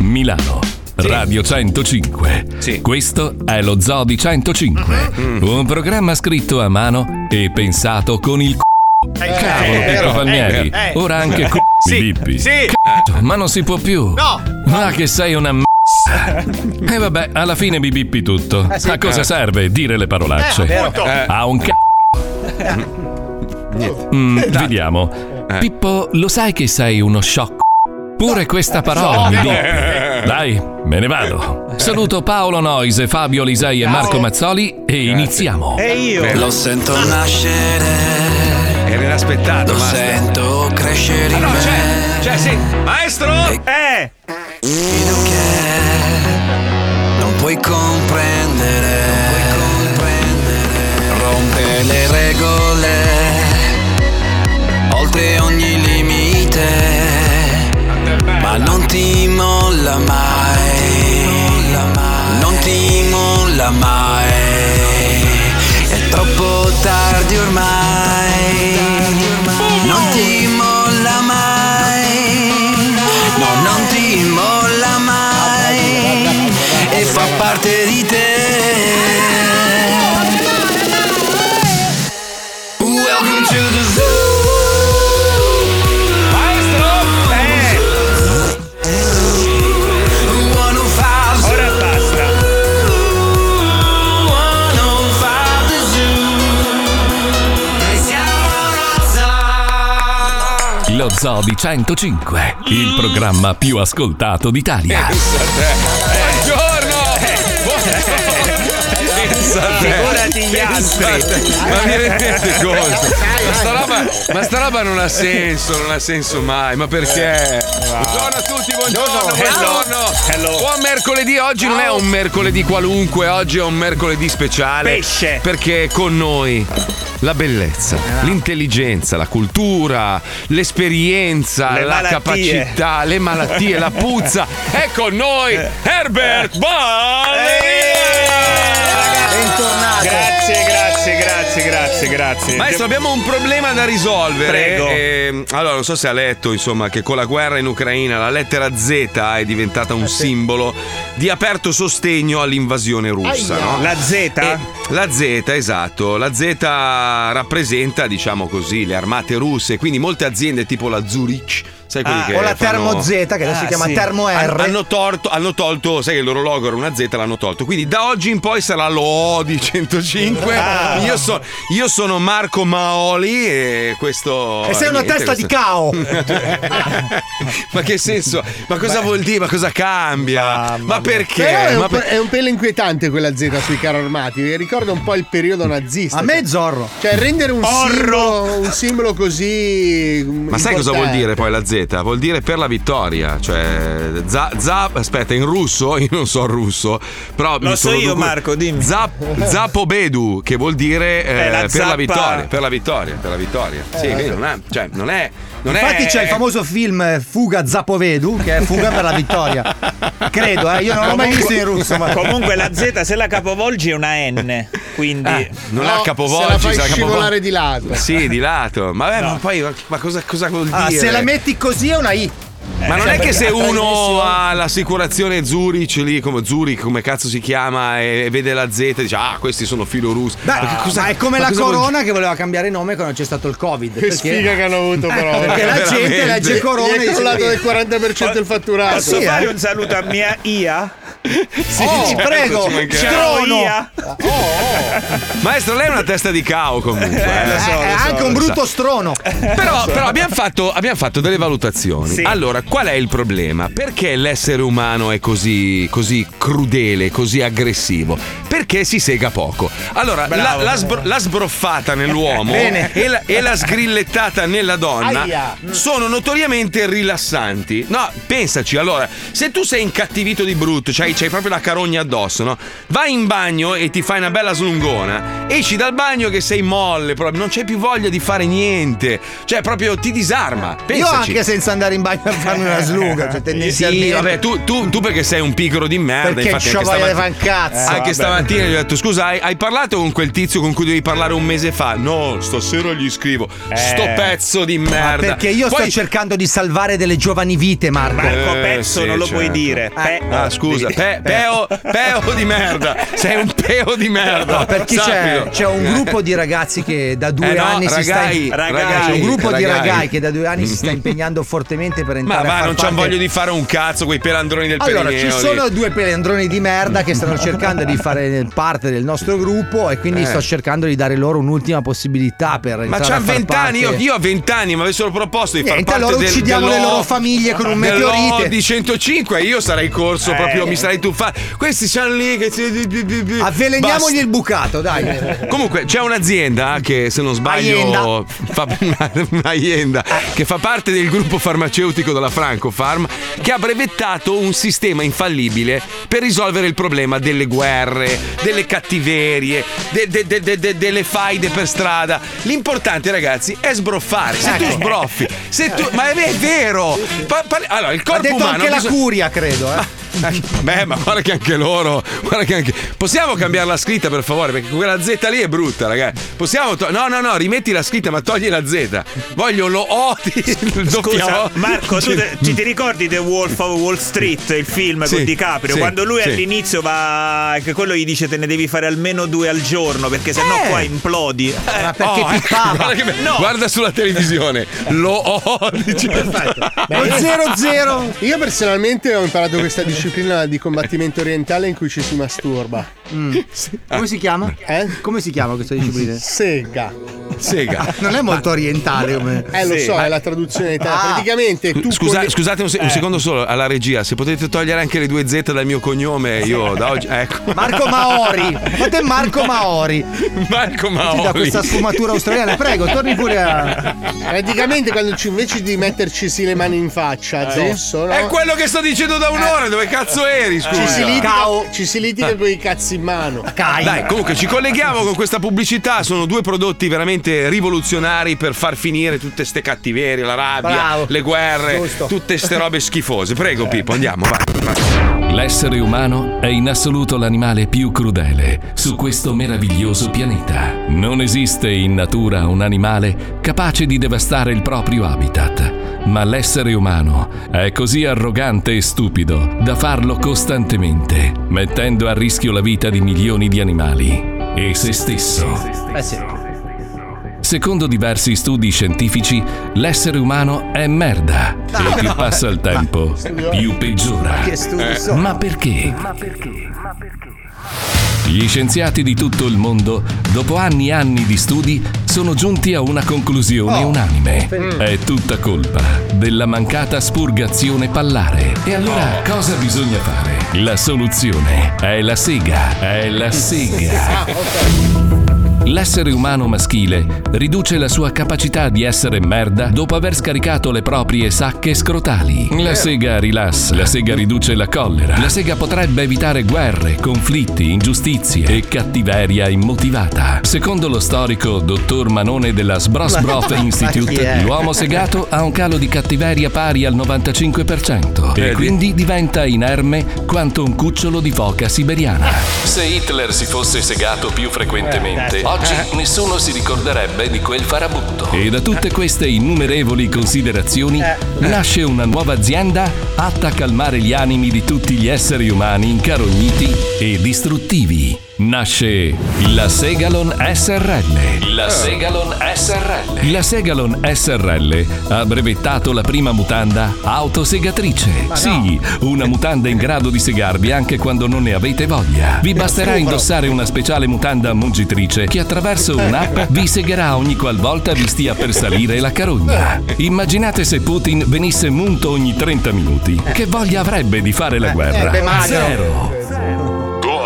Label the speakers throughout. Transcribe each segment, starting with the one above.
Speaker 1: Milano. Radio 105.
Speaker 2: Sì.
Speaker 1: Questo è lo Zoo di 105, un programma scritto a mano e pensato con il c***o.
Speaker 3: Eh,
Speaker 1: Cavolo,
Speaker 3: eh,
Speaker 1: Pippo
Speaker 3: eh,
Speaker 1: Palmieri,
Speaker 3: eh, eh.
Speaker 1: ora anche c***o
Speaker 3: Sì,
Speaker 1: Bippi.
Speaker 3: sì.
Speaker 1: C***o, ma non si può più.
Speaker 3: No.
Speaker 1: Ma che sei una m***a. E vabbè, alla fine mi bippi tutto.
Speaker 3: Eh, sì.
Speaker 1: a cosa
Speaker 3: Eh.
Speaker 1: serve dire le parolacce?
Speaker 3: Eh, appunto. Eh.
Speaker 1: A un c***o. Mm,
Speaker 3: Eh,
Speaker 1: vediamo. Pippo, lo sai che sei uno sciocco? Pure questa parola mi
Speaker 4: No.
Speaker 3: Eh.
Speaker 1: dico. Dai, me ne vado. Saluto Paolo Noise, Fabio Lisei e Marco Mazzoli e iniziamo.
Speaker 5: E io
Speaker 1: Lo
Speaker 5: sento nascere.
Speaker 2: Era inaspettato,
Speaker 5: Lo
Speaker 2: basta.
Speaker 5: sento crescere in me. C'è,
Speaker 2: sì. Maestro!
Speaker 5: Eh! Fino che non puoi comprendere. Rompe le regole. Oltre ogni limite. Ma non ti molla mai. Non ti molla mai. È troppo tardi ormai. Non ti molla mai, no, non ti molla mai e fa parte di te. Welcome to the zoo. Maestro,
Speaker 2: eh.
Speaker 5: Ora basta. Noi siamo lo zoo.
Speaker 1: Lo Zoo di 105, il programma più ascoltato
Speaker 2: Eh,
Speaker 1: d'Italia.
Speaker 2: Figurati gli altri. Ma vi rendete conto? Ma sta, roba, ma sta roba non ha senso, non ha senso mai. Ma perché? Buongiorno a tutti, buongiorno,
Speaker 5: eh,
Speaker 2: buongiorno. Buon mercoledì, oggi non è un mercoledì qualunque, oggi è un mercoledì speciale.
Speaker 6: Pesce.
Speaker 2: Perché con noi la bellezza, l'intelligenza, la cultura, l'esperienza,
Speaker 6: Le
Speaker 2: la
Speaker 6: malattie.
Speaker 2: capacità, le malattie, la puzza. È con noi
Speaker 5: Eh.
Speaker 2: Herbert Bentornato.
Speaker 6: Grazie, grazie, grazie, grazie, grazie.
Speaker 2: Maestro, abbiamo un problema da risolvere.
Speaker 6: Prego.
Speaker 2: Ehm, allora, non so se ha letto, insomma, che con la guerra in Ucraina la lettera Z è diventata
Speaker 7: Eh,
Speaker 2: un simbolo di aperto sostegno all'invasione russa.
Speaker 6: Aia.
Speaker 2: no?
Speaker 6: La Z?
Speaker 2: E- la Z, esatto. La Z rappresenta, diciamo così, le armate russe. Quindi molte aziende tipo la Zurich. Sai quelli
Speaker 7: Ah,
Speaker 2: che
Speaker 7: o la
Speaker 2: fanno- Ah,
Speaker 7: Termo Z, che adesso si chiama Termo R.
Speaker 2: Han- Hanno, torto- hanno tolto, sai che il loro logo era una Z, l'hanno tolto. Quindi da oggi in poi sarà l'O di 105.
Speaker 7: Ah.
Speaker 2: Io, so- io sono Marco Maoli e questo.
Speaker 7: E sei una
Speaker 2: niente,
Speaker 7: testa di
Speaker 2: questo-
Speaker 7: cao.
Speaker 2: Ma che senso? Ma cosa vuol dire? Ma cosa cambia? Ma perché?
Speaker 8: Però è,
Speaker 2: Ma
Speaker 8: un,
Speaker 2: per-
Speaker 8: po- è un pelo inquietante quella Z sui carri armati, mi ricorda un po' il periodo nazista.
Speaker 7: A me è Zorro.
Speaker 8: Cioè rendere un, simbolo, un simbolo così... mm,
Speaker 2: Ma sai cosa vuol dire poi la Z? Vuol dire per la vittoria. Cioè, za, za- aspetta, in russo, io non so il russo, però.
Speaker 6: Lo
Speaker 2: mi
Speaker 6: so
Speaker 2: sono
Speaker 6: io,
Speaker 2: docu-
Speaker 6: Marco, dimmi.
Speaker 2: Za- Zapobedu, che vuol dire eh,
Speaker 6: Eh, la
Speaker 2: per la
Speaker 6: zappa.
Speaker 2: vittoria. Per la vittoria, per la vittoria. Sì,
Speaker 7: Eh.
Speaker 2: quindi non è. Cioè, non è. non
Speaker 7: Infatti
Speaker 2: è-
Speaker 7: c'è il famoso film eh, Fuga Zapovedu, che è Fuga per la vittoria. Credo, eh, io non l'ho mai
Speaker 6: Comunque-
Speaker 7: visto in russo. Ma...
Speaker 6: Comunque la Z se la capovolgi è una N, quindi
Speaker 2: Ah, non ha capovolgi,
Speaker 8: Se la fai
Speaker 2: se la capovol-
Speaker 8: scivolare di lato.
Speaker 2: Sì, di lato. Ma, vabbè, ma poi ma cosa, cosa vuol
Speaker 7: Ah,
Speaker 2: dire?
Speaker 7: se la metti così è una I.
Speaker 2: Ma
Speaker 7: Eh,
Speaker 2: non
Speaker 7: cioè,
Speaker 2: è che
Speaker 7: perché
Speaker 2: se
Speaker 7: la
Speaker 2: uno
Speaker 7: trasmissione-
Speaker 2: ha l'assicurazione Zurich lì, come Zurich, come cazzo si chiama, e vede la Z e dice ah, questi sono filorussi.
Speaker 7: Beh,
Speaker 2: Ma che cosa-
Speaker 7: ma è come
Speaker 2: ma
Speaker 7: la
Speaker 2: cosa vuol
Speaker 7: corona che voleva cambiare nome quando c'è stato il Covid.
Speaker 8: Che sfiga che hanno avuto però.
Speaker 7: Perché la gente
Speaker 2: Veramente.
Speaker 7: legge Corona
Speaker 8: Gli
Speaker 7: e
Speaker 8: è
Speaker 7: dice,
Speaker 8: crollato del
Speaker 7: "Sì,
Speaker 8: 40% il fatturato.
Speaker 6: posso
Speaker 7: sì, eh.
Speaker 6: fare un saluto a mia IA?
Speaker 7: oh, ti prego,
Speaker 2: ci mancherà.
Speaker 6: Ciao
Speaker 7: trono.
Speaker 6: IA.
Speaker 2: Maestro, lei è una testa di cao comunque. eh.
Speaker 7: Eh, è anche un brutto strono.
Speaker 2: Però, però abbiamo, fatto, abbiamo fatto delle valutazioni.
Speaker 6: Sì.
Speaker 2: Allora, qual è il problema? Perché l'essere umano è così, così crudele, così aggressivo? Perché si sega poco. Allora, la,
Speaker 6: Bravo.
Speaker 2: la sbro- la sbroffata nell'uomo
Speaker 7: Bene.
Speaker 2: e la, e la sgrillettata nella donna
Speaker 8: Aia.
Speaker 2: sono notoriamente rilassanti. No, pensaci, allora, se tu sei incattivito di brutto, c'hai, c'hai proprio la carogna addosso, no? Vai in bagno e ti fai una bella slungona, esci dal bagno che sei molle, proprio, non c'hai più voglia di fare niente. Cioè, proprio ti disarma.
Speaker 7: Io
Speaker 2: Pensaci.
Speaker 7: anche senza andare in bagno a farmi una sluga. Cioè,
Speaker 2: Sì,
Speaker 7: tendenzialmente.
Speaker 2: vabbè, tu, tu- tu perché sei un pigro di merda,
Speaker 7: Perché
Speaker 2: infatti
Speaker 7: ci
Speaker 2: anche
Speaker 7: voglio
Speaker 2: stamattina, Eh,
Speaker 7: fare un cazzo.
Speaker 2: anche
Speaker 6: vabbè,
Speaker 2: mattina gli ho detto: Scusa, hai, hai parlato con quel tizio con cui dovevi parlare un mese fa? No, stasera gli scrivo. Sto pezzo di
Speaker 7: Eh. Ma
Speaker 2: merda.
Speaker 7: perché io sto
Speaker 2: Poi-
Speaker 7: cercando di salvare delle giovani vite, Marco.
Speaker 2: Eh,
Speaker 6: pezzo
Speaker 2: sì,
Speaker 6: non lo puoi
Speaker 2: certo.
Speaker 6: dire. Pe-
Speaker 2: Ah, scusa, pe- peo, peo di merda. Sei un peo di merda.
Speaker 7: No, perché c'è,
Speaker 2: Sappilo.
Speaker 7: c'è un gruppo di ragazzi che da due
Speaker 2: Eh no,
Speaker 7: anni si sta
Speaker 2: ragai,
Speaker 7: c'è
Speaker 2: ragai,
Speaker 7: un gruppo di
Speaker 2: ragai.
Speaker 7: ragai che da due anni si sta impegnando fortemente per
Speaker 2: Ma
Speaker 7: entrare a
Speaker 2: va,
Speaker 7: far
Speaker 2: non c'ho
Speaker 7: parte-
Speaker 2: voglio di fare un cazzo quei pelandroni del
Speaker 7: Allora,
Speaker 2: Perineo
Speaker 7: ci
Speaker 2: lì.
Speaker 7: sono due pelandroni di merda che stanno cercando di fare parte del nostro gruppo e quindi
Speaker 2: Eh.
Speaker 7: sto cercando di dare loro un'ultima possibilità per
Speaker 2: Ma
Speaker 7: entrare
Speaker 2: c'ha
Speaker 7: a far
Speaker 2: vent'anni, io,
Speaker 7: parte.
Speaker 2: io a vent'anni mi avessero proposto di far
Speaker 7: Niente,
Speaker 2: parte
Speaker 7: allora
Speaker 2: del,
Speaker 7: uccidiamo
Speaker 2: dello-
Speaker 7: le loro famiglie con un
Speaker 2: dello
Speaker 7: meteorite.
Speaker 2: di 105 io sarei corso proprio, mi sarei tuffato. Questi c'hanno lì che
Speaker 7: Avveleniamogli
Speaker 2: Basta.
Speaker 7: il bucato, dai.
Speaker 2: Comunque c'è un'azienda che se non sbaglio
Speaker 7: Azienda.
Speaker 2: fa una- un'azienda che fa parte del gruppo farmaceutico della Francofarm che ha brevettato un sistema infallibile per risolvere il problema delle guerre, delle cattiverie, de- de- de- de- de- delle faide per strada. L'importante ragazzi è sbroffare. Se
Speaker 7: Ecco.
Speaker 2: tu sbroffi, se tu- ma è vero. Pa- pa- allora, il
Speaker 7: Ha
Speaker 2: corpo
Speaker 7: detto
Speaker 2: umano
Speaker 7: anche la
Speaker 2: bisog-
Speaker 7: curia, credo. Eh.
Speaker 2: Beh, ma guarda che anche loro. Guarda che anche... Possiamo cambiare la scritta, per favore? Perché quella Z lì è brutta, ragazzi. Possiamo. to- no, no, no, rimetti la scritta, ma togli la Z. Voglio lo O di il doppia
Speaker 6: Scusa,
Speaker 2: O.
Speaker 6: Marco, tu cioè, te- ci ti ricordi The Wolf of Wall Street, il film
Speaker 2: Mm. Sì,
Speaker 6: con DiCaprio?
Speaker 2: sì,
Speaker 6: quando lui
Speaker 2: sì.
Speaker 6: all'inizio va. che quello gli dice te ne devi fare almeno due al giorno, perché sennò
Speaker 2: Eh.
Speaker 6: qua implodi. Eh,
Speaker 7: Ma perché
Speaker 2: Oh, ecco,
Speaker 7: pippava?
Speaker 2: guarda, che be- guarda sulla televisione lo O di
Speaker 7: Lo
Speaker 8: eh,
Speaker 7: 0-0.
Speaker 8: Io personalmente ho imparato questa disciplina di combattimento orientale in cui ci si masturba.
Speaker 7: Mm. Come si chiama?
Speaker 8: Eh?
Speaker 7: Come si chiama questa disciplina?
Speaker 8: Sega.
Speaker 2: Sega.
Speaker 7: Non è molto orientale come.
Speaker 8: Eh, lo so, è la traduzione italiana.
Speaker 7: Ah.
Speaker 8: Praticamente tu.
Speaker 2: Scusa-
Speaker 8: con-
Speaker 2: scusate un, se- un secondo solo alla regia, se potete togliere anche le due Z dal mio cognome, io da oggi. Ecco.
Speaker 7: Marco Maori. Fate Marco Maori.
Speaker 2: Marco
Speaker 7: Ti dà
Speaker 2: Maoli.
Speaker 7: questa sfumatura australiana. Prego, torni pure a.
Speaker 8: Praticamente quando ci, invece di mettercisi le mani in faccia addosso, no?
Speaker 2: È quello che sto dicendo da un'ora, dove cazzo eri?
Speaker 8: ci, si
Speaker 2: Scusa.
Speaker 8: litiga, ci si litiga con i cazzi in mano.
Speaker 7: Kai.
Speaker 2: Ecco. Dai, comunque ci colleghiamo con questa pubblicità. Sono due prodotti veramente rivoluzionari per far finire tutte ste cattiverie, la rabbia,
Speaker 7: Bravo.
Speaker 2: le guerre,
Speaker 7: Giusto.
Speaker 2: tutte ste robe schifose. Prego, Pippo, andiamo, vai.
Speaker 1: L'essere umano è in assoluto l'animale più crudele su questo meraviglioso pianeta. Non esiste in natura un animale capace di devastare il proprio habitat, ma l'essere umano è così arrogante e stupido da farlo costantemente, mettendo a rischio la vita di milioni di animali e se stesso.
Speaker 7: Eh sì.
Speaker 1: Secondo diversi studi scientifici, l'essere umano è merda e più passa il tempo, Eh. più peggiora.
Speaker 7: Che
Speaker 2: Eh.
Speaker 7: studi sono.
Speaker 1: Ma perché? Gli scienziati di tutto il mondo, dopo anni e anni di studi, sono giunti a una conclusione unanime. È tutta colpa della mancata spurgazione pallare. E allora cosa bisogna fare? La soluzione è la sega, è la sega. L'essere umano maschile riduce la sua capacità di essere merda dopo aver scaricato le proprie sacche scrotali. La sega rilassa, la sega riduce la collera, la sega potrebbe evitare guerre, conflitti, ingiustizie e cattiveria immotivata. Secondo lo storico dottor Manone della Sbrosbrof
Speaker 7: chi è?
Speaker 1: Institute, l'uomo segato ha un calo di cattiveria pari al 95% e
Speaker 2: Vedi?
Speaker 1: quindi diventa inerme quanto un cucciolo di foca siberiana. Se Hitler si fosse segato più frequentemente,
Speaker 7: Eh,
Speaker 1: oggi nessuno si ricorderebbe di quel farabutto. Esatto. E da tutte queste innumerevoli considerazioni nasce una nuova azienda atta a calmare gli animi di tutti gli esseri umani incarogniti e distruttivi. Nasce la Segalon SRL.
Speaker 2: Ah. Eh.
Speaker 1: La Segalon SRL. La Segalon SRL ha brevettato la prima mutanda autosegatrice. Sì, una mutanda in grado di segarvi anche quando non ne avete voglia. Vi basterà indossare una speciale mutanda mungitrice che attraverso un'app vi segherà ogni qualvolta vi stia per salire la carogna. Immaginate se Putin venisse munto ogni 30 minuti. Che voglia avrebbe di fare la guerra?
Speaker 7: beh, magro.
Speaker 1: Zero.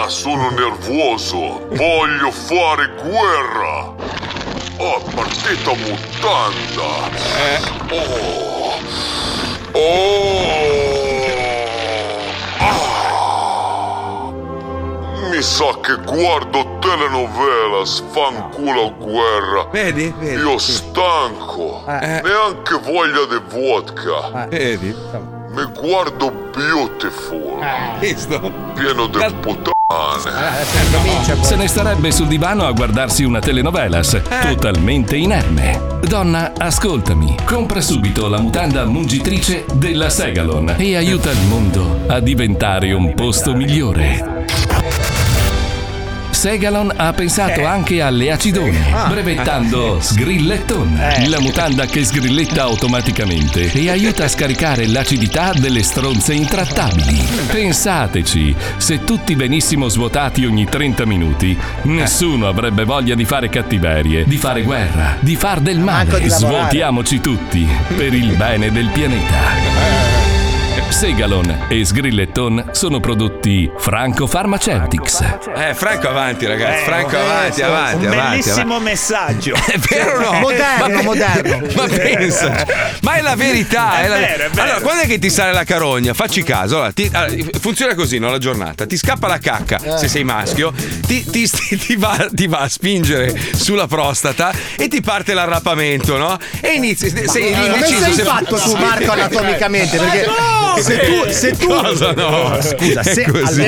Speaker 9: Ah, sono nervoso. Voglio fare guerra. Oh, partita mutanda. Oh. Oh. Ah. Mi sa che guardo telenovelas, fanculo guerra.
Speaker 2: Vedi? Vedi? Eh.
Speaker 9: Io stanco, neanche voglia di vodka.
Speaker 2: Vedi?
Speaker 9: Mi guardo beautiful,
Speaker 2: Ah. Visto? Eh.
Speaker 9: pieno di puttana.
Speaker 1: Certo, Se ne starebbe sul divano a guardarsi una telenovelas, totalmente inerme. Donna, ascoltami. Compra subito la mutanda mungitrice della Segalon e aiuta il mondo a diventare un posto migliore. Segalon ha pensato anche alle acidone,
Speaker 10: Eh. Ah. Eh.
Speaker 1: brevettando Sgrilletton, la mutanda che sgrilletta automaticamente e aiuta a scaricare l'acidità delle stronze intrattabili. Pensateci, se tutti venissimo svuotati ogni 30 minuti, nessuno avrebbe voglia di fare cattiverie, di fare guerra, di far del
Speaker 10: Manco
Speaker 1: male.
Speaker 10: di lavorare.
Speaker 1: Svuotiamoci tutti per il bene del
Speaker 10: Eh.
Speaker 1: pianeta. Segalon e Sgrilletton sono prodotti Franco Pharmaceutics.
Speaker 2: Eh, Franco avanti,
Speaker 6: Eh,
Speaker 2: ragazzi. Franco avanti, avanti,
Speaker 6: un
Speaker 2: avanti.
Speaker 6: bellissimo messaggio.
Speaker 2: È vero o no?
Speaker 6: Moderno,
Speaker 2: Ma-
Speaker 6: moderno.
Speaker 2: Ma pensa, ma è la verità.
Speaker 6: È
Speaker 2: la-
Speaker 6: vero, è vero.
Speaker 2: Allora, quando è che ti sale la carogna? Facci caso. allora, ti- allora, funziona così, no? La giornata. Ti scappa la cacca, se sei maschio, ti, ti- ti va, ti va a spingere sulla prostata e ti parte l'arrappamento, no? E inizi. Sei
Speaker 7: Ma come
Speaker 2: indeciso
Speaker 7: sei
Speaker 2: se-
Speaker 7: fatto tu, Marco, anatomicamente? Perché
Speaker 2: Ma no!
Speaker 7: se tu- se tu-
Speaker 2: Cosa no?
Speaker 7: Scusa, se,
Speaker 2: È così.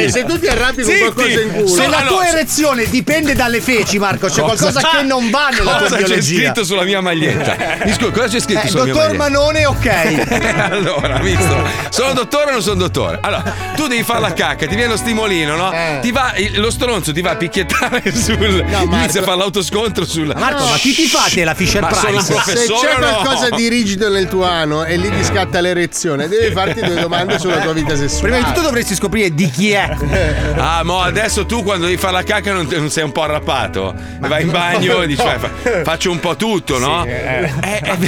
Speaker 7: allora-
Speaker 2: Zitti!
Speaker 7: Se la
Speaker 2: Allora,
Speaker 7: tua erezione dipende dalle feci, Marco, c'è qualcosa che non va nella tua
Speaker 2: cosa c'è
Speaker 7: biologia.
Speaker 2: scritto sulla mia maglietta? Mi scusi, cosa c'è scritto
Speaker 7: Eh,
Speaker 2: sulla
Speaker 7: dottor
Speaker 2: mia maglietta?
Speaker 7: Manone, ok.
Speaker 2: allora, visto, sono dottore o non sono dottore? Allora, tu devi fare la cacca, ti viene lo stimolino, no? Ti va, il- lo stronzo ti va a picchiettare sul. inizia a fare l'autoscontro sul.
Speaker 7: Marco, ma chi ti fate la Fisher
Speaker 2: Ma sono il
Speaker 7: Price?
Speaker 8: Se
Speaker 2: professore
Speaker 8: c'è
Speaker 2: o no?
Speaker 8: qualcosa di rigido nel tuo ano e lì ti scatta l'erezione, devi farti due domande sulla tua vita sessuale.
Speaker 7: Prima di tutto dovresti scoprire di chi è.
Speaker 2: Ah, mo adesso tu quando devi fare la cacca non, non sei un po' arrappato. Vai in bagno e dici,
Speaker 8: No.
Speaker 2: "Vai, fa- faccio un po' tutto, no? Eh,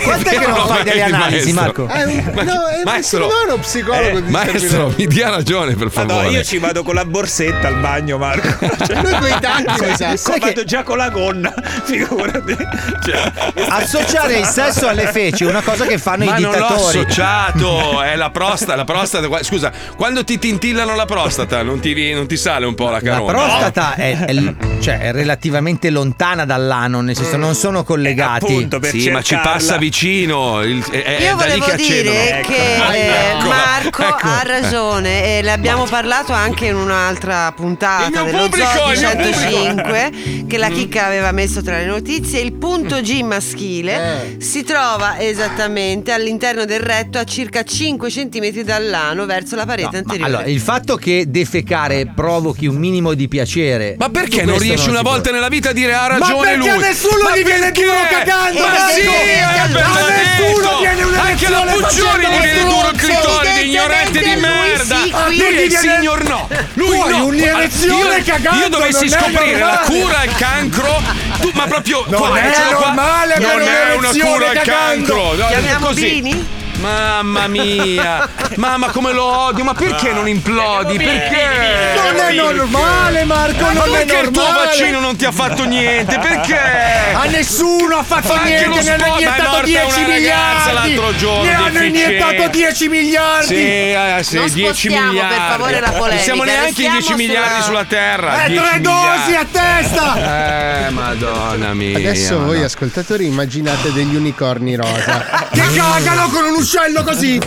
Speaker 8: Quant'è che non fai delle analisi,
Speaker 2: maestro?
Speaker 8: Marco? Eh,
Speaker 2: Ma-
Speaker 8: no, è un
Speaker 2: maestro,
Speaker 8: psicologo, psicologo di
Speaker 2: maestro,
Speaker 8: determinato.
Speaker 2: mi dia ragione per favore.
Speaker 6: No, Eh, io ci vado con la borsetta al bagno, Marco. Cioè,
Speaker 8: Noi coi tacchi,
Speaker 6: co-
Speaker 8: sai,
Speaker 6: co-
Speaker 8: sai
Speaker 6: vado già con la gonna, figurati. Cioè,
Speaker 7: Associare il sesso alle feci è una cosa che fanno
Speaker 2: Ma
Speaker 7: i
Speaker 2: non l'ho
Speaker 7: dittatori.
Speaker 2: associato, è la prostata, la prostata. qua- Scusa, quando ti tintillano la prostata, non ti, vi- non ti sale un po' la
Speaker 7: La
Speaker 2: carogna?
Speaker 7: prostata è, è l- cioè, è relativamente lontana dall'ano, nel senso non
Speaker 2: Eh,
Speaker 7: sono collegati.
Speaker 2: sì, ma ci passa vicino. il- è, è
Speaker 11: Io
Speaker 2: da lì
Speaker 11: volevo
Speaker 2: che
Speaker 11: dire
Speaker 2: accendono.
Speaker 11: che
Speaker 2: Eccola,
Speaker 7: Ecco.
Speaker 11: eh,
Speaker 2: eccola,
Speaker 11: Marco
Speaker 2: eccola.
Speaker 11: ha ragione e ne abbiamo parlato anche in un'altra puntata
Speaker 12: Il mio
Speaker 11: dello
Speaker 12: pubblico,
Speaker 11: Zoo di
Speaker 12: il mio pubblico.
Speaker 11: 105 che la chicca aveva messo tra le notizie. Il punto G maschile si trova esattamente all'interno del retto a circa 5 cm dall'ano verso la parete
Speaker 7: Ma
Speaker 11: anteriore.
Speaker 7: allora, il fatto che defecare provochi un minimo di piacere.
Speaker 2: Ma perché non
Speaker 7: questo
Speaker 2: riesci
Speaker 7: non
Speaker 2: una
Speaker 7: si può.
Speaker 2: volta nella vita a dire ha
Speaker 7: Ma
Speaker 2: ragione
Speaker 7: perché
Speaker 2: lui?
Speaker 7: a nessuno gli viene
Speaker 2: perché?
Speaker 7: duro cagando,
Speaker 2: Ma
Speaker 7: Marco!
Speaker 2: sì, eh,
Speaker 7: A nessuno viene
Speaker 2: una Anche la
Speaker 7: un'elezione
Speaker 2: Puccioni
Speaker 7: facendo
Speaker 2: gli viene
Speaker 7: lo
Speaker 2: duro il
Speaker 7: stronzo.
Speaker 2: clitoride, ignorante di
Speaker 7: Evidentemente lui
Speaker 2: merda.
Speaker 7: sì,
Speaker 2: Lui
Speaker 7: quindi
Speaker 2: è il
Speaker 7: viene-
Speaker 2: signor no. Lui
Speaker 7: Tu hai
Speaker 2: no.
Speaker 7: un'elezione
Speaker 2: Allora, io-
Speaker 7: cagando,
Speaker 2: Io dovessi
Speaker 7: non è
Speaker 2: scoprire la
Speaker 7: normale.
Speaker 2: cura al cancro, tu, ma proprio
Speaker 7: Non
Speaker 2: qua, eh,
Speaker 7: è
Speaker 2: ce l'ho qua.
Speaker 7: normale avere
Speaker 2: Non è una
Speaker 7: un'elezione
Speaker 2: cura al
Speaker 7: cagando.
Speaker 2: cancro. No,
Speaker 11: Chiamiamo
Speaker 2: così.
Speaker 11: Bini?
Speaker 2: Mamma mia, mamma come lo odio, ma perché non implodi? Perché? Eh,
Speaker 7: Non è normale, Marco,
Speaker 2: Ma
Speaker 7: non è
Speaker 2: perché il tuo
Speaker 7: normale.
Speaker 2: vaccino non ti ha fatto niente? Perché?
Speaker 7: A nessuno ha fatto
Speaker 2: Eh. Anche
Speaker 7: niente,
Speaker 2: lo
Speaker 7: ne hanno
Speaker 2: sport- ma è
Speaker 7: iniettato
Speaker 2: morta
Speaker 7: 10
Speaker 2: una ragazza
Speaker 7: miliardi.
Speaker 2: l'altro giorno,
Speaker 7: Ne hanno
Speaker 2: deficiente.
Speaker 7: iniettato 10 miliardi.
Speaker 2: Sì, eh, sì,
Speaker 7: Non
Speaker 2: 10
Speaker 7: spostiamo, per
Speaker 2: miliardi.
Speaker 7: favore, la
Speaker 2: Non siamo
Speaker 7: polemica,
Speaker 2: neanche in
Speaker 7: restiamo
Speaker 2: 10 miliardi
Speaker 7: sulla-
Speaker 2: sulla Terra.
Speaker 7: Eh,
Speaker 2: 10
Speaker 7: tre
Speaker 2: miliardi.
Speaker 7: dosi a testa!
Speaker 2: Eh, madonna mia.
Speaker 8: Adesso
Speaker 2: madonna.
Speaker 8: voi ascoltatori immaginate degli unicorni rosa.
Speaker 7: Che cagano con un uccello così!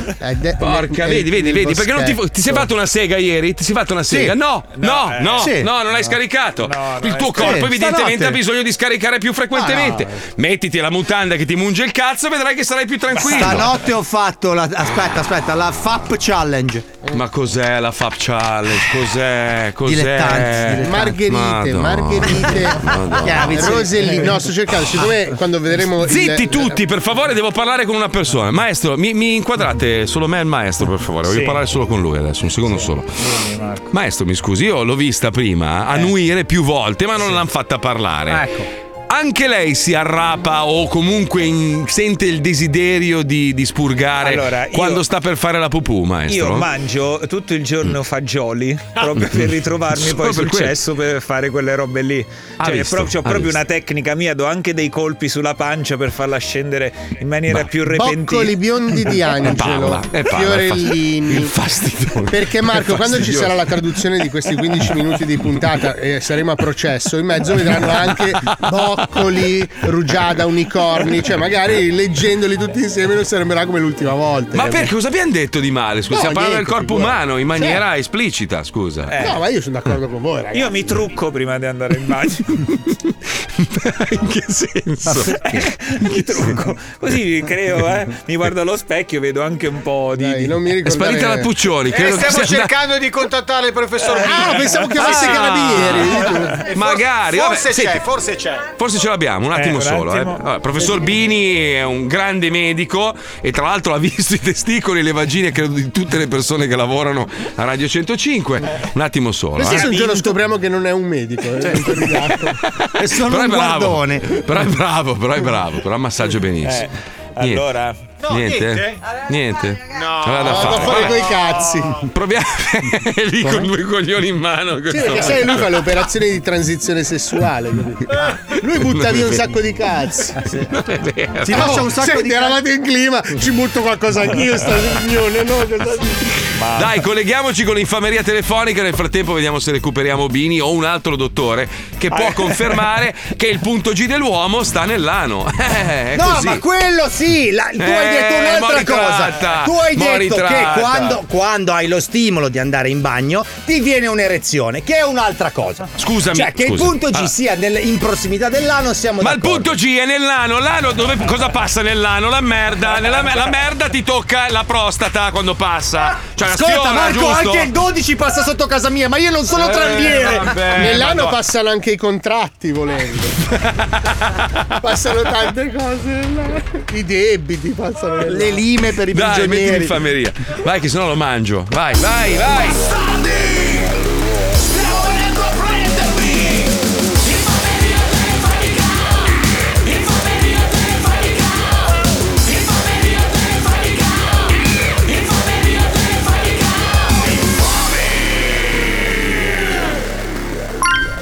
Speaker 2: Porca, vedi, vedi, vedi, perché non ti, ti sei fatto una sega ieri? Ti sei fatto una sega?
Speaker 7: Sì.
Speaker 2: No, no,
Speaker 7: No, eh.
Speaker 2: no,
Speaker 7: Sì.
Speaker 2: no, non l'hai scaricato. il tuo
Speaker 7: sì,
Speaker 2: corpo evidentemente
Speaker 7: stanotte.
Speaker 2: ha bisogno di scaricare più frequentemente. Mettiti la mutanda che ti munge il cazzo e vedrai che sarai più tranquillo.
Speaker 7: Stanotte ho fatto la. Aspetta, aspetta, la FAP Challenge.
Speaker 2: Ma cos'è la Fab Challenge? Cos'è? Cos'è?
Speaker 8: Dilettanti, margherite,
Speaker 2: Madonna.
Speaker 8: margherite,
Speaker 2: Madonna.
Speaker 8: Roselli, no, sto cercando,
Speaker 5: Ah.
Speaker 8: siccome quando vedremo il-
Speaker 2: Zitti tutti, per favore, devo parlare con una persona. Maestro, mi, mi inquadrate solo me e il maestro, per favore. Voglio
Speaker 5: Sì.
Speaker 2: parlare solo con lui adesso, un secondo solo. Maestro, mi scusi, io l'ho vista prima annuire più volte, ma non l'hanno fatta parlare. Anche lei si arrapa o comunque in- sente il desiderio di, di spurgare
Speaker 6: Allora, io-
Speaker 2: quando sta per fare la pupù, maestro?
Speaker 6: Io mangio tutto il giorno fagioli proprio per ritrovarmi
Speaker 2: Solo
Speaker 6: poi
Speaker 2: per
Speaker 6: sul
Speaker 2: quello.
Speaker 6: cesso per fare quelle robe lì.
Speaker 2: Ha
Speaker 6: Cioè,
Speaker 2: visto,
Speaker 6: c'ho proprio,
Speaker 2: ha visto.
Speaker 6: una tecnica mia, do anche dei colpi sulla pancia per farla scendere in maniera più repentina.
Speaker 8: Boccoli biondi di Angelo,
Speaker 6: Paola, è Paola, è
Speaker 8: Fiorellini.
Speaker 6: fastid- il
Speaker 8: Perché Marco, quando ci sarà la eh, traduzione di questi 15 minuti di puntata e saremo a processo, in mezzo vedranno anche coccoli, rugiada, unicorni. Cioè, magari leggendoli tutti insieme non sembra come l'ultima volta.
Speaker 2: Ma
Speaker 8: capito?
Speaker 2: perché cosa abbiamo detto di male? Scusa,
Speaker 8: No,
Speaker 2: stiamo parlando del
Speaker 8: niente,
Speaker 2: corpo
Speaker 8: figurati.
Speaker 2: umano in maniera esplicita, scusa.
Speaker 8: Eh. No, ma io sono d'accordo con voi, ragazzi.
Speaker 6: Io mi trucco prima di andare in bagno.
Speaker 2: in che senso?
Speaker 6: Eh, mi trucco. Così creo, eh. Mi guardo allo specchio, vedo anche un po' di. Eh, non mi
Speaker 2: È sparita la Puccioni, credo che
Speaker 10: Eh, stiamo
Speaker 2: sia
Speaker 10: cercando di contattare il professor
Speaker 8: Ah,
Speaker 10: Villa.
Speaker 8: pensavo che fosse Carabinieri.
Speaker 10: Eh, forse,
Speaker 2: Magari, vabbè,
Speaker 10: forse c'è,
Speaker 2: senti.
Speaker 10: forse c'è.
Speaker 2: Forse ce l'abbiamo, un
Speaker 10: Eh,
Speaker 2: attimo
Speaker 10: un
Speaker 2: solo. eh.
Speaker 10: attimo.
Speaker 2: Allora, professor Bini è un grande medico e tra l'altro ha visto i testicoli e le vagine, credo, di tutte le persone che lavorano a Radio 105. Un attimo solo.
Speaker 8: Questo
Speaker 2: eh.
Speaker 8: se un giorno scopriamo che non è un medico, eh, è un autodidatta.
Speaker 7: è solo
Speaker 2: Però è
Speaker 7: un
Speaker 2: bravo.
Speaker 7: guardone.
Speaker 2: Però è bravo, però è bravo, però massaggia benissimo.
Speaker 6: Eh, allora?
Speaker 10: No,
Speaker 2: niente? eh?
Speaker 10: niente?
Speaker 2: Niente?
Speaker 10: No,
Speaker 2: Allora da
Speaker 8: Vado "Ah, a
Speaker 2: fare.
Speaker 8: fare coi cazzi.
Speaker 2: Proviamo è lì con due coglioni in mano.
Speaker 8: Sì, perché sai, lui fa le operazioni di transizione sessuale. capito? Eh. Lui butta via un sacco di cazzi.
Speaker 2: Ci
Speaker 8: Oh, senti, eravate in clima, ci butto qualcosa anch'io, sta riunione, no? Cosa-
Speaker 2: Dai, colleghiamoci con l'infameria telefonica. Nel frattempo, vediamo se recuperiamo Bini o un altro dottore che
Speaker 13: Ah.
Speaker 2: può confermare che il punto G dell'uomo sta nell'ano. Eh, è
Speaker 13: no,
Speaker 2: così.
Speaker 13: ma quello sì, la- tu hai
Speaker 2: Eh,
Speaker 13: detto un'altra
Speaker 2: mo' ritratta,
Speaker 13: cosa. Tu hai
Speaker 2: mo'
Speaker 13: detto
Speaker 2: ritratta.
Speaker 13: che quando, quando hai lo stimolo di andare in bagno ti viene un'erezione, che è un'altra cosa.
Speaker 2: Scusami,
Speaker 13: Cioè, che
Speaker 2: scusa.
Speaker 13: il punto G
Speaker 2: Ah.
Speaker 13: sia nel- in prossimità dell'ano siamo
Speaker 2: Ma il
Speaker 13: d'accordo.
Speaker 2: punto G è nell'ano, l'ano dove cosa passa nell'ano? La merda, Nella me- la merda ti tocca la prostata quando passa. Cioè, la
Speaker 13: Ascolta
Speaker 2: sfiora,
Speaker 13: Marco,
Speaker 2: giusto?
Speaker 13: anche il
Speaker 8: 12 passa sotto casa mia, ma io non sono
Speaker 13: Eh,
Speaker 8: tranviere.
Speaker 13: vabbè,
Speaker 8: Nell'anno
Speaker 13: madonna.
Speaker 8: passano anche i contratti, volendo. passano tante cose. I debiti passano. Le lime per i
Speaker 2: Dai, metti
Speaker 8: prigionieri.
Speaker 2: l'infameria. Vai, che sennò lo mangio. Vai, vai, vai.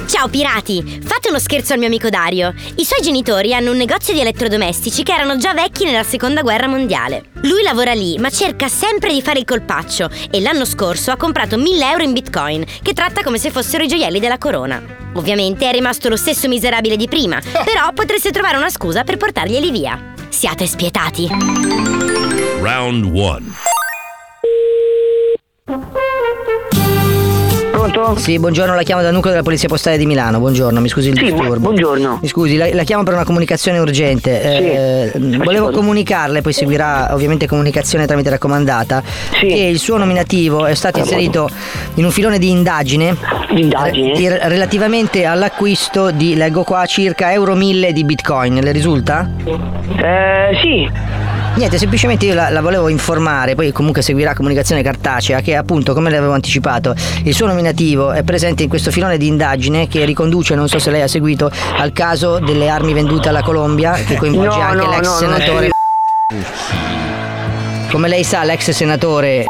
Speaker 14: Ciao pirati, fate uno scherzo al mio amico Dario. I suoi genitori hanno un negozio di elettrodomestici che erano già vecchi nella seconda guerra mondiale. Lui lavora lì, ma cerca sempre di fare il colpaccio e l'anno scorso ha comprato 1000 euro in bitcoin, che tratta come se fossero i gioielli della corona. Ovviamente è rimasto lo stesso miserabile di prima, però potreste trovare una scusa per portarglieli via. Siate spietati.
Speaker 15: Round 1.
Speaker 16: Pronto? Sì, buongiorno, la chiamo dal nucleo della Polizia Postale di Milano. Buongiorno, mi scusi il
Speaker 17: Sì, bu-
Speaker 16: disturbo.
Speaker 17: buongiorno.
Speaker 16: Mi scusi, la, la chiamo per una comunicazione urgente. Eh, volevo
Speaker 17: pure.
Speaker 16: comunicarle, poi seguirà ovviamente comunicazione tramite raccomandata, che il suo nominativo è stato inserito in un filone di indagine,
Speaker 17: indagine?
Speaker 16: re- re- relativamente all'acquisto di, leggo qua, circa euro 1000 di bitcoin. Le risulta?
Speaker 17: Eh, sì.
Speaker 16: Niente, semplicemente io la, la volevo informare, poi comunque seguirà comunicazione cartacea, che appunto, come le avevo anticipato, il suo nominativo è presente in questo filone di indagine che riconduce, non so se lei ha seguito, al caso delle armi vendute alla Colombia, che coinvolge
Speaker 17: No,
Speaker 16: anche
Speaker 17: no,
Speaker 16: l'ex
Speaker 17: no, non
Speaker 16: senatore. Come lei sa, l'ex senatore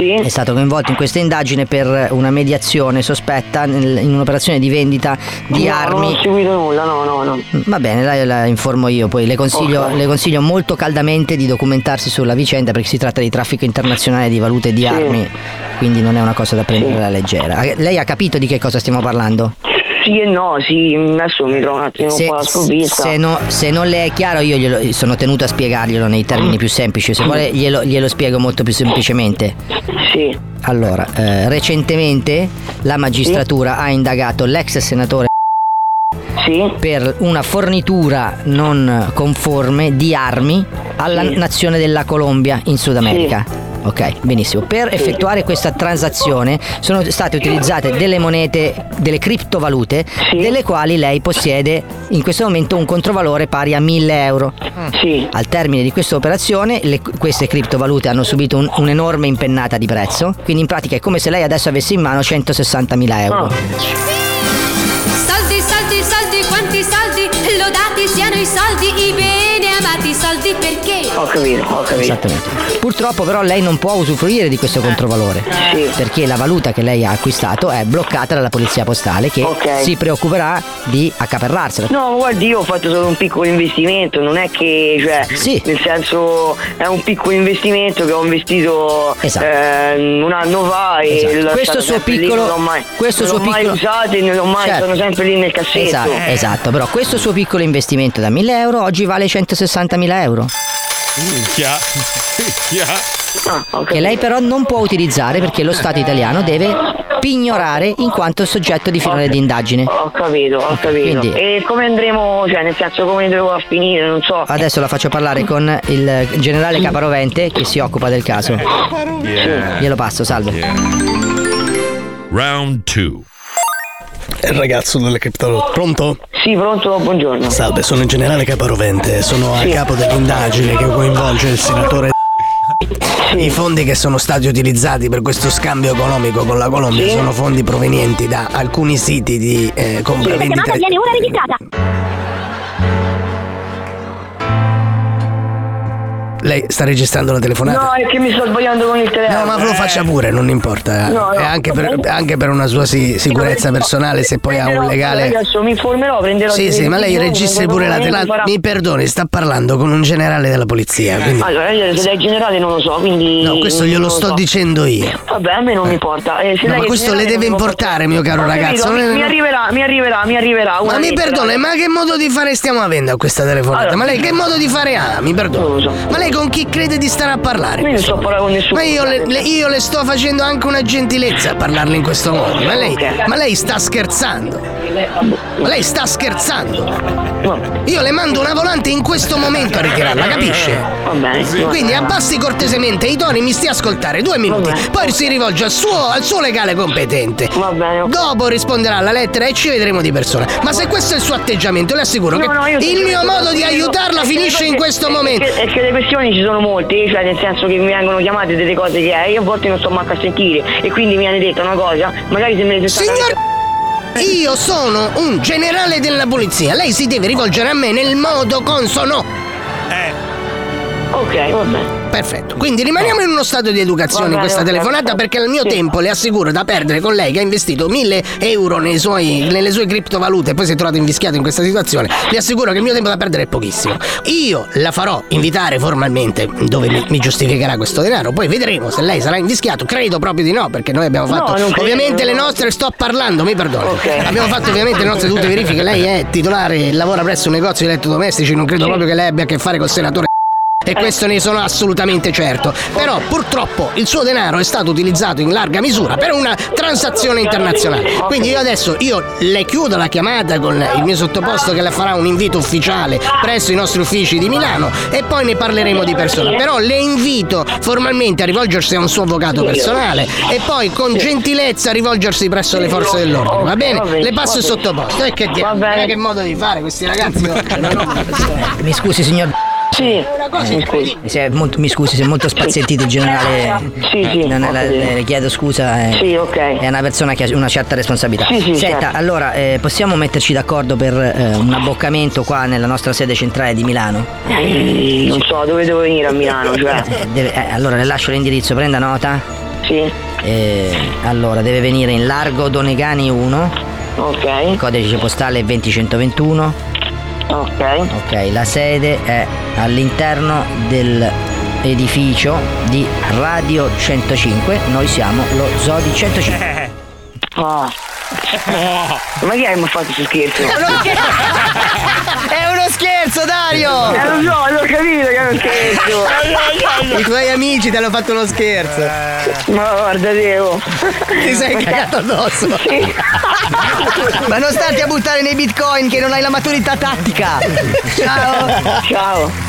Speaker 16: è stato coinvolto in questa indagine per una mediazione sospetta nel- in un'operazione di vendita di
Speaker 17: No,
Speaker 16: armi.
Speaker 17: Non ho seguito nulla, no, no, no.
Speaker 16: Va bene, la, la informo io, poi le consiglio,
Speaker 17: Ok.
Speaker 16: le consiglio molto caldamente di documentarsi sulla vicenda perché si tratta di traffico internazionale di valute e di armi, quindi non è una cosa da prendere alla leggera. Eh, Lei ha capito di che cosa stiamo parlando?
Speaker 17: Sì e no, sì, adesso mi trovo un attimo un po' alla sprovvista.
Speaker 16: se no- se non le è chiaro io glielo- sono tenuto a spiegarglielo nei termini più semplici, se vuole glielo, glielo spiego molto più semplicemente.
Speaker 17: Sì.
Speaker 16: Allora, eh, recentemente la magistratura ha indagato l'ex senatore per una fornitura non conforme di armi alla
Speaker 17: Sì.
Speaker 16: nazione della Colombia in Sud America. Ok, benissimo. Per
Speaker 17: Sì.
Speaker 16: effettuare questa transazione sono state utilizzate delle monete, delle criptovalute, delle quali lei possiede in questo momento un controvalore pari a 1000 euro. Al termine di questa operazione le- queste criptovalute hanno subito un- un'enorme impennata di prezzo, quindi in pratica è come se lei adesso avesse in mano 160.000 euro.
Speaker 17: Ah.
Speaker 18: Soldi, soldi, soldi, quanti soldi, lodati siano i soldi, i bene lavate i soldi perché? Ho capito, ho
Speaker 16: Esattamente. Purtroppo però lei non può usufruire di questo controvalore
Speaker 17: Eh,
Speaker 16: perché la valuta che lei ha acquistato è bloccata dalla polizia postale che
Speaker 17: Ok.
Speaker 16: si preoccuperà di accaparrarsela.
Speaker 17: No, guardi, io ho fatto solo un piccolo investimento, non è che, cioè, nel senso è un piccolo investimento che ho investito eh, un anno fa e
Speaker 16: Esatto.
Speaker 17: l'ho
Speaker 16: Questo
Speaker 17: lasciato
Speaker 16: suo
Speaker 17: sempre lì,
Speaker 16: piccolo-
Speaker 17: non l'ho mai,
Speaker 16: questo
Speaker 17: non
Speaker 16: suo
Speaker 17: l'ho mai
Speaker 16: piccolo-
Speaker 17: usato e non l'ho mai,
Speaker 16: Certo.
Speaker 17: sono sempre lì nel Eh. cassetto.
Speaker 16: Esatto, esatto, però questo suo piccolo investimento da 1000 euro oggi vale 160.000 euro.
Speaker 15: Minchia. Minchia.
Speaker 7: Ah,
Speaker 16: Che lei però non può utilizzare perché lo Stato italiano deve pignorare in quanto soggetto di finale di indagine.
Speaker 17: Ho capito, ho capito.
Speaker 16: Quindi-
Speaker 17: E come andremo, cioè, nel senso come andremo a finire, non so.
Speaker 16: Adesso la faccio
Speaker 17: Mm.
Speaker 16: parlare con il generale Caparovente che si occupa del caso.
Speaker 15: Yeah.
Speaker 2: Eh.
Speaker 16: Glielo passo, salve.
Speaker 15: Round 2.
Speaker 19: Il ragazzo delle criptovalute. Pronto?
Speaker 17: Sì, pronto, buongiorno.
Speaker 19: Salve, sono il generale Caparovente, sono a capo dell'indagine che coinvolge il senatore. I fondi che sono stati utilizzati per questo scambio economico con la Colombia sono fondi provenienti da alcuni siti di eh, compravendita.
Speaker 12: ora registrata.
Speaker 19: Lei sta registrando la telefonata?
Speaker 17: No, è che mi sto sbagliando con il telefono.
Speaker 19: No, ma lo faccia pure, non importa.
Speaker 17: No, no.
Speaker 19: È anche per, anche per una sua si- sicurezza personale, se poi ha un legale.
Speaker 17: Adesso mi informerò, prenderò
Speaker 19: Sì,
Speaker 17: dei-
Speaker 19: sì, ma
Speaker 17: dei
Speaker 19: lei
Speaker 17: giorni,
Speaker 19: registri
Speaker 17: in
Speaker 19: pure la
Speaker 17: qualche
Speaker 19: tela.
Speaker 17: momento farà-
Speaker 19: Mi perdoni, sta parlando con un generale della polizia. quindi-
Speaker 17: Allora, io se lei è generale non lo so, quindi.
Speaker 19: No, questo
Speaker 17: non
Speaker 19: glielo
Speaker 17: lo
Speaker 19: sto
Speaker 17: so.
Speaker 19: dicendo io.
Speaker 17: Vabbè, a me non importa. Eh, se
Speaker 19: No,
Speaker 17: lei
Speaker 19: ma
Speaker 17: è
Speaker 19: questo
Speaker 17: generale
Speaker 19: le deve
Speaker 17: non lo
Speaker 19: importare, mio caro
Speaker 17: Ho capito,
Speaker 19: ragazzo.
Speaker 17: Mi,
Speaker 19: non è-
Speaker 17: mi arriverà, mi arriverà, mi arriverà.
Speaker 19: Ma
Speaker 17: una
Speaker 19: mi
Speaker 17: lettera.
Speaker 19: perdoni, ma che modo di fare stiamo avendo a questa telefonata?
Speaker 17: Allora-
Speaker 19: ma lei che modo di fare ha? Mi perdoni. Ma lei con chi crede di stare a parlare?
Speaker 17: Io non sto parlando con nessuno.
Speaker 19: Ma io le, le- io le sto facendo anche una gentilezza a parlarle in questo modo. Ma lei,
Speaker 17: Ok.
Speaker 19: ma lei sta scherzando. Ma lei sta scherzando. Io le mando una volante in questo momento a ritirarla, capisce?
Speaker 17: Eh, Va bene.
Speaker 19: Quindi abbassi cortesemente i toni, mi stia a ascoltare due minuti, poi si rivolge al suo, al suo legale competente. Dopo risponderà alla lettera e ci vedremo di persona. Ma se questo è il suo atteggiamento, le assicuro
Speaker 17: No,
Speaker 19: che
Speaker 17: no, io
Speaker 19: il
Speaker 17: sono-
Speaker 19: mio modo di aiutarla
Speaker 17: È che le
Speaker 19: finisce
Speaker 17: cose-
Speaker 19: in questo
Speaker 17: è-
Speaker 19: momento.
Speaker 17: È che, è che le questioni ci sono molte, cioè nel senso che mi vengono chiamate delle cose che eh, io a volte non sto manco a sentire e quindi mi hanno detto una cosa, magari se me ne sono
Speaker 19: Signor Io sono un generale della polizia, lei si deve rivolgere a me nel modo consono.
Speaker 17: Ok, va bene.
Speaker 19: Perfetto, quindi rimaniamo in uno stato di
Speaker 17: Va
Speaker 19: educazione in
Speaker 17: bene,
Speaker 19: questa
Speaker 17: va bene.
Speaker 19: telefonata perché il mio
Speaker 17: Sì.
Speaker 19: tempo le assicuro da perdere con lei che ha investito 1000 euro nei suoi- nelle sue criptovalute e poi si è trovato invischiato in questa situazione. Le assicuro che il mio tempo da perdere è pochissimo. Io la farò invitare formalmente dove mi, mi giustificherà questo denaro, poi vedremo se lei sarà invischiato. Credo proprio di no perché noi abbiamo
Speaker 13: No,
Speaker 19: fatto
Speaker 13: non credo,
Speaker 19: ovviamente le
Speaker 13: no.
Speaker 19: nostre, sto parlando, mi perdoni.
Speaker 20: Cioè,
Speaker 19: Abbiamo fatto ovviamente le nostre tutte verifiche, lei è titolare e lavora presso un negozio di elettrodomestici, non credo proprio che lei abbia a che fare col senatore. E questo ne sono assolutamente certo. Però purtroppo il suo denaro è stato utilizzato in larga misura per una transazione internazionale. Quindi io adesso io le chiudo la chiamata con il mio sottoposto che le farà un invito ufficiale presso i nostri uffici di Milano e poi ne parleremo di persona. Però le invito formalmente a rivolgersi a un suo avvocato personale e poi con gentilezza rivolgersi presso le forze dell'ordine, va bene? Le passo il sottoposto. E che diavolo, guarda che modo di fare questi ragazzi oggi, no?
Speaker 16: Mi scusi signor
Speaker 17: Sì,
Speaker 16: mi scusi. Se è molto- mi scusi se è molto spazientito il generale.
Speaker 17: Sì, sì,
Speaker 16: Non è la-
Speaker 17: ho capito.
Speaker 16: le chiedo scusa. eh.
Speaker 17: Sì, ok.
Speaker 16: È una persona che ha una certa responsabilità.
Speaker 17: Sì, sì,
Speaker 16: Senta,
Speaker 17: certo.
Speaker 16: allora eh, possiamo metterci d'accordo per eh, un abboccamento qua nella nostra sede centrale di Milano?
Speaker 17: Eh, non so dove devo venire a Milano, cioè.
Speaker 16: Eh, deve- eh, allora le lascio l'indirizzo, prenda nota.
Speaker 17: Sì.
Speaker 16: allora deve venire in largo Donegani 1.
Speaker 17: Ok.
Speaker 16: Codice postale 20121.
Speaker 17: Ok.
Speaker 16: Ok, la sede è all'interno dell'edificio di Radio 105. Noi siamo lo Zodi 105.
Speaker 17: Ah. Ma chi è che mi ha fatto questo
Speaker 19: Eh,
Speaker 17: scherzo?
Speaker 12: È
Speaker 16: uno scherzo, Dario!
Speaker 17: Eh, lo so, l'ho capito che è uno scherzo!
Speaker 13: I tuoi amici ti hanno fatto uno scherzo.
Speaker 19: Eh.
Speaker 17: Ma guarda Devo.
Speaker 13: Ti sei cagato addosso. Ma non starti a buttare nei bitcoin che non hai la maturità tattica. Ciao.
Speaker 17: Ciao.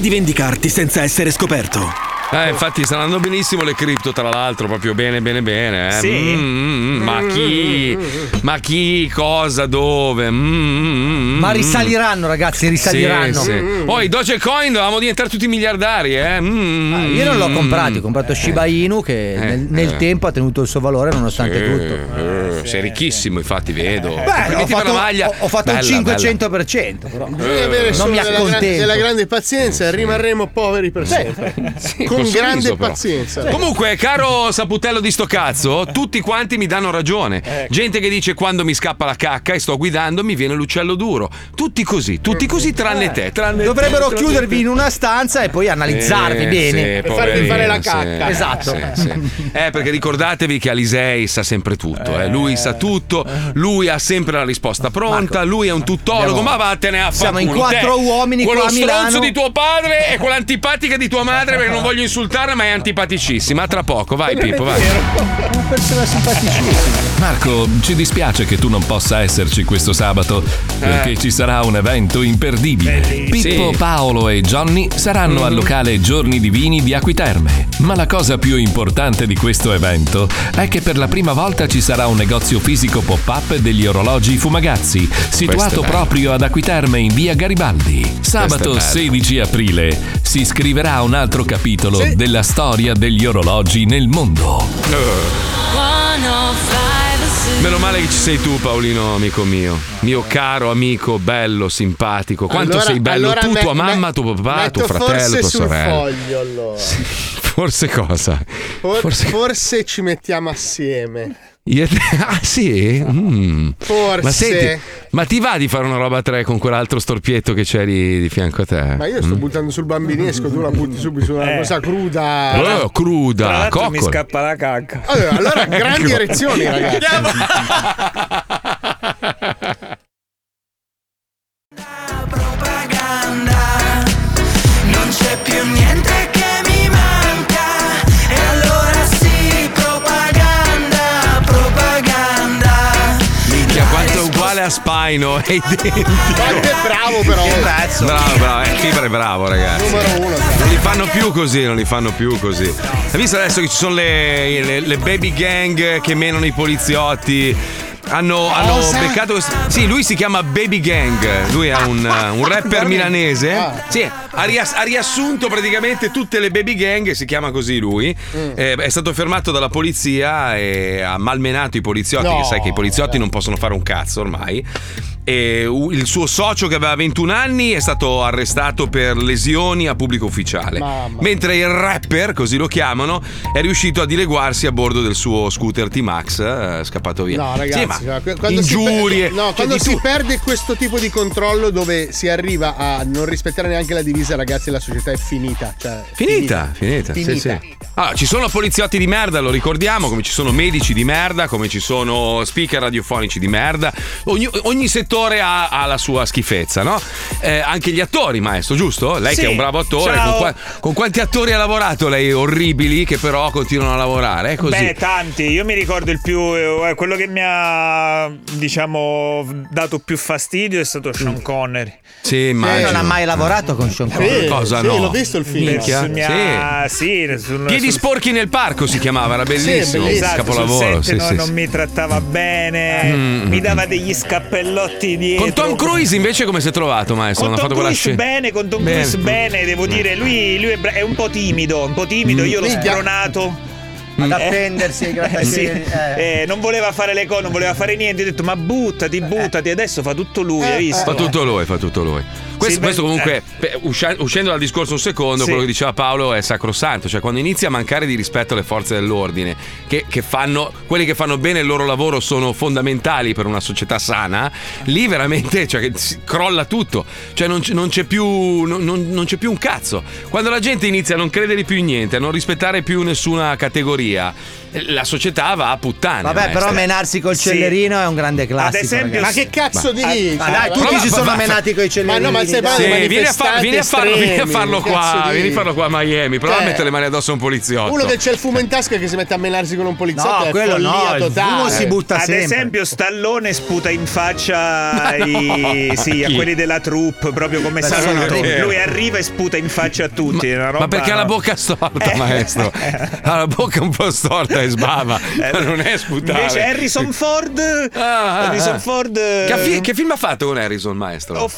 Speaker 21: di vendicarti senza essere scoperto.
Speaker 2: Eh, infatti stanno andando benissimo le cripto, tra l'altro, proprio bene, bene, bene. eh.
Speaker 21: Sì.
Speaker 2: Mm, mm, mm, ma chi? Ma chi? Cosa? Dove? Mm,
Speaker 7: Ma risaliranno, ragazzi, risaliranno.
Speaker 2: Poi i Dogecoin dovevamo diventare tutti miliardari, eh. Mm,
Speaker 7: Ah, Io non l'ho comprato, ho comprato Shiba Inu che nel, nel
Speaker 2: eh.
Speaker 7: tempo ha tenuto il suo valore nonostante tutto.
Speaker 2: Eh, sei ricchissimo, infatti, vedo.
Speaker 7: Beh, ho
Speaker 2: Complimenti per
Speaker 7: fatto,
Speaker 2: la maglia.
Speaker 7: ho- ho fatto
Speaker 2: Bella,
Speaker 7: un
Speaker 2: bella.
Speaker 7: 500%, però.
Speaker 2: Eh.
Speaker 8: Bisogna avere
Speaker 7: non
Speaker 8: solo
Speaker 7: mi
Speaker 8: della, gran-
Speaker 7: accontento.
Speaker 8: della grande pazienza e rimarremo poveri per sempre. Con
Speaker 2: Col sorriso,
Speaker 8: grande
Speaker 2: però.
Speaker 8: pazienza.
Speaker 2: Comunque, caro saputello di sto cazzo, tutti quanti mi danno ragione.
Speaker 7: Ecco.
Speaker 2: Gente che dice quando mi scappa la cacca e sto guidando mi viene l'uccello duro. Tutti così, tutti così
Speaker 7: Eh,
Speaker 2: tranne te. Tranne
Speaker 7: Dovrebbero
Speaker 2: te, tranne
Speaker 7: chiudervi in una stanza e poi analizzarvi
Speaker 2: Eh,
Speaker 7: bene
Speaker 2: sì, poverino, sì, eh,
Speaker 7: esatto.
Speaker 2: sì, sì. Eh, perché ricordatevi che Alisei sa sempre tutto. eh. Lui sa tutto, lui ha sempre la risposta pronta, lui è un tuttologo,
Speaker 7: abbiamo-
Speaker 2: ma vattene a
Speaker 7: siamo in
Speaker 2: fanculo, te.
Speaker 7: quattro uomini
Speaker 2: Quello
Speaker 7: qua a
Speaker 2: stronzo
Speaker 7: Milano.
Speaker 2: di tuo padre e quella antipatica di tua madre, perché non voglio insultarla, ma è antipaticissima. A tra poco, vai Pippo, vai.
Speaker 7: Una persona simpaticissima.
Speaker 1: Marco, ci dispiace che tu non possa esserci questo sabato perché ci sarà un evento imperdibile. Pippo,
Speaker 2: Eh. Sì. Mm.
Speaker 1: Paolo e Johnny saranno al locale Giorni Divini di Acquiterme. Ma la cosa più importante di questo evento è che per la prima volta ci sarà un negozio fisico pop-up degli orologi Fumagazzi, situato
Speaker 2: Questo è bello.
Speaker 1: proprio ad Acquiterme in via Garibaldi.
Speaker 2: Questo è
Speaker 1: Sabato
Speaker 2: bello.
Speaker 1: 16 aprile si scriverà un altro capitolo della storia degli orologi nel mondo.
Speaker 2: Eh. Meno male che ci sei tu, Paolino, amico mio. Mio caro amico, bello, simpatico. Quanto
Speaker 8: Allora-
Speaker 2: sei bello
Speaker 8: allora
Speaker 2: tu,
Speaker 8: me-
Speaker 2: tua
Speaker 8: me-
Speaker 2: mamma, tuo papà,
Speaker 8: metto
Speaker 2: tuo fratello,
Speaker 8: forse
Speaker 2: tua
Speaker 8: sul
Speaker 2: sorella.
Speaker 8: foglio allora.
Speaker 2: Forse cosa?
Speaker 8: For- forse ci mettiamo assieme.
Speaker 2: Io e te- Ah sì? Mm.
Speaker 8: Forse.
Speaker 2: Ma, senti, ma ti va di fare una roba a tre con quell'altro storpietto che c'è lì di fianco a te?
Speaker 8: Ma io sto
Speaker 2: Mm.
Speaker 8: buttando sul bambinesco, tu la butti subito su una cosa cruda.
Speaker 2: Oh, cruda,
Speaker 6: Eh. Tra l'altro mi
Speaker 2: coccola.
Speaker 6: scappa la cacca.
Speaker 8: Allora, allora, grandi erezioni, ragazzi.
Speaker 5: Non c'è più niente che mi manca E allora sì, propaganda, propaganda
Speaker 2: Minchia, quanto è uguale a Spino e identico.
Speaker 8: Quanto è bravo però. Che
Speaker 2: pezzo. Bravo, bravo, eh, Fibra è bravo, ragazzi.
Speaker 8: Numero uno.
Speaker 2: Non li fanno più così, non li fanno più così. Hai visto adesso che ci sono le, le- le baby gang che menano i poliziotti?
Speaker 8: Oh,
Speaker 2: Hanno, hanno
Speaker 22: Cosa?
Speaker 2: beccato. Sì, lui si chiama Baby Gang. Lui è un, un
Speaker 8: Ah,
Speaker 2: rapper milanese. Sì, ha, rias- ha riassunto praticamente tutte le baby gang, si chiama così lui.
Speaker 8: Mm.
Speaker 2: Eh, è stato fermato dalla polizia e ha malmenato i poliziotti,
Speaker 22: No.
Speaker 2: che sai che i poliziotti non possono fare un cazzo ormai. E u- il suo socio che aveva 21 anni è stato arrestato per lesioni a pubblico ufficiale. Mentre il rapper, così lo chiamano, è riuscito a dileguarsi a bordo del suo scooter T-Max, eh, scappato via.
Speaker 8: No,
Speaker 2: Sì,
Speaker 8: ragazzi,
Speaker 2: ma
Speaker 8: guarda, que- quando si
Speaker 2: ingiurie.
Speaker 8: per- no,
Speaker 2: Cioè,
Speaker 8: quando
Speaker 2: di
Speaker 8: si perde questo tipo di controllo dove si arriva a non rispettare neanche la divisa, ragazzi, la società è finita. Cioè,
Speaker 2: Finita, finita, sì,
Speaker 8: Finita.
Speaker 2: sì. Allora, ci sono poliziotti di merda, lo ricordiamo, come ci sono medici di merda, come ci sono speaker radiofonici di merda. Ogni, ogni settore ha, ha la sua schifezza, no? Eh, anche gli attori, maestro, giusto? Lei
Speaker 6: Sì.
Speaker 2: che è un bravo attore,
Speaker 6: Ciao.
Speaker 2: con, con quanti attori ha lavorato lei? Orribili che però continuano a lavorare, è così. Eh,
Speaker 6: Beh, tanti. Io mi ricordo il più. eh, quello che mi ha, diciamo, dato più fastidio è stato Sean Connery.
Speaker 2: sì,
Speaker 7: Lei
Speaker 2: immagino. Eh,
Speaker 7: non ha mai lavorato con Sean Connery.
Speaker 2: Cosa no? Minchia?
Speaker 6: Su- mi ha- sì, sul-
Speaker 2: Piedi
Speaker 6: sul-
Speaker 2: sporchi nel parco si chiamava, era bellissimo,
Speaker 6: esatto,
Speaker 2: capolavoro.
Speaker 6: sul set
Speaker 2: sì,
Speaker 6: no-
Speaker 2: sì,
Speaker 6: non
Speaker 2: sì.
Speaker 6: mi trattava bene,
Speaker 2: Mm.
Speaker 6: mi dava degli scappellotti dietro.
Speaker 2: Con Tom Cruise invece come si è trovato,
Speaker 6: Con
Speaker 2: maestro? Eh, Non ha
Speaker 6: Tom
Speaker 2: fatto quella
Speaker 6: Cruise
Speaker 2: scena. eh.
Speaker 6: bene, con Tom
Speaker 2: Bene.
Speaker 6: Cruise bene, devo dire, lui, lui è, bra- è un po' timido, un po' timido,
Speaker 2: Mm.
Speaker 6: io l'ho
Speaker 7: Minchia.
Speaker 6: spronato.
Speaker 7: Ad
Speaker 6: Eh,
Speaker 7: appendersi ai
Speaker 6: eh, sì.
Speaker 7: grattacieli. eh.
Speaker 6: Eh, non voleva fare le
Speaker 2: Eh,
Speaker 6: cose, non voleva fare niente, ho detto ma buttati, buttati, adesso fa tutto lui, hai visto?
Speaker 2: Fa tutto lui, fa tutto lui. Questo,
Speaker 5: Eh, Sì,
Speaker 2: questo
Speaker 5: beh,
Speaker 2: comunque,
Speaker 5: eh.
Speaker 2: per- uscia- uscendo dal discorso un secondo,
Speaker 5: Sì.
Speaker 2: quello che diceva Paolo è sacrosanto, cioè quando inizia a mancare di rispetto alle forze dell'ordine, che, che fanno, quelli che fanno bene il loro lavoro sono fondamentali per una società sana, lì veramente cioè, che si- crolla tutto, cioè non, c- non c'è più, non- non- non c'è più un cazzo. Quando la gente inizia a non credere più in niente, a non rispettare più nessuna categoria, eh, la società va a puttane.
Speaker 7: Vabbè, però
Speaker 2: maestra.
Speaker 7: menarsi col
Speaker 2: Sì.
Speaker 7: cellerino è un grande classico.
Speaker 8: ma
Speaker 7: ragazzi.
Speaker 8: che cazzo
Speaker 7: Ma-
Speaker 8: dici?
Speaker 7: Ma dai, tutti
Speaker 8: Prova-
Speaker 7: si sono
Speaker 8: ma-
Speaker 7: menati coi
Speaker 8: Ma
Speaker 7: cellerini.
Speaker 8: no, ma se
Speaker 7: dai.
Speaker 8: vai
Speaker 2: Sì,
Speaker 8: ai
Speaker 2: vieni a, fa-
Speaker 8: manifestanti
Speaker 2: vieni a farlo,
Speaker 8: estremi,
Speaker 2: vieni a farlo
Speaker 8: che cazzo
Speaker 2: qua,
Speaker 8: dici?
Speaker 2: vieni a farlo qua a Miami. Prova
Speaker 8: Cioè,
Speaker 2: a mettere le mani addosso a un poliziotto.
Speaker 8: Uno che c'è il fumo in tasca e che si mette a menarsi con un poliziotto è follia totale.
Speaker 6: Eh, Ad esempio, Stallone sputa in faccia ai,
Speaker 2: no.
Speaker 6: sì, a
Speaker 2: Chi?
Speaker 6: quelli della troupe, proprio come
Speaker 2: Ma sì, è
Speaker 6: Salvatore.
Speaker 2: vero.
Speaker 6: Lui arriva e sputa in faccia a tutti. Ma,
Speaker 2: Ma perché ha la bocca storta, maestro? Ha la bocca un po' storta e sbava. Ma non è sputare.
Speaker 6: Invece Harrison Ford. Harrison Ford.
Speaker 2: Ah, Che, fi- che film ha fatto con Harrison, maestro?
Speaker 6: Ho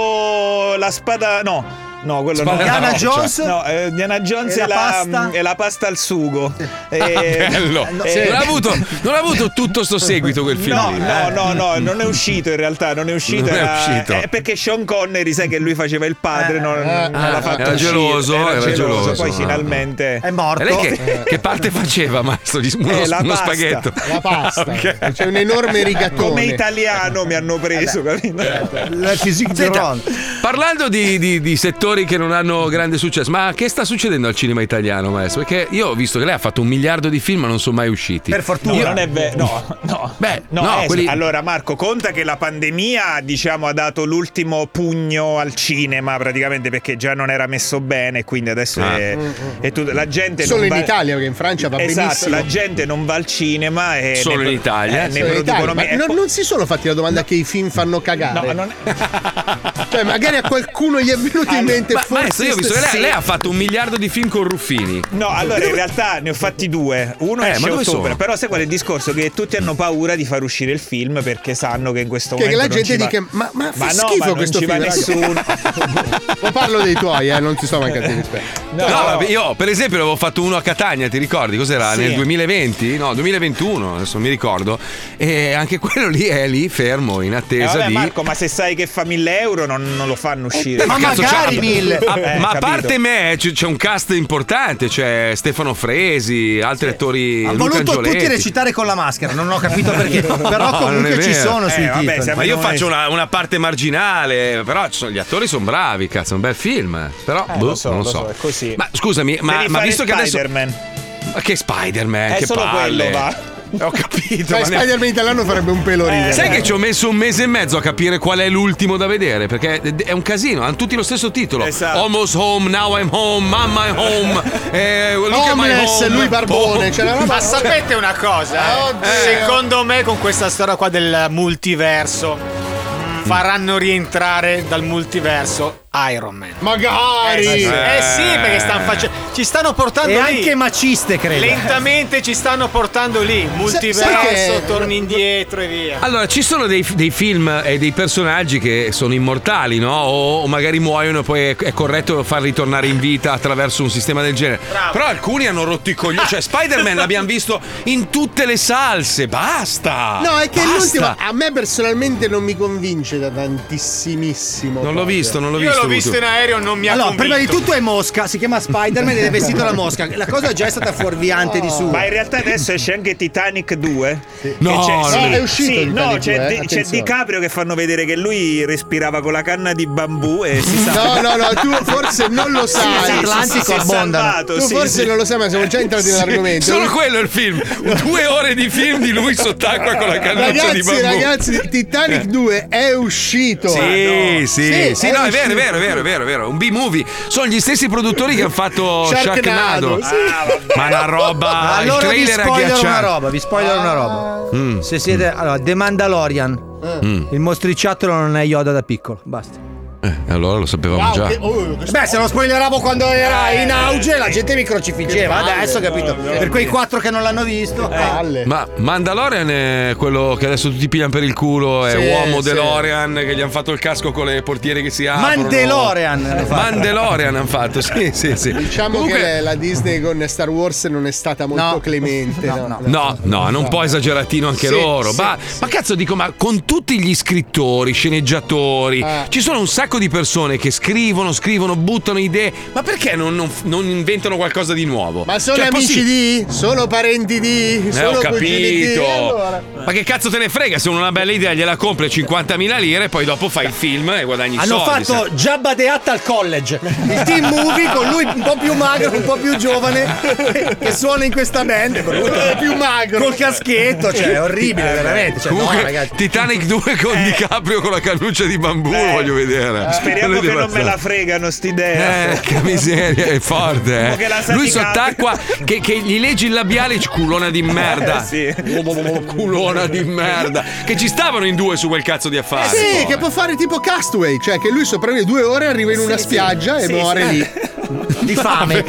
Speaker 6: fatto la spada. No. No, quello
Speaker 2: Spada
Speaker 6: no.
Speaker 2: alla Diana roccia. Jones?
Speaker 6: No, eh, Diana Jones
Speaker 2: E
Speaker 6: e,
Speaker 2: la
Speaker 6: la mm,
Speaker 2: pasta?
Speaker 6: e la pasta al sugo.
Speaker 2: Eh? Ah, bello. Non, ha avuto, non ha avuto tutto sto seguito quel film.
Speaker 6: Eh. No,
Speaker 2: lì,
Speaker 6: no,
Speaker 2: eh?
Speaker 6: no, no, non è uscito in realtà, non è uscito.
Speaker 2: Non è
Speaker 6: era-
Speaker 2: uscito.
Speaker 6: eh, perché Sean Connery, sai che lui faceva il padre, non, non
Speaker 2: ah,
Speaker 6: l'ha fatto
Speaker 2: era
Speaker 6: uscire.
Speaker 2: geloso, era geloso,
Speaker 6: Poi
Speaker 2: ah.
Speaker 6: finalmente è morto.
Speaker 2: E lei che, che parte faceva, maestro? Gli- Uno,
Speaker 6: Eh, la
Speaker 2: uno
Speaker 6: pasta.
Speaker 2: spaghetto.
Speaker 6: La pasta.
Speaker 2: Ok.
Speaker 8: C'è un enorme rigatone.
Speaker 6: Come italiano mi hanno preso, capito?
Speaker 8: Eh,
Speaker 7: La physique
Speaker 2: Senta, parlando di, di- di settori che non hanno grande successo, ma che sta succedendo al cinema italiano, maestro? Perché io ho visto che lei ha fatto un miliardo di film, ma non sono mai usciti.
Speaker 6: Per fortuna.
Speaker 2: Io-
Speaker 6: non è vero. No, no. Beh, no,
Speaker 2: no,
Speaker 6: eh,
Speaker 2: quelli-
Speaker 6: Allora, Marco, conta che la pandemia, diciamo, ha dato l'ultimo pugno al cinema, praticamente, perché già non era messo bene, quindi adesso
Speaker 8: Ah.
Speaker 2: Mm,
Speaker 6: è, è tutto- La gente
Speaker 8: Solo
Speaker 6: non
Speaker 8: in
Speaker 6: va-
Speaker 8: Italia, perché in Francia va
Speaker 6: esatto,
Speaker 8: benissimo.
Speaker 6: la gente non va al cinema e
Speaker 2: Solo
Speaker 6: ne-
Speaker 2: in Italia.
Speaker 6: eh, ecco. ne
Speaker 8: Solo in Italia.
Speaker 6: producono
Speaker 8: Ma
Speaker 6: me-
Speaker 8: non, non si sono fatti la domanda che i film fanno cagare. cioè, magari a qualcuno gli è venuto in mente
Speaker 2: Ma,
Speaker 8: forse.
Speaker 2: maestro, io ho visto che lei,
Speaker 8: stasera.
Speaker 2: lei ha fatto un miliardo di film con Ruffini.
Speaker 6: No, allora in realtà ne ho fatti due. Uno
Speaker 2: Eh,
Speaker 6: esce
Speaker 2: ma
Speaker 6: a
Speaker 2: dove
Speaker 6: ottobre.
Speaker 2: sono?
Speaker 6: Però sai qual è il discorso? Che tutti hanno paura di far uscire il film perché sanno che in questo
Speaker 8: Che
Speaker 6: momento.
Speaker 8: la
Speaker 6: non
Speaker 8: gente
Speaker 6: ci va-
Speaker 8: dice: Ma, ma fa
Speaker 6: no,
Speaker 8: schifo
Speaker 6: ma non
Speaker 8: questo
Speaker 6: ci
Speaker 8: film.
Speaker 6: va
Speaker 8: raga."
Speaker 6: nessuno.
Speaker 8: Poi parlo dei tuoi, eh, non ti sto mancando di rispetto.
Speaker 2: No, vabbè, io per esempio avevo fatto uno a Catania, ti ricordi? Cos'era?
Speaker 8: Sì.
Speaker 2: Nel 2020? No, 2021, adesso non mi ricordo. E anche quello lì è lì fermo in
Speaker 6: Eh,
Speaker 2: attesa
Speaker 6: vabbè,
Speaker 2: di
Speaker 6: Marco, ma se sai che fa 1000 euro non, non lo fanno uscire.
Speaker 2: Eh, Ma Cazzo, c'è- a-
Speaker 6: Eh,
Speaker 2: ma a
Speaker 6: capito.
Speaker 2: parte me, c- c'è un cast importante, c'è Stefano Fresi, altri attori.
Speaker 7: Ha
Speaker 2: Luca
Speaker 7: voluto tutti
Speaker 2: Angioletti.
Speaker 7: recitare con la maschera, non ho capito perché.
Speaker 2: No,
Speaker 7: però
Speaker 2: non è
Speaker 7: comunque ci
Speaker 2: vero.
Speaker 7: sono sui
Speaker 8: Eh,
Speaker 7: titoli.
Speaker 2: ma io faccio una, una parte marginale, però ci sono- gli attori sono bravi, cazzo, è un bel film. Però
Speaker 6: Eh,
Speaker 2: boh,
Speaker 6: lo so,
Speaker 2: non
Speaker 6: lo so,
Speaker 2: so.
Speaker 6: è così.
Speaker 2: Ma scusami, ma,
Speaker 6: Devi
Speaker 2: ma
Speaker 6: fare
Speaker 2: visto che adesso.
Speaker 6: Spider-Man.
Speaker 2: Ma che Spider-Man?
Speaker 6: È
Speaker 2: che
Speaker 6: solo
Speaker 2: palle.
Speaker 6: quello, va.
Speaker 2: Ho capito.
Speaker 8: Sai,
Speaker 2: ma ne- Eh,
Speaker 8: Cioè, Spider-Man italiano farebbe un pelo ridere.
Speaker 2: Sai che ci ho messo un mese e mezzo a capire qual è l'ultimo da vedere? Perché è un casino, hanno tutti lo stesso titolo.
Speaker 7: Esatto.
Speaker 2: Almost home, now I'm home, mamma I'm home. Eh, look at my
Speaker 8: Homeless,
Speaker 2: home.
Speaker 8: lui barbone,
Speaker 2: Oh.
Speaker 8: c'è la roba-
Speaker 10: Ma sapete una cosa? Eh,
Speaker 8: Eh, Oddio.
Speaker 10: Secondo me con questa storia qua del multiverso
Speaker 7: Mm.
Speaker 10: faranno rientrare dal multiverso Iron Man.
Speaker 8: Magari!
Speaker 10: Eh sì, eh sì,
Speaker 8: Eh.
Speaker 10: perché stanno facendo ci stanno portando
Speaker 8: E
Speaker 10: lì.
Speaker 8: anche
Speaker 7: maciste, credo.
Speaker 10: Lentamente ci stanno portando lì, multiverso,
Speaker 8: sai che-
Speaker 10: torni indietro e via.
Speaker 2: Allora, ci sono dei, dei film e dei personaggi che sono immortali, no? O, o magari muoiono e poi è, è corretto far ritornare in vita attraverso un sistema del genere. Però alcuni hanno rotto i coglioni. Cioè, Spider-Man l'abbiamo visto in tutte le salse. Basta!
Speaker 8: No, è che
Speaker 2: Basta!
Speaker 8: l'ultima a me personalmente non mi convince da tantissimissimo.
Speaker 2: Non l'ho
Speaker 8: proprio.
Speaker 2: visto, non l'ho
Speaker 7: Io
Speaker 2: visto.
Speaker 7: l'ho visto
Speaker 2: YouTube.
Speaker 7: in aereo,
Speaker 10: non
Speaker 7: allora, prima di tutto è Mosca, si chiama Spider-Man ed è vestito la Mosca. La cosa già è stata fuorviante di suo.
Speaker 6: Ma in realtà adesso esce anche Titanic 2. che
Speaker 7: No,
Speaker 6: c'è-
Speaker 7: no,
Speaker 6: sì,
Speaker 7: è uscito
Speaker 6: sì,
Speaker 7: Titanic
Speaker 6: no, c'è,
Speaker 7: 2, eh,
Speaker 6: Di- c'è
Speaker 7: attenzione.
Speaker 6: DiCaprio che fanno vedere che lui respirava con la canna di bambù e Eh, si sa.
Speaker 8: No, no, no, tu forse non lo sai.
Speaker 6: Si è salvato,
Speaker 8: Tu
Speaker 6: sì,
Speaker 8: forse
Speaker 6: sì.
Speaker 8: non lo sai, ma siamo già entrati
Speaker 2: Sì,
Speaker 8: nell'argomento.
Speaker 2: Solo quello è il film. Due ore di film di lui sott'acqua con la cannuccia
Speaker 8: ragazzi,
Speaker 2: di bambù.
Speaker 8: Ragazzi, Titanic 2 è uscito.
Speaker 2: Sì,
Speaker 8: Ma no.
Speaker 2: sì, sì, no, è vero, è
Speaker 8: uscito.
Speaker 2: vero, è vero, è vero, è vero. Un B-movie. Sono gli stessi produttori che hanno fatto
Speaker 7: Sharknado,
Speaker 2: Sharknado.
Speaker 7: sì.
Speaker 2: Ah, vabbè. Ma una roba.
Speaker 7: allora
Speaker 2: il
Speaker 7: vi
Speaker 2: trailer è
Speaker 7: spoilerò una
Speaker 2: agghiacciante.
Speaker 7: roba, vi spoilerò una roba. Se siete. Allora, The Mandalorian.
Speaker 2: Mm.
Speaker 7: Il mostriciattolo non è Yoda da piccolo. Basta.
Speaker 2: Eh, allora lo sapevamo già.
Speaker 8: Oh,
Speaker 7: Beh, se lo spoileravo quando era
Speaker 8: Eh,
Speaker 7: in auge, la gente mi crocifiggeva.
Speaker 8: Che palle.
Speaker 7: Adesso ho capito.
Speaker 8: No, no,
Speaker 7: per quei quattro che non l'hanno visto. eh.
Speaker 8: Palle.
Speaker 2: Ma Mandalorian è quello che adesso tutti pigliano per il culo, è
Speaker 7: Sì,
Speaker 2: uomo
Speaker 7: sì.
Speaker 2: DeLorean che gli hanno fatto il casco con le portiere che si aprono.
Speaker 7: Mandelorian hanno fatto.
Speaker 2: Mandalorian hanno fatto, sì, sì, sì.
Speaker 8: Diciamo
Speaker 2: Comunque-
Speaker 8: che la Disney con Star Wars non è stata molto clemente. No, no.
Speaker 2: No, no, hanno un po' esageratino anche
Speaker 8: Sì,
Speaker 2: loro.
Speaker 8: sì,
Speaker 2: ma, ma cazzo dico, ma con tutti gli scrittori, sceneggiatori,
Speaker 8: Eh.
Speaker 2: ci sono un sacco sacco di persone che scrivono, scrivono, buttano idee, ma perché non, non- non inventano qualcosa di nuovo?
Speaker 8: Ma sono
Speaker 2: Cioè,
Speaker 8: amici
Speaker 2: possi-
Speaker 8: di? Sono parenti di?
Speaker 2: Eh,
Speaker 8: sono
Speaker 2: ho
Speaker 8: cugini di? Eh,
Speaker 2: capito.
Speaker 8: Allora.
Speaker 2: Ma che cazzo te ne frega? Se uno ha una bella idea, gliela compri a 50.000 lire e poi dopo fai il film e guadagni
Speaker 7: Hanno
Speaker 2: soldi.
Speaker 7: fatto
Speaker 2: sai.
Speaker 7: Jabba the Hutt al college. Il team movie con lui un po' più magro, un po' più giovane, che suona in questa band. Con lui più magro. Col caschetto, cioè, è
Speaker 8: Eh,
Speaker 7: orribile, veramente. Cioè, no,
Speaker 2: Eh, Comunque,
Speaker 7: ragazzi. Eh.
Speaker 2: Titanic 2 con DiCaprio con la cannuccia di bambù, voglio vedere.
Speaker 6: Eh, Speriamo
Speaker 2: Quello è
Speaker 6: che non me la
Speaker 2: devastante.
Speaker 6: fregano sti idee.
Speaker 2: Eh, che miseria, è forte.
Speaker 6: Che la
Speaker 2: Eh.
Speaker 6: saticate.
Speaker 2: Lui sott'acqua che, che gli leggi il labiale, dici, culona di merda.
Speaker 6: Eh, sì.
Speaker 2: Culona di merda. Che ci stavano in due su quel cazzo di affari.
Speaker 8: Eh, Sì,
Speaker 2: poi.
Speaker 8: che può fare tipo Castaway, cioè che lui sopravvive due ore, arriva in una spiaggia e
Speaker 2: sì,
Speaker 8: muore
Speaker 2: sì.
Speaker 8: lì.
Speaker 7: Di
Speaker 2: fame.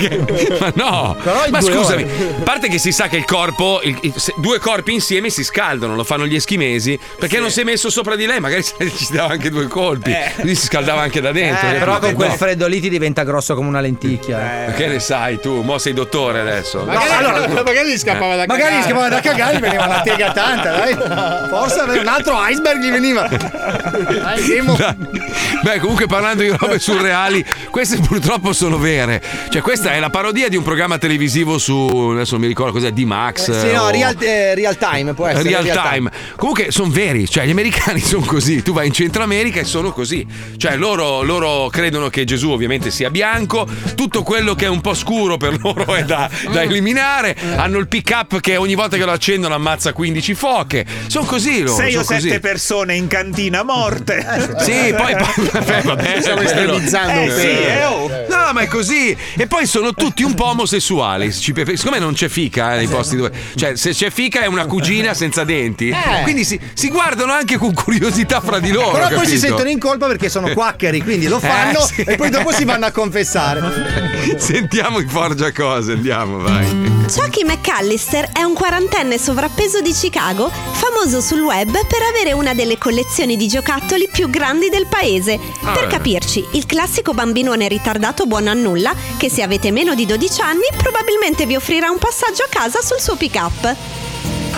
Speaker 2: Ma no,
Speaker 8: Però in
Speaker 2: ma
Speaker 8: due
Speaker 2: scusami,
Speaker 8: ore.
Speaker 2: a parte che si sa che il corpo, il- il- se- due corpi insieme si scaldano, lo fanno gli eschimesi, perché non si è messo sopra di lei, magari se- ci dava anche due colpi,
Speaker 6: Eh.
Speaker 2: lui si scaldava anche da dentro.
Speaker 23: Eh,
Speaker 2: capito?
Speaker 23: però con quel
Speaker 2: No,
Speaker 23: freddo lì ti diventa grosso come una
Speaker 7: eh.
Speaker 23: lenticchia.
Speaker 2: Che ne sai tu? Mo sei dottore adesso.
Speaker 8: magari gli scappava da
Speaker 7: Magari
Speaker 8: cagare.
Speaker 7: gli scappava da cagare, gli veniva una tega tanta, dai.
Speaker 2: Eh,
Speaker 7: Forse aveva un altro iceberg gli veniva. Dai, Demo.
Speaker 2: Dai. Beh, comunque parlando di robe surreali, queste purtroppo sono vere. Cioè, questa è la parodia di un programma televisivo su adesso non mi ricordo cos'è, D-Max.
Speaker 7: Sì,
Speaker 2: o-
Speaker 7: no, real, eh, real time può essere.
Speaker 2: oh. Real time. Comunque sono veri, cioè gli americani sono così. Tu vai in Centro America e sono così. Cioè loro, loro credono che Gesù ovviamente sia bianco, tutto quello che è un po' scuro per loro è da,
Speaker 7: Mm.
Speaker 2: da eliminare. Hanno il pick up che ogni volta che lo accendono ammazza 15 foche. Sono così loro.
Speaker 6: 6 o
Speaker 2: sono così.
Speaker 6: 7 persone in cantina morte.
Speaker 2: Sì, poi, poi vabbè, vabbè,
Speaker 6: Stiamo
Speaker 2: Ecco, eh, quello-
Speaker 6: estremizzando un
Speaker 2: sì,
Speaker 6: po'.
Speaker 2: eh, oh. No, ma è così. E poi sono tutti un po' omosessuali. Ci pe- Siccome non c'è fica eh, nei posti dove. Cioè, se c'è fica è una cugina senza denti.
Speaker 7: Eh.
Speaker 2: Quindi si, si guardano anche con curiosità fra di loro.
Speaker 7: Però poi
Speaker 2: Oh,
Speaker 7: si
Speaker 2: capito?
Speaker 7: sentono in colpa perché sono quaccheri, quindi lo fanno
Speaker 2: Eh, sì.
Speaker 7: e poi dopo si vanno a confessare.
Speaker 2: Sentiamo i forgia cose, andiamo, vai.
Speaker 18: Chucky McAllister è un quarantenne sovrappeso di Chicago, famoso sul web per avere una delle collezioni di giocattoli più grandi del paese.
Speaker 16: Ah.
Speaker 18: Per capirci, il classico bambinone ritardato buono a nulla, che se avete meno di 12 anni probabilmente vi offrirà un passaggio a casa sul suo pick-up.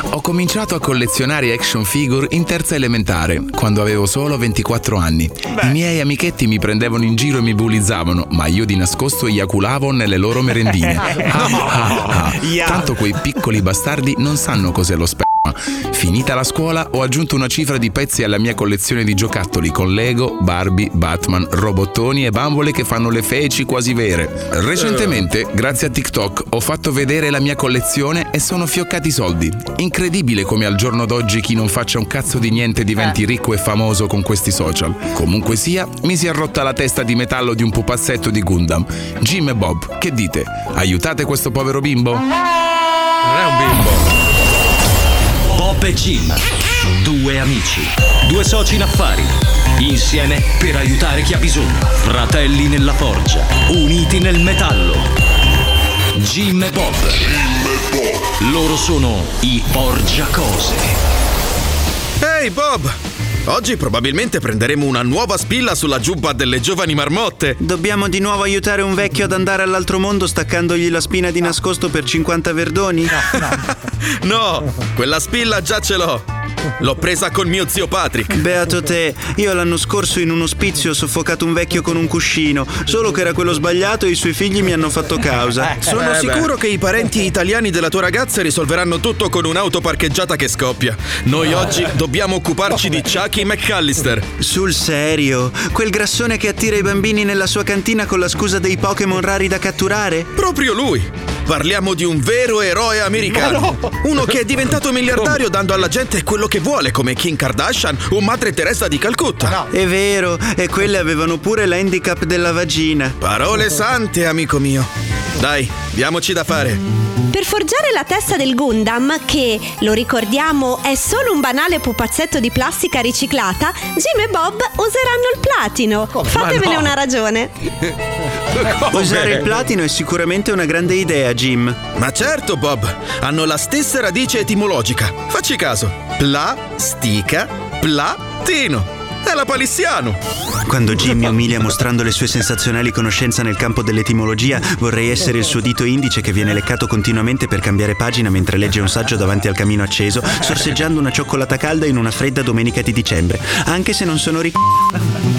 Speaker 24: Ho cominciato a collezionare action figure in terza elementare, quando avevo solo 24 anni. I miei amichetti mi prendevano in giro e mi bullizzavano, ma io di nascosto iaculavo nelle loro merendine. Ah, ah, ah. Tanto quei piccoli bastardi non sanno cos'è lo sperma. Finita la scuola ho aggiunto una cifra di pezzi alla mia collezione di giocattoli con Lego, Barbie, Batman, robottoni e bambole che fanno le feci quasi vere. Recentemente, grazie a TikTok, ho fatto vedere la mia collezione e sono fioccati i soldi. Incredibile come al giorno d'oggi chi non faccia un cazzo di niente diventi ricco e famoso con questi social. Comunque sia, mi si è rotta la testa di metallo di un pupazzetto di Gundam. Jim e Bob, che dite? Aiutate questo povero bimbo?
Speaker 2: Non è un bimbo.
Speaker 5: Bob e Jim, due amici, due soci in affari, insieme per aiutare chi ha bisogno, fratelli nella forgia, uniti nel metallo. Jim e Bob. Loro sono i Forgia Cose.
Speaker 21: Ehi Bob! Oggi probabilmente prenderemo una nuova spilla sulla giubba delle giovani marmotte.
Speaker 25: Dobbiamo di nuovo aiutare un vecchio ad andare all'altro mondo staccandogli la spina di nascosto per 50 verdoni?
Speaker 21: No, quella spilla già ce l'ho. L'ho presa con mio zio Patrick.
Speaker 25: Beato te, io l'anno scorso in un ospizio ho soffocato un vecchio con un cuscino, solo che era quello sbagliato e i suoi figli mi hanno fatto causa.
Speaker 21: Sono sicuro che i parenti italiani della tua ragazza risolveranno tutto con un'auto parcheggiata che scoppia. Noi oggi dobbiamo occuparci di Chucky McAllister.
Speaker 25: Sul serio? Quel grassone che attira i bambini nella sua cantina con la scusa dei Pokémon rari da catturare?
Speaker 21: Proprio lui! Parliamo di un vero eroe americano.
Speaker 25: Ma no!
Speaker 21: Uno che è diventato miliardario dando alla gente quello che vuole, come Kim Kardashian o Madre Teresa di Calcutta.
Speaker 25: È vero, e quelle avevano pure l'handicap della vagina.
Speaker 21: Parole sante, amico mio. Dai, diamoci da fare.
Speaker 16: Per forgiare la testa del Gundam, che lo ricordiamo è solo un banale pupazzetto di plastica riciclata, Jim e Bob useranno il platino. Fatemene
Speaker 25: Ma no.
Speaker 16: una ragione.
Speaker 25: Usare il platino è sicuramente una grande idea, Jim.
Speaker 21: Ma certo, Bob, hanno la stessa radice etimologica. Facci caso. Plastica, platino. È la palissiano.
Speaker 25: Quando Jim mi umilia mostrando le sue sensazionali conoscenze nel campo dell'etimologia, vorrei essere il suo dito indice che viene leccato continuamente per cambiare pagina mentre legge un saggio davanti al camino acceso, sorseggiando una cioccolata calda in una fredda domenica di dicembre, anche se non sono ricco.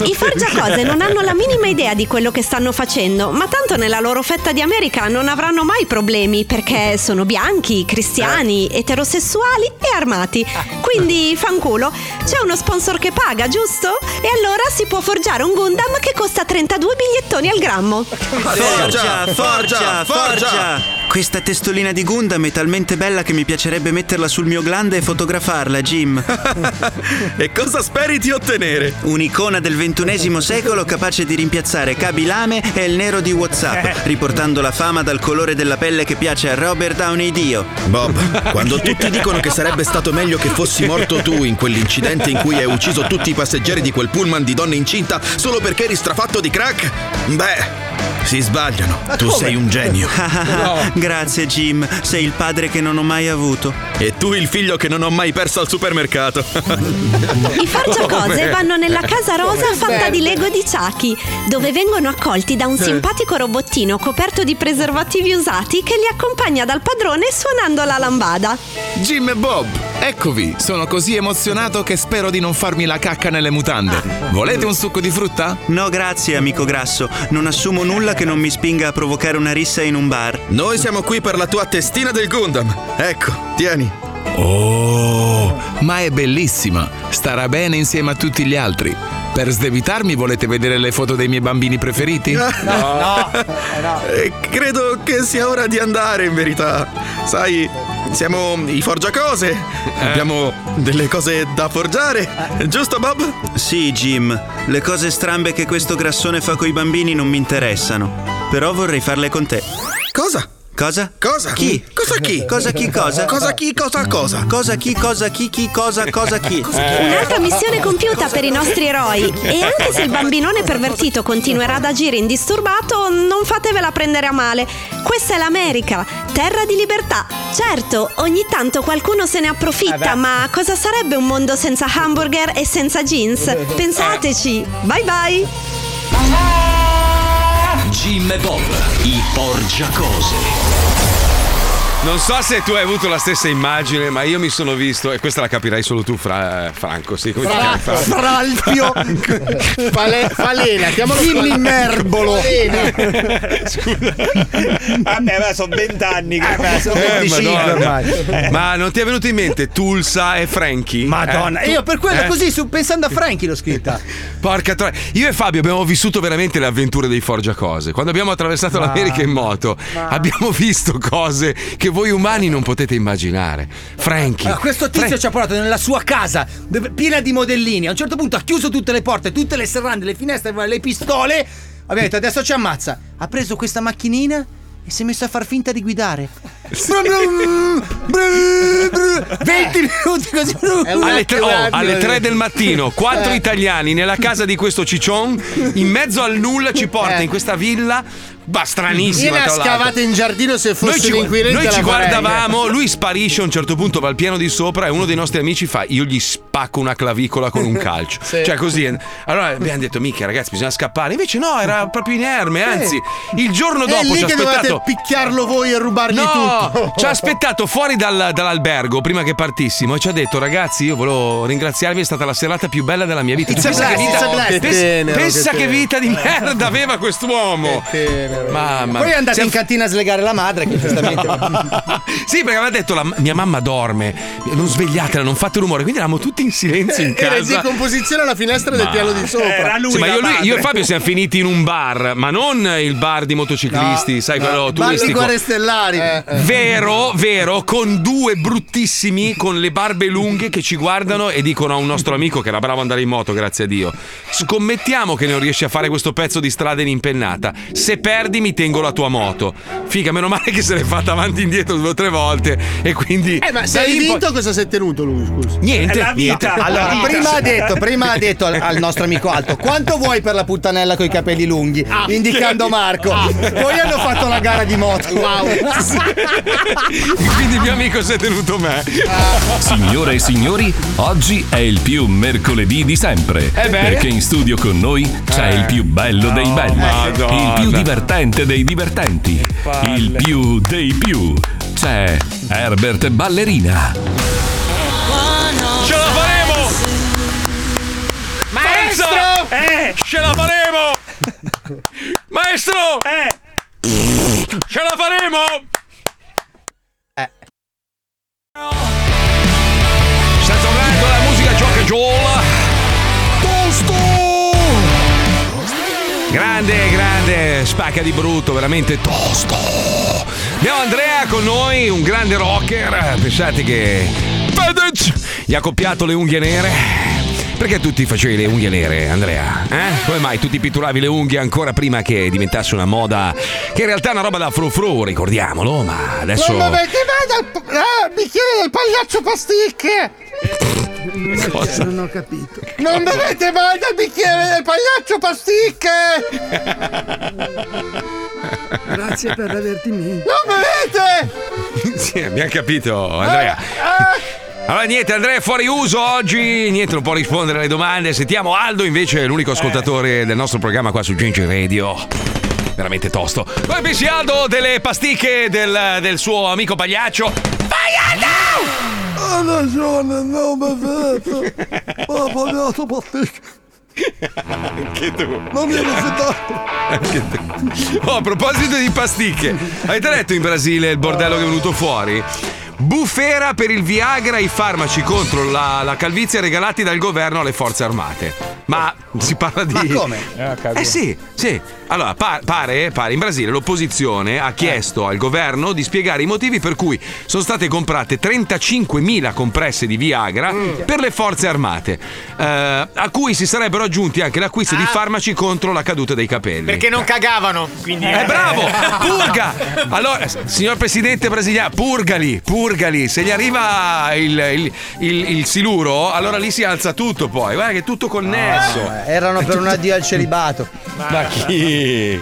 Speaker 18: I forgiacose non hanno la minima idea di quello che stanno facendo, ma tanto nella loro fetta di America non avranno mai problemi perché sono bianchi, cristiani,
Speaker 25: Eh.
Speaker 18: eterosessuali e armati. Quindi, fanculo, c'è uno sponsor che paga, giusto? E allora si può forgiare un Gundam che costa 32 bigliettoni al grammo.
Speaker 25: Forgia, forgia, forgia! Questa testolina di Gundam è talmente bella che mi piacerebbe metterla sul mio glande e fotografarla, Jim.
Speaker 21: e cosa speri di ottenere?
Speaker 25: Un'icona del ventunesimo secolo capace di rimpiazzare Kabilame e il nero di WhatsApp, riportando la fama dal colore della pelle che piace a Robert Downey Dio.
Speaker 21: Bob, quando tutti dicono che sarebbe stato meglio che fossi morto tu in quell'incidente in cui hai ucciso tutti i passeggeri di quel pullman di donne incinta solo perché eri strafatto di crack, beh, si sbagliano. Tu sei un genio.
Speaker 25: Grazie, Jim. Sei il padre che non ho mai avuto.
Speaker 21: E tu il figlio che non ho mai perso al supermercato.
Speaker 18: I forgiacose
Speaker 21: Come?
Speaker 18: vanno nella casa rosa
Speaker 25: Esatto. Come
Speaker 18: fatta
Speaker 25: verde.
Speaker 18: di Lego di Chucky, dove vengono accolti da un simpatico robottino coperto di preservativi usati che li accompagna dal padrone suonando la lambada.
Speaker 24: Jim e Bob, eccovi! Sono così emozionato che spero di non farmi la cacca nelle mutande. Volete un succo di frutta?
Speaker 25: No, grazie, amico grasso. Non assumo nulla che non mi spinga a provocare una rissa in un bar.
Speaker 21: Noi siamo qui per la tua testina del Gundam. Ecco, tieni.
Speaker 24: Oh, ma è bellissima! Starà bene insieme a tutti gli altri. Per sdebitarmi volete vedere le foto dei miei bambini preferiti?
Speaker 21: No, Eh, Credo che sia ora di andare, in verità. Sai, siamo i forgiacose.
Speaker 24: Eh.
Speaker 21: Abbiamo delle cose da forgiare. Giusto, Bob?
Speaker 25: Sì, Jim. Le cose strambe che questo grassone fa coi bambini non mi interessano. Però vorrei farle con te.
Speaker 21: Cosa?
Speaker 25: Cosa?
Speaker 21: Cosa?
Speaker 25: Chi?
Speaker 21: Cosa chi?
Speaker 25: Cosa chi cosa?
Speaker 21: Cosa chi cosa cosa?
Speaker 25: Cosa chi cosa chi chi cosa cosa chi?
Speaker 18: Un'altra missione compiuta per i nostri eroi. E anche se il bambinone pervertito continuerà ad agire indisturbato, non fatevela prendere a male. Questa è l'America, terra di libertà. Certo, ogni tanto qualcuno se ne approfitta, ma cosa sarebbe un mondo senza hamburger e senza jeans? Pensateci. Bye bye.
Speaker 5: Jim e Bob, i Forgiacose.
Speaker 2: Non so se tu hai avuto la stessa immagine, ma io mi sono visto, e questa la capirai solo tu, Fra- eh, Franco. Sì, come ti chiami, Franco?
Speaker 26: Fralfio
Speaker 8: Fale- falena, chiamalo
Speaker 26: Immervolo.
Speaker 6: Vabbè, ma sono vent'anni che faccio.
Speaker 2: Eh, Madonna.
Speaker 6: Eh.
Speaker 2: Ma non ti è venuto in mente Tulsa e Frankie?
Speaker 7: Madonna,
Speaker 2: Eh, tu-
Speaker 7: io per quello
Speaker 2: eh?
Speaker 7: così, su- pensando a Frankie l'ho scritta.
Speaker 2: Porca troia, io e Fabio abbiamo vissuto veramente le avventure dei Forgiacose. Quando abbiamo attraversato
Speaker 7: Ma-
Speaker 2: l'America in moto, abbiamo visto cose che voi umani non potete immaginare. Frankie,
Speaker 7: Allora, questo tizio ci ha portato nella sua casa dove- piena di modellini. A un certo punto ha chiuso tutte le porte, tutte le serrande, le finestre, le pistole. Abbiamo detto adesso ci ammazza. Ha preso questa macchinina e si è messo a far finta di guidare. Brum, brum, brum, brum. 20 minuti così. brum.
Speaker 2: alle, tre, oh, alle tre del mattino, quattro
Speaker 7: Eh.
Speaker 2: italiani nella casa di questo ciccion, in mezzo al nulla ci
Speaker 7: Eh.
Speaker 2: porta in questa villa. Ma stranissima,
Speaker 8: Io ne
Speaker 2: tra
Speaker 8: ha
Speaker 2: l'altro.
Speaker 8: scavate in giardino se
Speaker 2: Noi
Speaker 8: fosse
Speaker 2: ci,
Speaker 8: l'inquirente
Speaker 2: noi ci
Speaker 8: la farei.
Speaker 2: guardavamo, lui sparisce a un certo punto, va al piano di sopra e uno dei nostri amici fa: Io gli spacco una clavicola con un calcio.
Speaker 8: Sì.
Speaker 2: Cioè, così. Allora abbiamo detto: Mica ragazzi, bisogna scappare. Invece no, era proprio inerme. Eh, Anzi, il giorno
Speaker 8: Eh. È
Speaker 2: dopo
Speaker 8: lì
Speaker 2: ci ha
Speaker 8: che dovete
Speaker 2: aspettato.
Speaker 8: picchiarlo voi e rubargli
Speaker 2: No,
Speaker 8: tutto.
Speaker 2: ci ha aspettato fuori dal- dall'albergo prima che partissimo e ci ha detto ragazzi io volevo ringraziarvi è stata la serata più bella della mia vita
Speaker 8: It's a
Speaker 2: pensa che
Speaker 8: blast,
Speaker 2: vita,
Speaker 8: it's a blast.
Speaker 2: pens-
Speaker 8: Che tenero,
Speaker 2: pensa
Speaker 8: che
Speaker 2: che
Speaker 8: tenero.
Speaker 2: vita di merda aveva quest'uomo mamma
Speaker 7: Poi è andato
Speaker 2: Siamo-
Speaker 7: in cantina a slegare la madre, che giustamente.
Speaker 2: sì, perché aveva detto la, mia mamma dorme, non svegliatela, non fate rumore, quindi eravamo tutti in silenzio in
Speaker 8: Era in
Speaker 2: casa.
Speaker 8: decomposizione alla finestra del
Speaker 2: Ma-
Speaker 8: piano di sopra.
Speaker 2: Sì, ma io, lui- io e Fabio siamo finiti in un bar, ma non il bar di motociclisti, sai quello
Speaker 8: Balli
Speaker 2: turistico. eh.
Speaker 8: cuore stellari.
Speaker 2: Vero, vero, con due bruttissimi con le barbe lunghe che ci guardano e dicono a un nostro amico che era bravo ad andare in moto, grazie a Dio. Scommettiamo che non riesci a fare questo pezzo di strada in impennata. Se perdi, mi tengo la tua moto. Figa, meno male che se l'è fatta avanti e indietro due o tre volte. E quindi.
Speaker 8: Eh, ma se
Speaker 2: da
Speaker 8: hai
Speaker 2: lì in poi-
Speaker 8: vinto cosa si è tenuto lui, scusa?
Speaker 2: Niente, È la vita, niente.
Speaker 7: Allora,
Speaker 8: La vita.
Speaker 7: prima ha detto, prima ha detto al, al nostro amico Alto quanto vuoi per la puttanella coi capelli lunghi,
Speaker 8: Ah,
Speaker 7: indicando
Speaker 8: ok.
Speaker 7: Marco.
Speaker 8: Ah.
Speaker 7: Poi hanno fatto la gara di moto.
Speaker 8: Wow.
Speaker 2: Quindi mio amico si è tenuto me.
Speaker 1: Signore e signori, oggi è il più mercoledì di sempre.
Speaker 2: Eh beh.
Speaker 1: Perché in studio con noi c'è
Speaker 2: Eh.
Speaker 1: il più bello dei
Speaker 2: No,
Speaker 1: belli,
Speaker 2: Madonna.
Speaker 1: il più divertente dei divertenti,
Speaker 2: palle.
Speaker 1: il più dei più. C'è Herbert Ballerina.
Speaker 2: Ce la faremo!
Speaker 27: Ma è
Speaker 5: Maestro! Ce la faremo! Maestro! Ce la faremo! Eh. Sta tornando la musica gioca giola!
Speaker 2: Grande, grande, spacca di brutto, veramente tosto. Abbiamo Andrea con noi, un grande rocker. Pensate che Fedez gli ha copiato le unghie nere. Perché tu ti facevi le unghie nere, Andrea? Eh? Come mai tu ti pitturavi le unghie ancora prima che diventasse una moda? Che in realtà è una roba da frufru, ricordiamolo, ma adesso.
Speaker 8: Non avete mai dal eh, bicchiere del pagliaccio pasticche!
Speaker 2: Cosa?
Speaker 13: Non ho capito.
Speaker 8: Non bevete mai dal bicchiere del pagliaccio pasticche!
Speaker 13: Grazie per l'avvertimento.
Speaker 8: Non bevete!
Speaker 2: Sì, abbiamo capito, Andrea. Allora, niente, Andrea è fuori uso oggi, niente, non può rispondere alle domande. Sentiamo Aldo, invece, è l'unico ascoltatore del nostro programma qua su Ginger Radio. Veramente tosto. Poi pensi Aldo delle pasticche del, del suo amico pagliaccio.
Speaker 13: Ha ragione, non bevete. Ho pagato pasticche.
Speaker 2: Anche tu.
Speaker 13: Non mi rifiutate.
Speaker 2: Anche tu. Oh, a proposito di pasticche, avete letto in Brasile il bordello che è venuto fuori? Bufera per il Viagra e i farmaci contro la, la calvizie regalati dal governo alle forze armate. Ma si parla di.
Speaker 7: Ma come?
Speaker 2: Eh sì, sì. Allora, pa- pare, pare, in Brasile l'opposizione ha
Speaker 7: Eh.
Speaker 2: chiesto al governo di spiegare i motivi per cui sono state comprate 35.000 compresse di Viagra
Speaker 7: Mm.
Speaker 2: per le forze armate, eh, a cui si sarebbero aggiunti anche l'acquisto
Speaker 7: Ah.
Speaker 2: di farmaci contro la caduta dei capelli.
Speaker 10: Perché non cagavano, quindi...
Speaker 2: Eh, bravo! Purga! Allora, s- signor presidente brasiliano, purgali, purgali. Se gli arriva il, il- il- il siluro, allora lì si alza tutto poi. Guarda che è tutto connesso.
Speaker 7: Eh, Erano per un addio al celibato.
Speaker 2: Ma chi?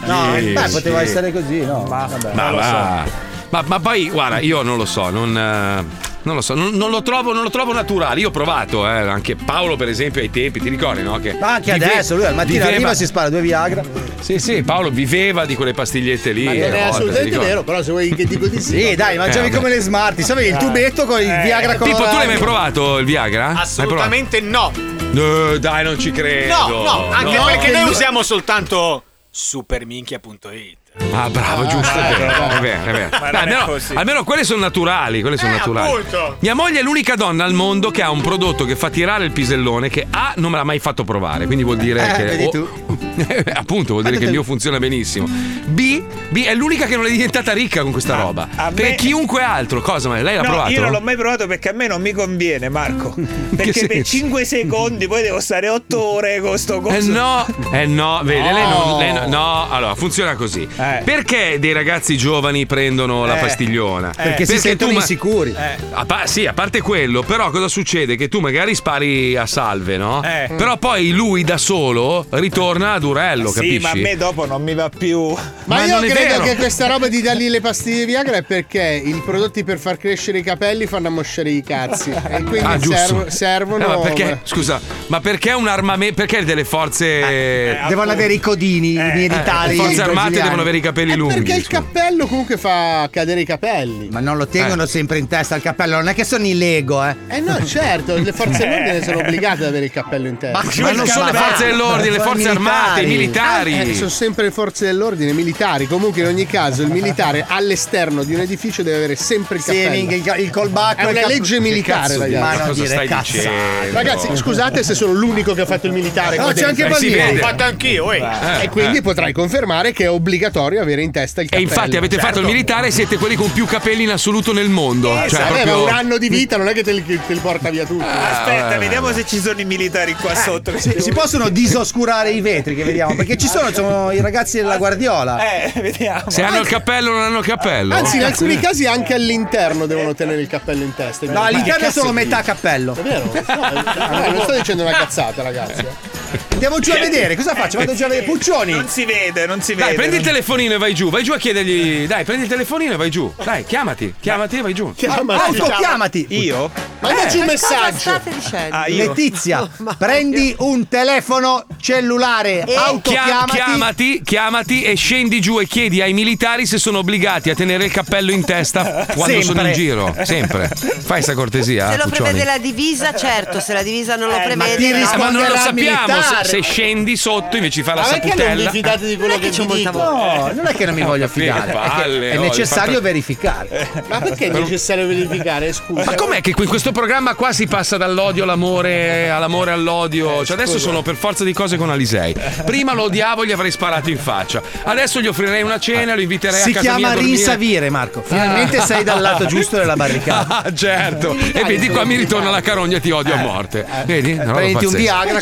Speaker 7: No,
Speaker 2: Chi?
Speaker 7: beh, poteva
Speaker 2: Chi?
Speaker 7: essere così, no? Vabbè.
Speaker 2: Ma,
Speaker 7: Non lo
Speaker 2: va. ma, ma poi, guarda, io non lo so, non. eh, Non lo so, non, non lo trovo, non lo trovo naturale. Io ho provato, eh, anche Paolo, per esempio, ai tempi, ti ricordi, no? Che
Speaker 7: Ma anche
Speaker 2: vive-
Speaker 7: adesso, lui al mattino
Speaker 2: viveva-
Speaker 7: arriva e si spara due Viagra.
Speaker 2: Sì, sì, Paolo viveva di quelle pastigliette lì.
Speaker 7: Ma non è
Speaker 2: una volta, ti
Speaker 7: assolutamente
Speaker 2: ricordi?
Speaker 7: vero,
Speaker 8: Però se vuoi che dico di sì.
Speaker 7: Sì, dai, mangiavi
Speaker 2: Eh, vabbè.
Speaker 7: come le Smarty, sapevi il
Speaker 2: Ah.
Speaker 7: tubetto con il Viagra con
Speaker 2: Pippo, tu l'hai mai provato il Viagra? L'hai
Speaker 10: Assolutamente no.
Speaker 2: provato? Eh, dai, non ci credo.
Speaker 10: No, no, anche
Speaker 2: No.
Speaker 10: perché noi usiamo soltanto superminchia.it.
Speaker 2: Ah, bravo, giusto.
Speaker 10: Ah,
Speaker 2: è vero,
Speaker 10: bravo.
Speaker 2: è vero, è vero.
Speaker 10: Ma non
Speaker 2: Dai,
Speaker 10: è
Speaker 2: almeno,
Speaker 10: così.
Speaker 2: almeno quelle sono naturali. Quelle sono naturali.
Speaker 10: appunto.
Speaker 2: Mia moglie è l'unica donna al mondo che ha un prodotto che fa tirare il pisellone che A non me l'ha mai fatto provare, quindi vuol dire
Speaker 7: Eh,
Speaker 2: che
Speaker 7: vedi
Speaker 2: o-
Speaker 7: tu.
Speaker 2: appunto, vuol dire che il mio funziona benissimo. B, B è l'unica che non è diventata ricca con questa roba. Per
Speaker 6: me-
Speaker 2: chiunque altro, cosa? Ma lei l'ha
Speaker 6: no,
Speaker 2: provato?
Speaker 6: Io non l'ho mai provato perché a me non mi conviene, Marco. Perché per
Speaker 2: senso?
Speaker 6: 5 secondi poi devo stare 8 ore con sto coso.
Speaker 2: Eh no, eh no, vedi,
Speaker 6: No.
Speaker 2: lei non, lei no, no, allora funziona così. Perché dei ragazzi giovani prendono la
Speaker 7: Eh.
Speaker 2: pastigliona?
Speaker 7: Perché, si sentono
Speaker 2: tu ma-
Speaker 7: insicuri.
Speaker 2: A pa- sì, a parte quello, però cosa succede? Che tu magari spari a salve, no?
Speaker 6: Eh.
Speaker 8: Mm.
Speaker 2: Però poi lui da solo ritorna a Durello,
Speaker 6: sì,
Speaker 2: capisci?
Speaker 6: ma a me dopo non mi va più.
Speaker 8: Ma, io
Speaker 2: non è
Speaker 8: credo
Speaker 2: vero.
Speaker 8: che questa roba di dargli le pastiglie di Viagra è perché i prodotti per far crescere i capelli fanno ammosciare i cazzi. E quindi
Speaker 2: Ah, giusto.
Speaker 8: serv-
Speaker 2: Eh,
Speaker 8: servono.
Speaker 2: ma perché, scusa, ma perché un armamento? Perché delle forze.
Speaker 8: Eh,
Speaker 7: Devono avere i codini militari.
Speaker 2: le forze armate
Speaker 7: brasiliani.
Speaker 2: devono avere i capelli
Speaker 8: È
Speaker 2: lunghi.
Speaker 8: Eh, perché il cappello comunque fa cadere i capelli.
Speaker 7: Ma non lo
Speaker 2: Eh.
Speaker 7: tengono sempre in testa il cappello, non è che sono i Lego, eh.
Speaker 8: Eh no, certo, le forze dell'ordine sono obbligate ad avere il cappello in testa.
Speaker 2: Eh. Ma non sono le forze dell'ordine, le forze armate, i militari.
Speaker 8: Eh, sono sempre le forze dell'ordine, i militari. Comunque, in ogni caso, il militare all'esterno di un edificio deve avere sempre il
Speaker 7: Sì,
Speaker 8: cappello.
Speaker 7: il- il colbacco,
Speaker 8: È
Speaker 7: il
Speaker 8: una
Speaker 7: cap-
Speaker 8: legge
Speaker 7: Che
Speaker 8: militare,
Speaker 7: cazzo di-
Speaker 8: ragazzi.
Speaker 7: Ma non Cosa dire stai cazzate. dicendo?
Speaker 8: Ragazzi, scusate se sono l'unico che ha fatto il militare.
Speaker 10: No,
Speaker 8: qua
Speaker 10: c'è
Speaker 8: dentro.
Speaker 10: anche Eh, si Balbini. vede. L'ho fatto anch'io, eh.
Speaker 8: E quindi
Speaker 2: Eh.
Speaker 8: potrai confermare che è obbligatorio avere in testa il
Speaker 2: E
Speaker 8: cappello.
Speaker 2: infatti avete fatto il militare e siete quelli con più capelli in assoluto nel mondo.
Speaker 8: Certo. Eh,
Speaker 2: cioè,
Speaker 8: se aveva
Speaker 2: proprio...
Speaker 8: un anno di vita, non è che te li, te li porta via Eh. tutti.
Speaker 2: Ah,
Speaker 6: Aspetta, vediamo se ci sono i militari qua sotto. che
Speaker 7: Si, si possono disoscurare i vetri che vediamo, perché ci sono, sono i ragazzi della Guardiola.
Speaker 6: Eh, vediamo.
Speaker 2: Se hanno il cappello o non hanno il cappello.
Speaker 8: Anzi,
Speaker 7: Eh.
Speaker 8: in alcuni casi anche all'interno devono tenere il cappello in testa.
Speaker 7: No, all'interno è solo metà cappello.
Speaker 8: È vero? No, eh, non sto dicendo una cazzata, ragazzi.
Speaker 7: Andiamo giù a vedere, cosa faccio? Vado giù a vedere. Puccioni! Non
Speaker 6: si vede, non si
Speaker 2: Dai, prendi il telefonino e vai giù, vai giù a chiedergli. Dai, prendi il telefonino e vai giù. Dai, chiamati, chiamati e vai giù.
Speaker 7: Chiamati. Auto, chiamati.
Speaker 6: Io?
Speaker 2: Eh.
Speaker 9: Eh,
Speaker 8: Mandaci un messaggio.
Speaker 6: Ah, io.
Speaker 9: Oh,
Speaker 7: Letizia, prendi un telefono
Speaker 2: Eh,
Speaker 7: cellulare,
Speaker 2: Chia-
Speaker 7: autochiamati.
Speaker 2: chiamati, chiamati e scendi giù e chiedi ai militari se sono obbligati a tenere il cappello in testa quando
Speaker 9: Sempre.
Speaker 2: sono in giro. Sempre. Fai sta cortesia.
Speaker 9: Se lo
Speaker 2: Ah, Puccioni.
Speaker 9: prevede la divisa, certo, se la divisa non lo prevede.
Speaker 2: Eh,
Speaker 9: no.
Speaker 2: ma non lo sappiamo se, se scendi sotto invece fa la
Speaker 9: Ma perché non vi
Speaker 2: saputella.
Speaker 9: fidate di quello
Speaker 2: Non è
Speaker 9: che vi
Speaker 2: c'è
Speaker 9: dico?
Speaker 2: molta voglia.
Speaker 7: No, non è che non mi voglio
Speaker 2: Che
Speaker 7: fidare, è, che
Speaker 2: Eh, palle,
Speaker 7: è
Speaker 2: oh,
Speaker 7: necessario
Speaker 2: il fatto-
Speaker 7: verificare.
Speaker 8: Ma perché è
Speaker 2: Per-
Speaker 8: necessario verificare? Scusa.
Speaker 2: Ma com'è che in questo programma qua si passa dall'odio all'amore, all'amore all'odio? Cioè adesso
Speaker 5: scusa.
Speaker 2: sono per forza di cose con Alisei. Prima lo odiavo e gli avrei sparato in faccia. Adesso gli offrirei una cena, lo inviterei
Speaker 7: Si
Speaker 2: a casa mia a
Speaker 7: chiama
Speaker 2: dormire.
Speaker 7: rinsavire, Marco. Finalmente
Speaker 2: Ah.
Speaker 7: sei dal lato giusto della barricata.
Speaker 2: Ah, certo. E vedi qua mi ritorna la carogna ti odio a morte. Vedi? Una roba pazzesca.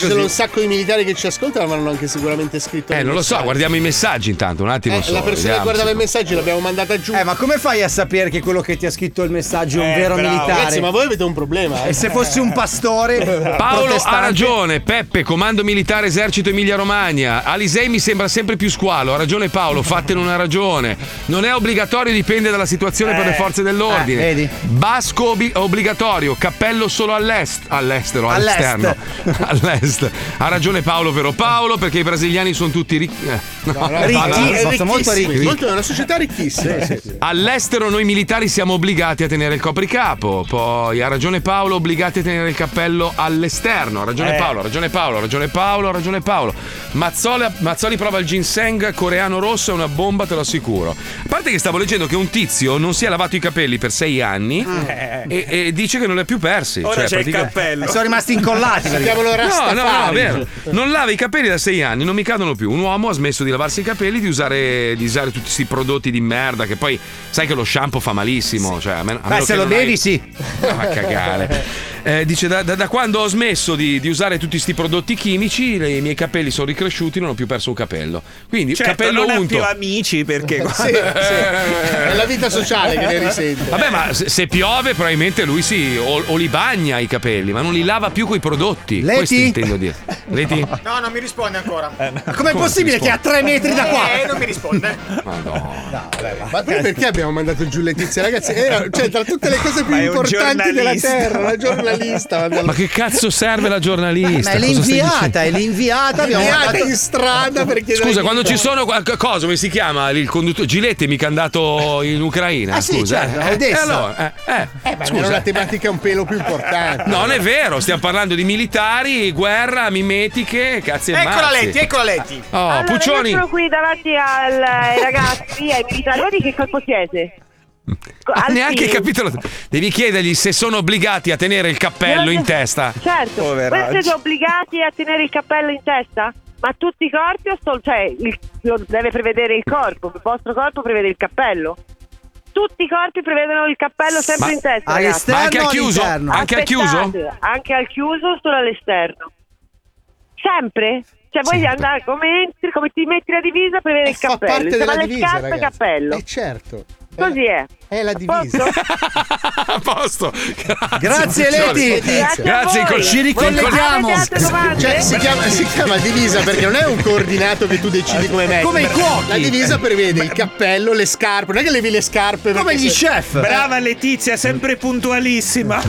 Speaker 8: Ci sono Eh, un sacco di militari che ci ascoltano, ma hanno anche sicuramente scritto.
Speaker 2: Eh,
Speaker 8: nel
Speaker 2: non lo so,
Speaker 8: messaggio.
Speaker 2: guardiamo i messaggi intanto, un attimo
Speaker 8: Eh,
Speaker 2: solo.
Speaker 8: la persona che
Speaker 2: vediamo
Speaker 8: guardava
Speaker 2: se-
Speaker 8: i messaggi l'abbiamo mandata giù. Eh,
Speaker 7: Eh, ma come fai a sapere che quello che ti ha scritto il messaggio è un vero militare?
Speaker 8: Ragazzi, ma voi avete un problema. eh.
Speaker 7: E se fossi un pastore?
Speaker 2: Paolo ha
Speaker 7: Esatto. protestante?
Speaker 2: ragione, Peppe, comando militare esercito Emilia Romagna. Alisei mi sembra sempre più squalo. Ha ragione Paolo, fatene una ragione. Non è obbligatorio, dipende dalla situazione per le forze dell'ordine.
Speaker 7: eh, vedi?
Speaker 2: Basco obbi- obbligatorio, cappello solo all'est, all'estero,
Speaker 7: All'est.
Speaker 2: all'esterno. All'est. Ha ragione Paolo, vero Paolo, perché i brasiliani sono tutti ricchi. eh, no.
Speaker 8: no,
Speaker 2: Vabbè.
Speaker 8: è eh, ricchissimi, molto- è una società ricchissima.
Speaker 2: All'estero noi militari siamo obbligati a tenere il copricapo, poi ha ragione Paolo, obbligati a tenere il cappello all'esterno, ha ragione
Speaker 5: Eh.
Speaker 2: Paolo, ha ragione Paolo, ha ragione Paolo, ha ragione Paolo. Mazzoli, Mazzoli prova il ginseng coreano rosso, è una bomba, te lo assicuro. A parte che stavo leggendo che un tizio non si è lavato i capelli per sei anni e, e dice che non li ha più persi.
Speaker 6: Eh. Ora
Speaker 2: Cioè,
Speaker 6: c'è il
Speaker 2: pratica-
Speaker 6: cappello.
Speaker 7: Sono rimasti incollati.
Speaker 6: Si
Speaker 7: perché-
Speaker 6: chiamano
Speaker 2: No, no, no, è
Speaker 6: Rastafari.
Speaker 2: vero. Non lava i capelli da sei anni, non mi cadono più. Un uomo ha smesso di lavarsi i capelli, di usare, di usare tutti questi prodotti di merda. Che poi sai che lo shampoo fa malissimo. Cioè, a meno, a
Speaker 7: Beh,
Speaker 2: meno
Speaker 7: se
Speaker 2: che
Speaker 7: lo
Speaker 2: non
Speaker 7: bevi,
Speaker 2: hai-
Speaker 7: sì.
Speaker 2: No, Ma cagare. Eh, dice: da, da- da quando ho smesso di, di usare tutti questi prodotti chimici, le- i miei capelli sono ricresciuti, non ho più perso un capello. Quindi
Speaker 6: Certo,
Speaker 2: capello
Speaker 6: non ha
Speaker 2: unto.
Speaker 6: più amici perché
Speaker 8: Eh, Sì, sì. È la vita sociale che ne risente.
Speaker 2: Vabbè, ma se, se piove, probabilmente lui si o, o li bagna i capelli, ma non li lava più coi prodotti.
Speaker 10: Leti?
Speaker 2: Questo intendo dire. Leti?
Speaker 10: No, non mi risponde ancora.
Speaker 2: Ma com'è Come possibile ti risponde? che a tre metri da qua?
Speaker 10: Eh, non mi risponde.
Speaker 2: Ma no.
Speaker 8: Ma poi perché abbiamo mandato giù Letizia? Ragazzi, era, cioè, tra tutte le cose più
Speaker 2: Ma è un
Speaker 8: importanti della
Speaker 2: giornalista.
Speaker 8: terra, la giornalista.
Speaker 2: Ma che cazzo serve la
Speaker 7: Ma
Speaker 2: giornalista?
Speaker 8: Eh,
Speaker 7: è
Speaker 2: Cosa stai
Speaker 7: l'inviata,
Speaker 2: dicendo?
Speaker 7: è l'inviata. abbiamo
Speaker 8: Inviata
Speaker 7: mandato- Esatto.
Speaker 8: in strada per chiedere
Speaker 2: Scusa,
Speaker 8: chi
Speaker 2: quando
Speaker 8: fa.
Speaker 2: ci sono qua- co- cosa, come si chiama il conduttore? Giletti mica è andato in Ucraina,
Speaker 8: Ah, sì,
Speaker 2: scusa.
Speaker 8: certo,
Speaker 2: eh.
Speaker 8: Odessa.
Speaker 2: Eh, allora, eh, eh,
Speaker 8: Eh, ma era
Speaker 2: scusa.
Speaker 8: una tematica un pelo più importante.
Speaker 2: No, non è vero, stiamo parlando di militari, guerra, mimetiche, cazzi e
Speaker 10: Eccola
Speaker 2: mazzi.
Speaker 10: Letti, eccola Letti.
Speaker 2: Oh,
Speaker 11: allora,
Speaker 2: Puccioni.
Speaker 11: Io sono qui davanti al- ai ragazzi, ai militari. Voi di che colpo siete? Co-
Speaker 2: Ah,
Speaker 11: al
Speaker 2: neanche
Speaker 11: team.
Speaker 2: capito. la- Devi chiedergli se sono obbligati a tenere il cappello in testa.
Speaker 11: Certo, voi
Speaker 2: Poveracci.
Speaker 11: siete obbligati a tenere il cappello in testa? Ma a tutti i corpi o sol- cioè, il- lo deve prevedere il corpo, il vostro corpo prevede il cappello. Tutti i corpi prevedono il cappello sempre
Speaker 2: Ma-
Speaker 11: in testa. ragazzi.
Speaker 2: all'esterno Ma anche al o chiuso? all'interno? Anche al chiuso?
Speaker 11: Aspettate, Anche al chiuso, solo all'esterno. Sempre? Cioè, vuoi andare come entri, come ti metti la divisa, prevede il
Speaker 8: Eh, Fa
Speaker 11: cappello.
Speaker 8: parte
Speaker 11: Se va
Speaker 8: della
Speaker 11: alle
Speaker 8: divisa,
Speaker 11: scarpe,
Speaker 8: ragazzi.
Speaker 11: cappello.
Speaker 8: Eh, certo.
Speaker 11: Così è.
Speaker 8: È la divisa.
Speaker 2: A posto.
Speaker 8: Grazie,
Speaker 2: Puccioni.
Speaker 8: Leti. Grazie a
Speaker 2: Grazie,
Speaker 8: voi.
Speaker 2: col-
Speaker 8: Ci ricolleghiamo. Cioè, si chiama, si chiama divisa perché non è un coordinato che tu decidi come mettere.
Speaker 6: Come i cuochi.
Speaker 8: La divisa prevede il cappello, le scarpe. Non è che levi le scarpe. perché se-
Speaker 6: Brava Letizia, sempre puntualissima.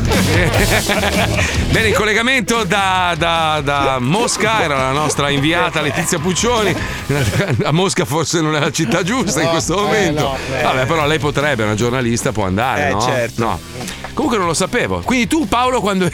Speaker 2: Bene, in collegamento da, da- da Mosca era la nostra inviata Letizia Puccioni. A Mosca forse non è la città giusta in
Speaker 5: No,
Speaker 2: questo
Speaker 5: eh,
Speaker 2: momento.
Speaker 5: no, eh.
Speaker 2: Vabbè, però lei potrebbe, è una giornalista, può andare,
Speaker 5: Eh,
Speaker 2: no?
Speaker 5: certo.
Speaker 2: No. Comunque non lo sapevo. Quindi tu Paolo quando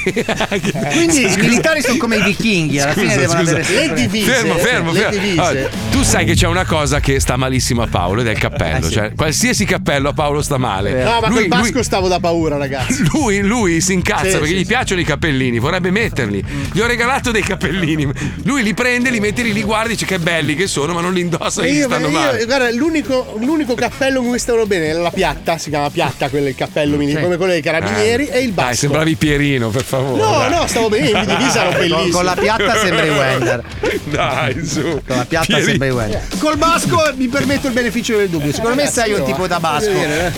Speaker 7: Quindi
Speaker 2: Quindi
Speaker 7: i militari sono come i vichinghi, alla fine devono avere sempre-
Speaker 2: Fermo, fermo,
Speaker 7: Le
Speaker 2: fermo.
Speaker 7: divise.
Speaker 2: Allora, tu sai che c'è una cosa che sta malissimo a Paolo ed è il cappello, cioè qualsiasi cappello a Paolo sta male.
Speaker 8: Ah, No, ma
Speaker 2: Eh, Lui-
Speaker 8: col
Speaker 2: lui-
Speaker 8: basco stavo da paura, ragazzi.
Speaker 2: lui, lui si incazza
Speaker 8: Sì,
Speaker 2: perché
Speaker 8: sì,
Speaker 2: gli piacciono i cappellini, vorrebbe metterli. Gli ho regalato dei cappellini. Lui li prende, li mette lì, li guarda e dice che belli che sono, ma non li indossa e gli
Speaker 8: Io,
Speaker 2: stanno
Speaker 8: io-
Speaker 2: male.
Speaker 8: guarda, l'unico, l'unico cappello con cui stavano bene era la piatta, si chiama piatta, quello è il cappello militare, come quello dei carabinieri,
Speaker 2: Ah,
Speaker 8: e il
Speaker 2: Dai,
Speaker 8: basco.
Speaker 2: sembravi Pierino, per favore.
Speaker 8: No,
Speaker 2: dai.
Speaker 8: no, stavo bene, in divisa ero bellissimo.
Speaker 7: Con la piatta sembri Wender.
Speaker 2: Dai, su.
Speaker 7: Con la piatta
Speaker 2: Pierino.
Speaker 7: sembri Wender. Col basco mi permetto il beneficio del dubbio. Secondo me sei un tipo da basco.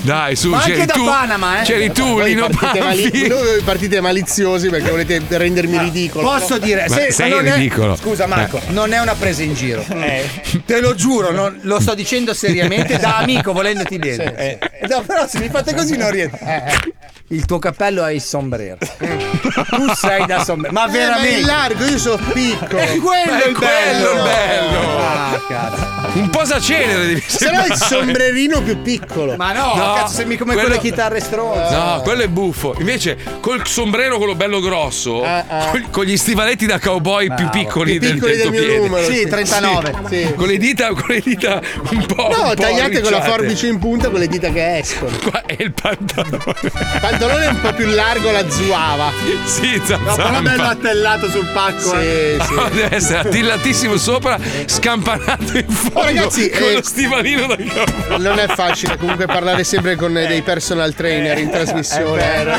Speaker 2: Dai, su,
Speaker 7: Ma anche
Speaker 2: c'eri
Speaker 7: da
Speaker 2: tu.
Speaker 7: Panama, eh.
Speaker 2: C'eri tu,
Speaker 8: Voi
Speaker 2: Lino
Speaker 8: eh. partite, mali-
Speaker 2: Banfi.
Speaker 8: voi partite maliziosi perché volete rendermi ridicolo.
Speaker 7: Posso dire,
Speaker 8: Ma
Speaker 7: se-
Speaker 8: sei
Speaker 7: non è-
Speaker 8: ridicolo.
Speaker 7: scusa Marco,
Speaker 8: Eh.
Speaker 7: non è una presa in giro. Te lo giuro, non- lo sto dicendo seriamente da amico volendoti bene. Eh, no, però se mi fate così non rientro.
Speaker 14: il tuo cappello è il sombrero. tu sei da sombrero. Ma
Speaker 8: Eh, ma è
Speaker 14: veramente.
Speaker 8: largo, io sono piccolo.
Speaker 14: È
Speaker 7: Eh,
Speaker 14: quello
Speaker 8: Ma è
Speaker 14: il bello.
Speaker 8: quello il bello.
Speaker 14: Ah, cazzo.
Speaker 2: Un posacenere devi
Speaker 8: Se no è il sombrerino più piccolo.
Speaker 7: Ma no,
Speaker 2: No,
Speaker 7: cazzo, sembri come quelle
Speaker 2: quello-
Speaker 7: chitarre stronze.
Speaker 2: No, quello è buffo. Invece, col sombrero quello bello grosso,
Speaker 7: Ah, ah.
Speaker 2: col- con gli stivaletti da cowboy più piccoli,
Speaker 8: Più piccoli
Speaker 2: del,
Speaker 8: del
Speaker 2: tuo
Speaker 8: mio
Speaker 2: piede.
Speaker 8: numero. Sì,
Speaker 2: Sì,
Speaker 8: 39. Sì.
Speaker 2: Con le dita, con le dita un po'. un
Speaker 8: No,
Speaker 2: po'
Speaker 8: tagliate con la
Speaker 2: arricciate.
Speaker 8: forbice in punta con le dita che escono.
Speaker 2: Qua è il pantalone.
Speaker 8: Il pantalone è un po' più largo, la zuava.
Speaker 2: Sì,
Speaker 8: No, però bello attellato sul pacco. Sì, sì.
Speaker 2: No, deve essere attillatissimo sopra, scampanato in fondo.
Speaker 8: Oh, ragazzi,
Speaker 2: Ecco, con
Speaker 8: eh,
Speaker 2: lo stivalino da cowboy.
Speaker 8: Non è facile comunque parlare sempre con eh, dei personal trainer in trasmissione.
Speaker 6: è vero, è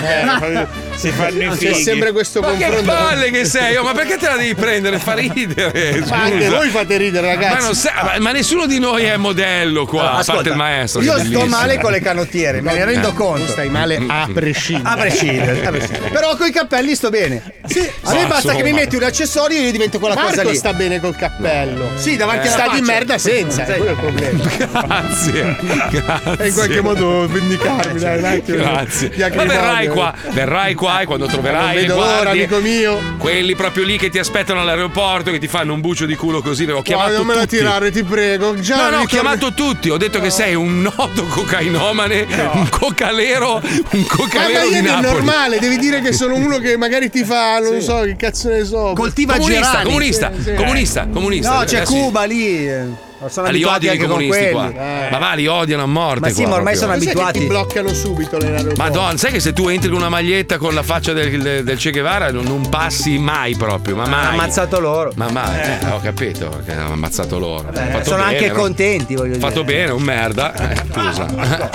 Speaker 6: vero.
Speaker 8: si
Speaker 6: fanno i
Speaker 8: C'è
Speaker 6: fighi.
Speaker 8: sempre questo
Speaker 2: ma che
Speaker 8: confronto.
Speaker 2: palle che sei, oh, ma perché te la devi prendere? Fa ridere. Scusa.
Speaker 8: Ma anche voi fate ridere, ragazzi.
Speaker 2: Ma, non sa- ma- ma nessuno di noi è modello qua, a parte il maestro.
Speaker 13: Io
Speaker 2: che
Speaker 13: sto
Speaker 2: bellissimo.
Speaker 13: male con le canottiere, me ne rendo
Speaker 2: Eh. Mm.
Speaker 13: conto.
Speaker 2: Tu stai male a prescindere.
Speaker 13: A prescindere, a prescindere. Però con i cappelli sto bene. Sì, a me
Speaker 8: Sì,
Speaker 13: basta
Speaker 8: sono
Speaker 13: che mi
Speaker 8: male.
Speaker 13: metti un accessorio e io divento quella
Speaker 8: Marco
Speaker 13: cosa lì.
Speaker 8: sta bene col cappello.
Speaker 13: Sì, davanti alla
Speaker 8: sta
Speaker 13: faccia.
Speaker 8: di merda senza,
Speaker 13: Sì.
Speaker 8: è quello il problema.
Speaker 2: Grazie. Grazie.
Speaker 8: E in qualche modo vendicarmi, dai, un attimo.
Speaker 2: Grazie.
Speaker 8: Di
Speaker 2: Ma
Speaker 8: acrimonia.
Speaker 2: verrai qua, verrai qua e quando troverai
Speaker 8: Non
Speaker 2: le
Speaker 8: vedo l'ora,
Speaker 2: guardie,
Speaker 8: amico mio.
Speaker 2: quelli proprio lì che ti aspettano all'aeroporto, che ti fanno un bucio di culo così, ho
Speaker 8: Guarda,
Speaker 2: chiamato
Speaker 8: non me la
Speaker 2: tutti.
Speaker 8: tirare, ti prego. Già
Speaker 2: No, no, ho
Speaker 8: ritorno-
Speaker 2: chiamato tutti, ho detto che sei un noto cocainomane, un cocalero, un
Speaker 8: Ah,
Speaker 2: cocalero
Speaker 8: ma
Speaker 2: di
Speaker 8: io è
Speaker 2: Napoli.
Speaker 8: normale, devi dire che sono uno che magari ti fa, non so, che cazzo ne so. Eh.
Speaker 2: comunista, comunista, comunista, comunista.
Speaker 13: No, c'è
Speaker 2: Adesso-
Speaker 13: Cuba lì. eh, Sono
Speaker 2: Ma Ah, li
Speaker 13: abituati
Speaker 2: odiano i
Speaker 13: anche con
Speaker 2: comunisti
Speaker 13: quelli. Eh.
Speaker 2: qua. Ma va, li odiano a morte.
Speaker 13: Ma
Speaker 2: qua
Speaker 13: sì, ma ormai
Speaker 2: proprio.
Speaker 8: Cos'è
Speaker 13: sono
Speaker 8: che Eh. ti
Speaker 13: abituati.
Speaker 8: bloccano subito l'aeroporto?
Speaker 2: Madonna, sai che se tu entri con una maglietta con la faccia del, del- del Che Guevara non, non passi mai proprio, ma mai.
Speaker 13: Hanno ammazzato loro. Eh,
Speaker 2: Ma mai, eh, ho capito che hanno ammazzato loro. Hanno fatto
Speaker 13: sono
Speaker 2: bene,
Speaker 13: anche
Speaker 2: no?
Speaker 13: contenti, voglio dire.
Speaker 2: Fatto bene, un merda. Eh, scusa.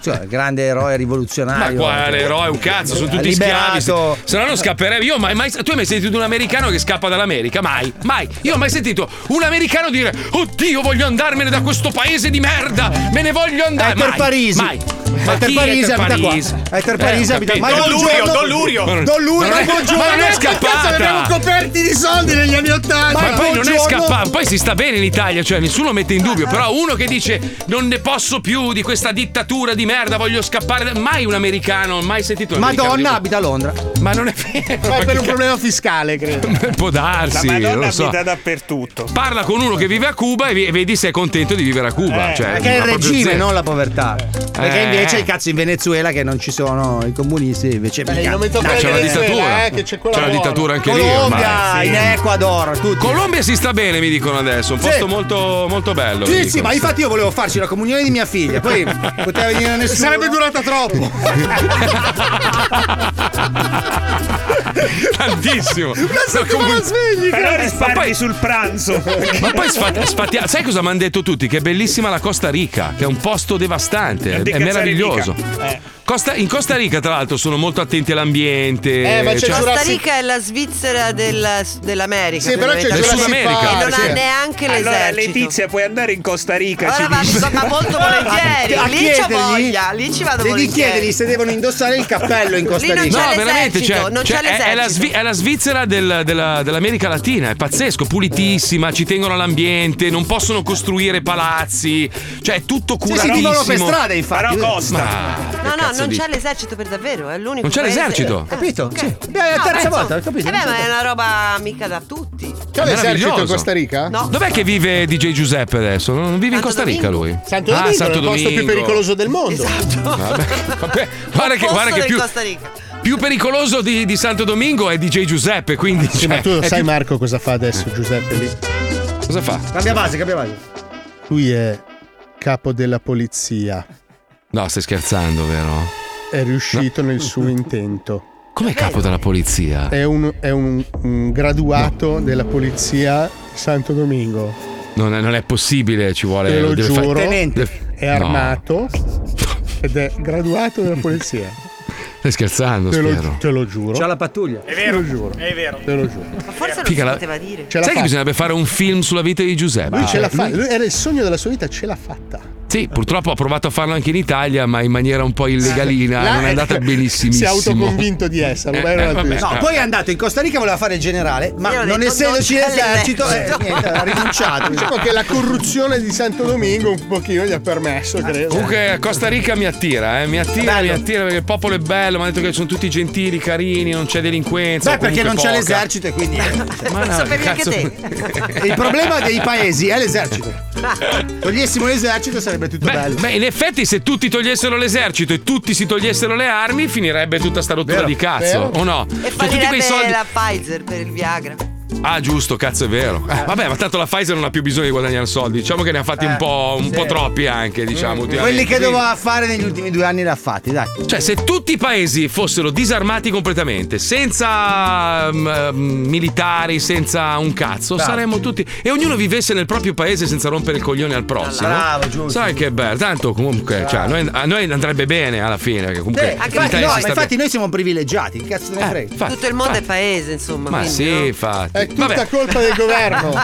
Speaker 13: Cioè, grande eroe
Speaker 2: Ma
Speaker 13: rivoluzionario.
Speaker 2: quale eroe, un cazzo, sono tutti
Speaker 13: Liberato.
Speaker 2: schiavi. Se no non scapperei. Io mai, mai, tu hai mai sentito un americano che scappa dall'America? Mai, mai. Io ho mai sentito un americano dire: Oddio, voglio andarmene da questo paese di merda! Me ne voglio andare!
Speaker 13: Ettore
Speaker 2: Mai,
Speaker 13: Parisi.
Speaker 2: Mai.
Speaker 13: Ettore
Speaker 2: chi è
Speaker 13: Parisi abita qua.
Speaker 2: Parisi?
Speaker 13: Ettore
Speaker 2: Eh, ho
Speaker 13: Parisi abita-
Speaker 2: capito.
Speaker 13: ma Don Lurio, buongiorno. Don Lurio.
Speaker 2: Ma non-
Speaker 13: Don Lurio,
Speaker 2: non è-
Speaker 13: buongiorno.
Speaker 2: Ma non è
Speaker 13: Cazzo,
Speaker 2: scappata!
Speaker 8: l'abbiamo coperti di soldi negli anni Ottanta.
Speaker 2: Ma poi non è
Speaker 8: Buongiorno.
Speaker 2: scappato, poi si sta bene in Italia, cioè nessuno mette in
Speaker 13: Ah.
Speaker 2: dubbio, però uno che dice non ne posso più di questa dittatura di merda, voglio scappare, da-". mai un americano, mai sentito un americano
Speaker 13: Madonna
Speaker 2: dire-
Speaker 13: abita a Londra.
Speaker 2: Ma non è vero.
Speaker 8: Ma è per un problema fiscale, credo.
Speaker 2: Può darsi,
Speaker 6: La Madonna
Speaker 2: non lo so.
Speaker 6: abita dappertutto.
Speaker 2: Parla con uno che vive a Cuba e vi- e vedi se è contento di vivere a Cuba.
Speaker 13: Eh,
Speaker 2: cioè,
Speaker 13: perché è il
Speaker 2: ma proprio
Speaker 13: regime,
Speaker 2: zero.
Speaker 13: non la povertà. Perché
Speaker 2: Eh.
Speaker 13: invece il cazzo in Venezuela che non ci sono i comunisti, invece
Speaker 8: Beh,
Speaker 13: mica.
Speaker 8: non mi tocca
Speaker 13: Dai,
Speaker 8: la
Speaker 13: c'è una
Speaker 8: Venezuela,
Speaker 13: dittatura.
Speaker 8: eh, che c'è quella
Speaker 2: C'è la
Speaker 8: buona.
Speaker 2: dittatura anche lì.
Speaker 13: Colombia,
Speaker 2: ormai.
Speaker 13: in Ecuador, tutti.
Speaker 2: Colombia si sta bene, mi dicono adesso. Un
Speaker 13: Sì.
Speaker 2: posto molto, molto bello. mi
Speaker 13: Sì, sì,
Speaker 2: dicono.
Speaker 13: ma infatti io volevo farci la comunione di mia figlia, poi poteva venire a nessuno.
Speaker 8: Sarebbe durata troppo.
Speaker 2: Tantissimo.
Speaker 8: settimana svegli, cioè.
Speaker 6: Però risparmi sul pranzo.
Speaker 2: Ma poi sfat- sfatia- sai cosa mi hanno detto tutti? Che è bellissima la Costa Rica, che è un posto devastante, è,
Speaker 6: di
Speaker 2: è
Speaker 6: cazzare
Speaker 2: meraviglioso.
Speaker 6: mica. Eh.
Speaker 2: Costa- in Costa Rica, tra l'altro, sono molto attenti all'ambiente.
Speaker 9: Eh, ma c'è
Speaker 2: cioè-
Speaker 9: Costa Rica è la Svizzera del- dell'America.
Speaker 2: Sì, però c'è Del Jurassic Sud Park. America.
Speaker 9: E non
Speaker 2: Sì.
Speaker 9: ha neanche
Speaker 6: Allora,
Speaker 9: l'esercito.
Speaker 6: Letizia, puoi andare in Costa Rica.
Speaker 9: Ora
Speaker 6: ci
Speaker 9: vado,
Speaker 6: dice.
Speaker 9: ma molto volentieri. Lì c'ho voglia, lì ci vado
Speaker 13: Devi
Speaker 9: volentieri.
Speaker 13: chiedergli se devono indossare il cappello in Costa
Speaker 9: Lì non
Speaker 13: Rica.
Speaker 9: c'è
Speaker 2: No, veramente, cioè,
Speaker 9: non
Speaker 2: cioè,
Speaker 9: c'è
Speaker 2: è, è la
Speaker 9: l'esercito.
Speaker 2: Svi- è la Svizzera del- della- dell'America Latina, è pazzesco, pulitissima, ci tengono all'ambiente, non possono costruire palazzi, cioè è tutto
Speaker 13: Sì, sì,
Speaker 2: curatissimo.
Speaker 13: vivono per strada, infatti.
Speaker 2: Però costa.
Speaker 9: No, no, non c'è l'esercito per davvero, è l'unico.
Speaker 2: Non c'è
Speaker 9: paese-
Speaker 2: l'esercito?
Speaker 9: Ah,
Speaker 13: Capito?
Speaker 9: ok.
Speaker 13: Sì. Beh, è la
Speaker 9: No,
Speaker 13: terza
Speaker 9: beh, insomma,
Speaker 13: volta, ho capito.
Speaker 9: eh beh, ma è una roba mica da tutti.
Speaker 8: C'è l'esercito in
Speaker 2: Meraviglioso.
Speaker 8: Costa Rica?
Speaker 9: No.
Speaker 2: Dov'è che vive DJ Giuseppe adesso? Non non vive in Costa Rica lui?
Speaker 8: Santo Domingo,
Speaker 2: ah,
Speaker 8: è
Speaker 2: Santo
Speaker 8: il
Speaker 2: Domingo.
Speaker 8: posto più
Speaker 2: Esatto.
Speaker 8: pericoloso del mondo.
Speaker 2: Vabbè, vabbè, guarda che,
Speaker 9: Posto
Speaker 2: guarda che
Speaker 9: del
Speaker 2: più,
Speaker 9: Costa Rica.
Speaker 2: più pericoloso di, di Santo Domingo è DJ Giuseppe, quindi...
Speaker 8: Sì, ma
Speaker 2: cioè,
Speaker 8: tu
Speaker 2: è
Speaker 8: sai
Speaker 2: più-
Speaker 8: Marco cosa fa adesso Giuseppe lì?
Speaker 2: Cosa fa?
Speaker 13: Cambia base, cambia base.
Speaker 8: Lui è capo della polizia.
Speaker 2: No, stai scherzando, vero?
Speaker 8: È riuscito nel suo intento.
Speaker 2: Com'è capo della polizia?
Speaker 8: È un, è un- un graduato della polizia Santo Domingo.
Speaker 2: Non è, non è possibile, ci vuole...
Speaker 8: Te lo
Speaker 2: deve fare-
Speaker 8: giuro.
Speaker 2: deve-
Speaker 8: È
Speaker 2: No,
Speaker 8: armato ed è graduato della polizia.
Speaker 2: stai scherzando,
Speaker 8: Te lo,
Speaker 2: spero.
Speaker 8: te lo giuro.
Speaker 13: C'ha la pattuglia.
Speaker 8: È vero. Te lo giuro.
Speaker 10: È vero.
Speaker 8: Te lo giuro.
Speaker 9: Ma forse non
Speaker 2: Figa,
Speaker 9: si
Speaker 2: la-
Speaker 9: poteva dire.
Speaker 8: Ce
Speaker 2: Sai
Speaker 8: l'ha
Speaker 2: che
Speaker 8: fatta.
Speaker 2: bisognerebbe fare un film sulla vita di Giuseppe?
Speaker 8: Lui ce l'ha
Speaker 2: Cioè,
Speaker 8: fatta.
Speaker 2: lui-
Speaker 8: Lui era il sogno della sua vita, ce l'ha fatta.
Speaker 2: Sì, purtroppo ha provato a farlo anche in Italia, ma in maniera un po' illegalina,
Speaker 8: Là-
Speaker 2: non è andata
Speaker 8: Si è
Speaker 2: benissimissimo.
Speaker 8: autoconvinto di esserlo. ma era
Speaker 2: Eh, eh,
Speaker 8: una
Speaker 2: vabbè.
Speaker 8: testa.
Speaker 13: No, poi è andato in Costa Rica, voleva fare il generale, ma non essendoci
Speaker 8: c'è
Speaker 13: l'esercito, eh,
Speaker 8: l'esercito.
Speaker 13: niente, ha rinunciato.
Speaker 8: Diciamo che la corruzione di Santo Domingo un pochino gli ha permesso, credo.
Speaker 2: Comunque Costa Rica mi attira, eh, mi attira, mi attira perché il popolo è bello, bello, mi hanno detto che sono tutti gentili, carini, non c'è delinquenza.
Speaker 7: Beh,
Speaker 2: o
Speaker 7: perché
Speaker 2: Cioè, comunque
Speaker 7: non c'è
Speaker 2: poca.
Speaker 7: l'esercito e quindi.
Speaker 2: Ma no, Sapevi cazzo. anche
Speaker 7: Il problema dei paesi è l'esercito. Togliessimo l'esercito sarebbe tutto bello.
Speaker 2: Beh, in effetti, se tutti togliessero l'esercito e tutti si togliessero le armi, finirebbe tutta sta rottura
Speaker 7: Vero,
Speaker 2: di cazzo,
Speaker 7: vero.
Speaker 2: o no? Con
Speaker 9: E
Speaker 2: tutti quei
Speaker 9: fallirebbe
Speaker 2: soldi.
Speaker 9: la Pfizer per il Viagra.
Speaker 2: Ah, giusto, cazzo, è vero. Eh, vabbè, ma tanto la Pfizer non ha più bisogno di guadagnare soldi. Diciamo che ne ha fatti un, po', un po' troppi anche, diciamo.
Speaker 7: Eh, Quelli
Speaker 2: ultimamente.
Speaker 7: che doveva fare negli ultimi due anni l'ha fatti, dai.
Speaker 2: Cioè, se tutti i paesi fossero disarmati completamente, senza mm, eh, militari, senza un cazzo,
Speaker 7: Esatto.
Speaker 1: Bravo.
Speaker 2: saremmo tutti. E ognuno vivesse nel proprio paese senza rompere il coglione al prossimo.
Speaker 1: Bravo,
Speaker 2: giusto. Sai che bello. Tanto comunque, cioè, a noi, a noi andrebbe bene alla fine. Perché comunque
Speaker 7: Sì,
Speaker 2: l'Italia
Speaker 7: infatti, no,
Speaker 2: si
Speaker 7: ma
Speaker 2: sta Eh,
Speaker 7: infatti noi siamo privilegiati, che cazzo ne frega?
Speaker 9: Tutto il mondo è paese, insomma.
Speaker 2: Ma
Speaker 9: quindi,
Speaker 2: sì,
Speaker 9: no?
Speaker 2: infatti. È
Speaker 8: tutta Vabbè. colpa del governo.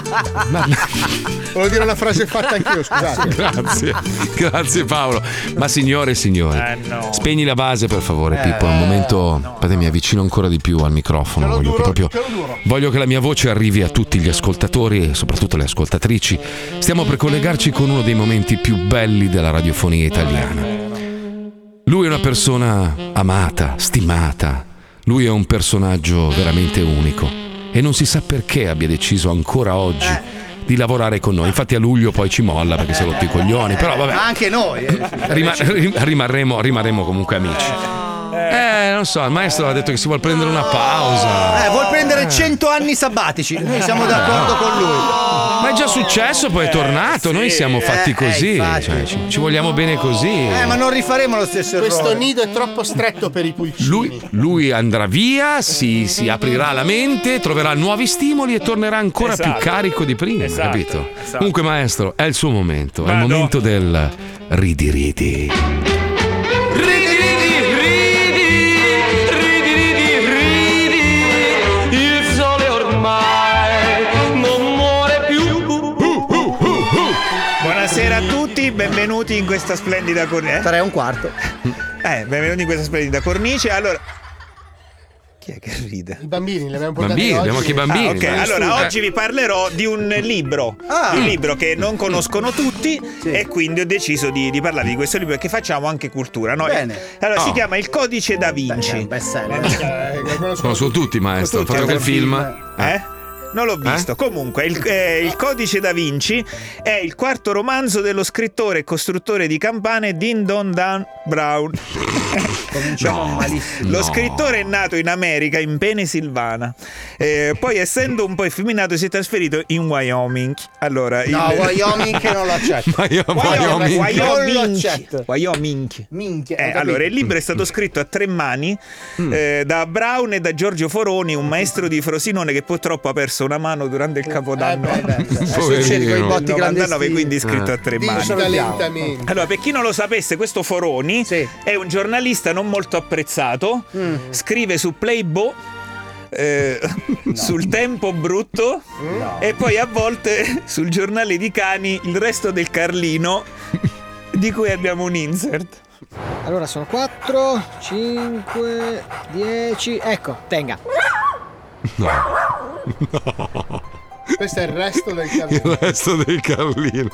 Speaker 8: Volevo dire una frase fatta anch'io, scusate.
Speaker 2: Grazie, grazie Paolo. Ma signore e signori, spegni la base per favore,
Speaker 28: Eh,
Speaker 2: Pippo. Al momento aspetta, mi avvicino ancora di più al microfono. Voglio, che proprio- voglio che la mia voce arrivi a tutti gli ascoltatori e soprattutto le ascoltatrici. Stiamo per collegarci con uno dei momenti più belli della radiofonia italiana. Lui è una persona amata, stimata. Lui è un personaggio veramente unico e non si sa perché abbia deciso ancora oggi di lavorare con noi. Infatti a luglio poi ci molla perché si è rotto i coglioni, però vabbè.
Speaker 7: Ma anche noi. eh.
Speaker 2: Rima- rim- rimarremo, rimarremo comunque amici. Eh, non so, il maestro ha detto che si vuole prendere una pausa.
Speaker 7: Eh, vuol prendere 100 anni sabbatici. Noi siamo d'accordo con lui.
Speaker 2: Ma è già successo, poi è tornato. Noi siamo fatti così. cioè, ci, ci vogliamo bene così.
Speaker 7: Eh, ma non rifaremo lo stesso errore.
Speaker 8: Questo nido è troppo stretto per i pulcini.
Speaker 2: Lui, lui andrà via, si, si aprirà la mente, troverà nuovi stimoli e tornerà ancora
Speaker 6: Esatto.
Speaker 2: più carico di prima,
Speaker 6: Esatto,
Speaker 2: capito?
Speaker 6: esatto.
Speaker 2: Comunque, maestro, è il suo momento. È il
Speaker 6: Vado.
Speaker 2: momento del ridi ridi.
Speaker 5: Ridi, ridi, ridi, ridi, ridi, il sole ormai non muore più.
Speaker 6: Buonasera a tutti, benvenuti in questa splendida cornice. 3 e un quarto. Eh, benvenuti in questa splendida cornice. Allora. Chi è che ride?
Speaker 8: I bambini li abbiamo portati
Speaker 2: Bambini,
Speaker 8: oggi.
Speaker 2: abbiamo anche i bambini.
Speaker 6: Ah, ok,
Speaker 2: ma-
Speaker 6: allora
Speaker 2: Eh.
Speaker 6: oggi vi parlerò di un libro.
Speaker 2: Ah.
Speaker 6: Un
Speaker 2: Mm.
Speaker 6: libro che non conoscono tutti e quindi ho deciso di, di parlare di questo libro perché facciamo anche cultura. no?
Speaker 7: Bene.
Speaker 6: Allora si
Speaker 2: Oh.
Speaker 6: chiama Il Codice da Vinci. Eh,
Speaker 2: Conosco tutti, maestro. Ho
Speaker 6: Tutti
Speaker 2: fatto quel
Speaker 6: hanno
Speaker 2: film.
Speaker 6: Eh? Non l'ho visto. Comunque, il, eh, il Codice da Vinci è il quarto romanzo dello scrittore e costruttore di campane Din Don Dan Brown.
Speaker 7: Cominciamo malissimo.
Speaker 6: Lo
Speaker 7: No.
Speaker 6: scrittore è nato in America, in Pennsylvania. Eh, poi, essendo un po' effeminato, si è trasferito in Wyoming. Allora,
Speaker 7: No,
Speaker 6: il-
Speaker 7: Wyoming che non lo accetto.
Speaker 6: Wyoming.
Speaker 7: Non lo
Speaker 6: Wyoming.
Speaker 7: accetto.
Speaker 6: Wyoming.
Speaker 7: Minchia.
Speaker 6: Eh,
Speaker 7: ho capito. Mm.
Speaker 6: allora, il libro è stato scritto a tre mani eh, da Brown e da Giorgio Foroni,
Speaker 7: Mm.
Speaker 6: un maestro di Frosinone che purtroppo ha perso una mano durante
Speaker 2: Eh,
Speaker 6: il capodanno.
Speaker 2: Succede con i botti
Speaker 6: Del 99,
Speaker 2: clandestini.
Speaker 6: quindi è scritto
Speaker 2: Eh.
Speaker 6: a tre
Speaker 2: Dillo
Speaker 6: mani.
Speaker 8: lentamente.
Speaker 6: Allora, per chi non lo sapesse, questo Foroni è un giornalista non molto apprezzato,
Speaker 2: Mm.
Speaker 6: scrive su Playboy. eh, Sul tempo brutto e poi a volte sul giornale di cani il resto del Carlino di cui abbiamo un insert.
Speaker 29: Allora sono 4, 5, 10. Ecco, tenga.
Speaker 2: No.
Speaker 8: Questo è il resto del
Speaker 2: Il
Speaker 8: cammino.
Speaker 2: resto del Carlino.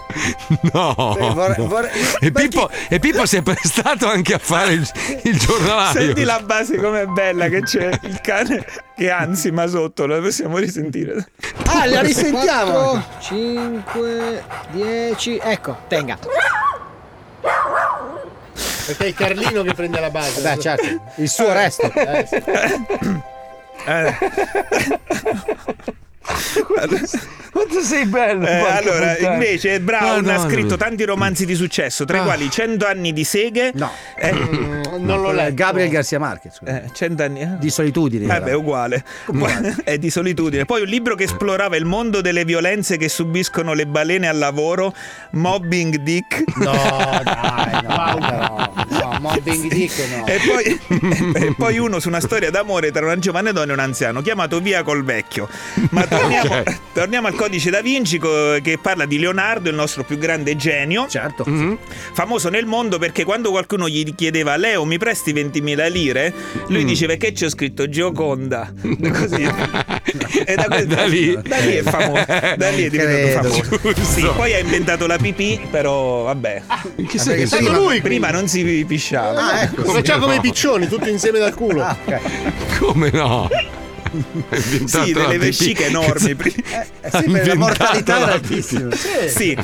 Speaker 2: No.
Speaker 8: Sì, vorrei-
Speaker 2: no.
Speaker 8: vorrei-
Speaker 2: E, Pippo, e Pippo si è prestato anche a fare il, il giornalario.
Speaker 6: Senti la base com'è bella che c'è il cane che ansima sotto, la possiamo risentire.
Speaker 29: Ah,
Speaker 6: la risentiamo.
Speaker 29: 4, 5, 10. Ecco, tenga.
Speaker 8: Perché è il Carlino che prende la base. Eh,
Speaker 29: Beh, certo.
Speaker 8: Il suo resto.
Speaker 6: Quanto sei bello!
Speaker 5: porca
Speaker 6: Eh, allora,
Speaker 5: puttana.
Speaker 6: invece, Brown
Speaker 5: Ah, No, no,
Speaker 6: ha
Speaker 5: no.
Speaker 6: scritto tanti romanzi di successo, tra
Speaker 7: Ah.
Speaker 6: i quali 100 anni di seghe. No, Mm, non l'ho letto.
Speaker 7: Gabriel Garcia Marquez.
Speaker 13: Eh,
Speaker 6: 100 anni.
Speaker 7: Di solitudine.
Speaker 6: Eh beh, uguale. è di solitudine. Poi un libro che esplorava il mondo delle violenze che subiscono le balene al lavoro, Mobbing Dick. No, dai, no,
Speaker 7: no, mobbing dick no.
Speaker 6: E poi, e poi uno su una storia d'amore tra una giovane donna e un anziano, chiamato Via col vecchio. Ma torniamo, torniamo al codice da Vinci co- che parla di Leonardo, il nostro più grande genio. Mhm.
Speaker 7: Certo.
Speaker 5: Mhm.
Speaker 6: Famoso nel mondo perché quando qualcuno gli chiedeva Leo mi presti 20.000 lire,
Speaker 5: Mm.
Speaker 6: lui diceva che c'è scritto Gioconda. Così. E da, quel-
Speaker 5: Da lì.
Speaker 6: da lì è famoso. Da lì è diventato
Speaker 5: Credo.
Speaker 6: famoso. Sì, poi ha inventato la pipì, però vabbè. Ah,
Speaker 5: Chi sei
Speaker 6: Perché
Speaker 5: che sei?
Speaker 6: prima,
Speaker 5: Lui, quindi.
Speaker 6: prima non si
Speaker 8: lisciava.
Speaker 2: Ah, ecco,
Speaker 8: Lo facciamo
Speaker 2: sì,
Speaker 8: come i
Speaker 2: no.
Speaker 8: piccioni, tutti insieme dal culo.
Speaker 2: Come no?
Speaker 6: Sì, delle vesciche enormi. Eh,
Speaker 8: sì,
Speaker 6: perché
Speaker 8: perché la mortalità era altissima.
Speaker 6: Sì.
Speaker 8: Sì.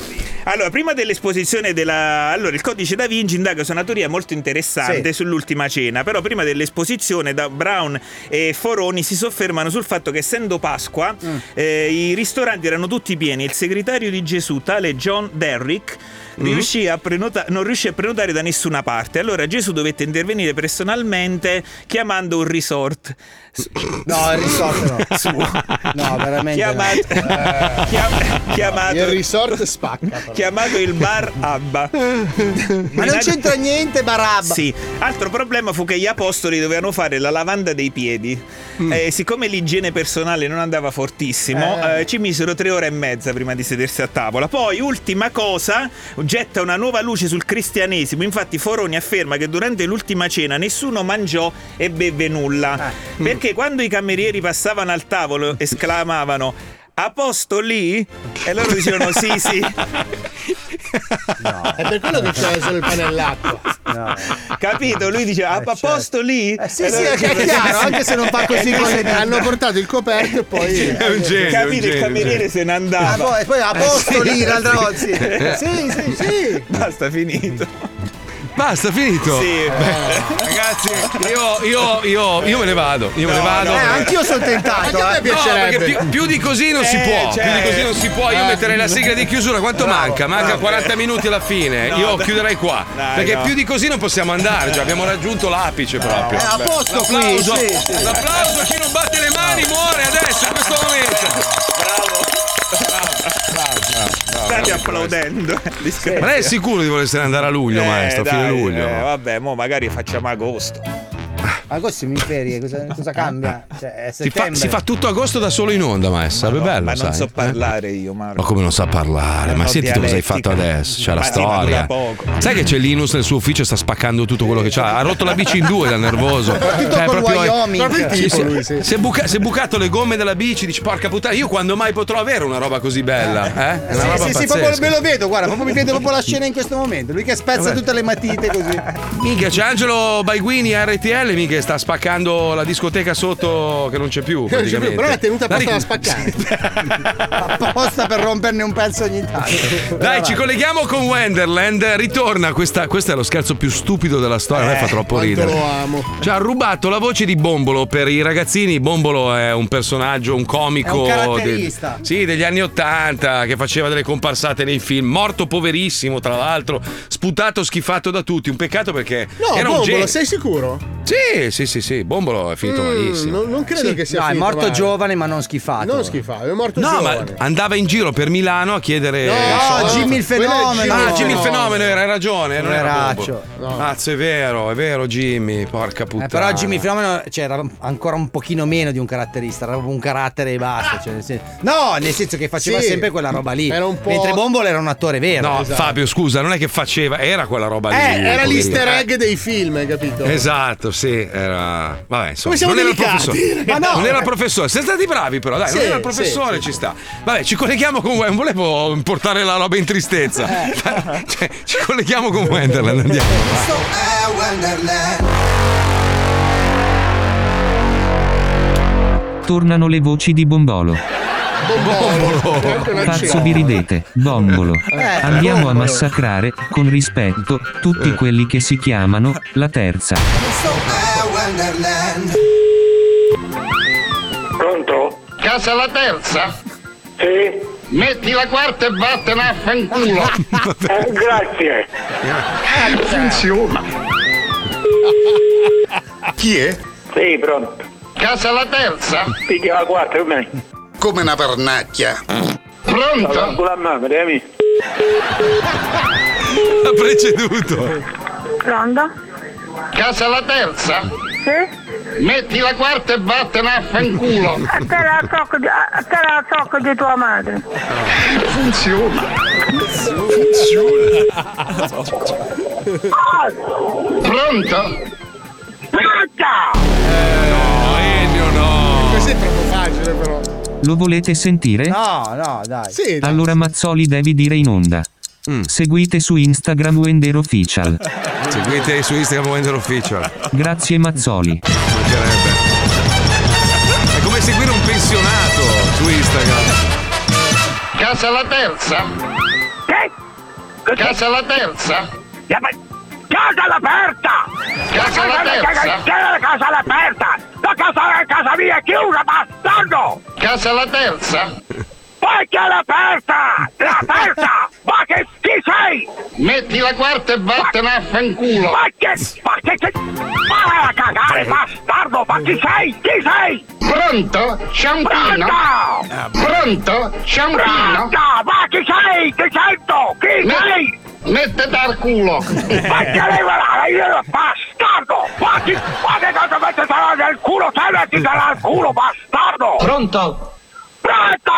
Speaker 6: Allora, prima dell'esposizione della... Allora, il codice da Vinci indaga su una teoria molto interessante
Speaker 15: Sì.
Speaker 6: sull'ultima cena, però prima dell'esposizione da Brown e Foroni si soffermano sul fatto che essendo Pasqua eh, i ristoranti erano tutti pieni. Il segretario di Gesù, tale John Derrick, riuscì a prenota- non riuscì a prenotare da nessuna parte. Allora Gesù dovette intervenire personalmente chiamando un resort.
Speaker 13: No, il risotto no.
Speaker 6: Suo.
Speaker 13: No, Eh. veramente.
Speaker 6: Chiamato, chiam- chiamato-
Speaker 8: Il resort spacca. però.
Speaker 6: chiamato il bar Abba.
Speaker 13: Ma non c'entra niente Barabba.
Speaker 6: Sì, altro problema fu che gli apostoli dovevano fare la lavanda dei piedi.
Speaker 8: Mm.
Speaker 6: Eh, siccome l'igiene personale non andava fortissimo, eh, ci misero tre ore e mezza prima di sedersi a tavola. Poi, ultima cosa, getta una nuova luce sul cristianesimo. Infatti, Foroni afferma che durante l'ultima cena nessuno mangiò e bevve
Speaker 8: Ah,
Speaker 6: nulla.
Speaker 8: mm.
Speaker 6: Perché quando i camerieri passavano al tavolo esclamavano. A posto lì? E loro dicevano sì, sì.
Speaker 8: È per quello che c'è solo il panellato.
Speaker 6: Capito? Lui dice "Ah, a a posto lì? "Eh,
Speaker 8: Sì, sì, è chiaro, anche se non fa così con le dita. Hanno portato il coperto e poi.
Speaker 6: È un genio, Capito, è un il genio, cameriere genio. se ne andava.
Speaker 8: Ah, poi-
Speaker 13: E poi
Speaker 6: Eh,
Speaker 13: apostoli
Speaker 6: sì.
Speaker 13: l'altra volta. Sì,
Speaker 6: Eh.
Speaker 13: sì, sì. sì.
Speaker 6: Basta, finito.
Speaker 2: Basta, finito.
Speaker 6: Sì.
Speaker 2: Eh, Ragazzi, io, io, io, io me ne vado. Io me ne
Speaker 13: No,
Speaker 2: vado.
Speaker 13: no, eh, anch'io sono tentato, Anche a me eh. piacerebbe.
Speaker 2: No, perché più, più di così non si
Speaker 13: Eh,
Speaker 2: può. Più
Speaker 13: cioè.
Speaker 2: di così non si può. Io
Speaker 13: Eh.
Speaker 2: metterei la sigla di chiusura. Quanto
Speaker 5: Bravo,
Speaker 2: manca? Manca
Speaker 5: bravo.
Speaker 2: 40 minuti alla fine.
Speaker 5: No,
Speaker 2: io
Speaker 5: dai.
Speaker 2: chiuderei qua.
Speaker 5: Dai,
Speaker 2: perché
Speaker 5: no.
Speaker 2: più di così non possiamo andare. Già abbiamo raggiunto l'apice proprio.
Speaker 5: Eh, a posto qui,
Speaker 2: L'applauso.
Speaker 5: sì, sì.
Speaker 2: L'applauso. Chi non batte le mani muore adesso, in questo momento.
Speaker 6: State applaudendo. eh,
Speaker 2: Ma lei è sicuro di voler andare a luglio, maestro? A fine luglio.
Speaker 6: Eh, vabbè, mo magari facciamo agosto.
Speaker 13: Agosto siamo in ferie, cosa, cosa cambia? Cioè, è
Speaker 2: Si fa,
Speaker 13: settembre.
Speaker 2: si fa tutto agosto da solo in onda, ma sarebbe bello.
Speaker 6: ma non
Speaker 2: sai.
Speaker 6: so parlare io, Marco.
Speaker 2: Ma come non sa parlare?
Speaker 6: Non
Speaker 2: ma
Speaker 6: ho
Speaker 2: senti cosa hai fatto
Speaker 6: dialettica.
Speaker 2: adesso? C'è la
Speaker 6: Ma sì, ma dura
Speaker 2: storia.
Speaker 6: poco.
Speaker 2: Sai che c'è Linus nel suo ufficio sta spaccando tutto quello che c'ha. Ha rotto la bici in due dal nervoso.
Speaker 13: Soprattutto
Speaker 2: Cioè,
Speaker 13: col
Speaker 2: proprio-
Speaker 13: Wyoming. Proprio il
Speaker 2: Sì,
Speaker 13: tipo
Speaker 2: sì.
Speaker 13: lui, sì.
Speaker 2: Si è buca- si è bucato le gomme della bici, dici porca puttana, io quando mai potrò avere una roba così bella? Eh? È una roba
Speaker 13: Sì, sì, sì,
Speaker 2: pazzesca.
Speaker 13: proprio me lo vedo, guarda, proprio mi vedo proprio la scena in questo momento. Lui che spezza
Speaker 2: Vabbè.
Speaker 13: tutte le matite così.
Speaker 2: Minchia, c'è Angelo Baiguini a RTL, mica sta spaccando la discoteca sotto che non c'è più.
Speaker 13: Che non c'è
Speaker 2: praticamente.
Speaker 13: più, però l'ha tenuta apposta
Speaker 2: Dai-
Speaker 13: da spaccare. Apposta per romperne un pezzo ogni tanto.
Speaker 2: Dai, ci colleghiamo con Wonderland. Ritorna. Questa, questo è lo scherzo più stupido della storia. a me fa troppo
Speaker 8: quanto
Speaker 2: ridere.
Speaker 8: lo amo.
Speaker 2: Ci ha rubato la voce di Bombolo per i ragazzini. Bombolo è un personaggio, un comico.
Speaker 13: È un caratterista.
Speaker 2: del- sì, degli anni Ottanta, che faceva delle comparsate nei film. Morto poverissimo, tra l'altro, sputato, schifato da tutti. Un peccato perché
Speaker 8: No,
Speaker 2: era un
Speaker 8: Bombolo,
Speaker 2: genio.
Speaker 8: sei sicuro?
Speaker 2: Sì, sì, sì, sì, Bombolo è finito
Speaker 8: Mm,
Speaker 2: malissimo.
Speaker 8: non, non credo
Speaker 13: Sì,
Speaker 8: che sia
Speaker 13: no, è
Speaker 8: finito
Speaker 13: morto
Speaker 8: male.
Speaker 13: giovane ma non schifato.
Speaker 8: Non schifato, è morto
Speaker 2: No, ma
Speaker 8: giovane.
Speaker 2: andava in giro per Milano a chiedere.
Speaker 13: No,
Speaker 2: soldi.
Speaker 13: Jimmy il
Speaker 8: quello è
Speaker 13: fenomeno.
Speaker 2: Ah, Jimmy il fenomeno era, hai ragione, non era
Speaker 13: Poveraccio.
Speaker 2: Bobo. Mazzo, è vero, è vero Jimmy, porca puttana.
Speaker 13: Eh, però Jimmy il Fenomeno cioè, era ancora un pochino meno di un caratterista, era proprio un carattere e basta. cioè, nel sen- no, nel senso che faceva
Speaker 8: Sì.
Speaker 13: sempre quella roba lì.
Speaker 8: Era un po'- Esatto.
Speaker 13: Mentre Bombolo era un attore vero.
Speaker 2: No, Fabio, scusa, non è che faceva, era quella roba lì.
Speaker 8: Eh, era
Speaker 2: poverino.
Speaker 8: l'easter egg dei film, hai capito?
Speaker 2: Eh, Esatto, sì, era. Vabbè, insomma,
Speaker 8: Come siamo
Speaker 2: non era il
Speaker 8: delicati,
Speaker 2: professore.
Speaker 8: ragazzi. Ma no.
Speaker 2: Non era il professore, siete stati bravi però, dai,
Speaker 8: Sì,
Speaker 2: non era il
Speaker 8: sì,
Speaker 2: professore,
Speaker 8: sì,
Speaker 2: ci sta. Vabbè, ci colleghiamo con Wen, volevo portare la roba in tristezza. Cioè, ci colleghiamo con Wenderland, andiamo.
Speaker 12: Questo è Wonderland.
Speaker 17: Tornano le voci di Bombolo.
Speaker 30: Oh,
Speaker 12: Bombolo.
Speaker 17: Pazzo vi ridete, Bombolo.
Speaker 12: Eh,
Speaker 17: Andiamo
Speaker 12: Bombolo.
Speaker 17: a massacrare, con rispetto, tutti
Speaker 30: Eh.
Speaker 17: quelli che si chiamano la terza.
Speaker 12: Questo è Wonderland. Pronto? Casa la terza? Sì. Metti la quarta e vattene a fanculo. Eh, grazie. funziona. Chi è? Sì, pronto. Casa la terza? Piglia la quarta, come? Come una pernacchia. Pronto? Con la mamma,
Speaker 2: Ha preceduto.
Speaker 11: Pronto?
Speaker 12: Casa la terza? Sì? Metti la quarta e vattene a fanculo.
Speaker 11: A te la tocco di, a te la tocco di tua madre.
Speaker 12: Funziona. Funziona. Pronto? Pronta!
Speaker 2: Eh, No, Elio, no.
Speaker 8: Questo è troppo facile, però.
Speaker 17: Lo volete sentire?
Speaker 13: No, no, dai.
Speaker 8: Sì,
Speaker 17: Allora Mazzoli devi dire in onda.
Speaker 13: Seguite su Instagram Wender Official.
Speaker 30: Seguite Mm. su Instagram Wender Official.
Speaker 13: Grazie Mazzoli.
Speaker 30: Ci mancherebbe. È come seguire un pensionato su Instagram.
Speaker 12: Casa la terza? Che? Casa la terza? Casa all'aperta! Casa all'aperta! Casa all'aperta! La casa, casa mia è chiusa, bastardo! Casa alla terza? Poi che all'aperta! L'aperta! Ma che chi sei? Metti la quarta e vattene a fanculo! Eh. Ma che... Ma che... che vai a cagare, bastardo! Ma chi sei? Chi sei? Pronto? Ciampino? Pronto? Ciampino? Ma chi sei? Ti sento! Chi sei? Mettete al culo! Vattene a io bastardo! Ma chi... Ma che cosa mettetela nel culo? Te mettitela al culo, bastardo! Pronto? Pronta!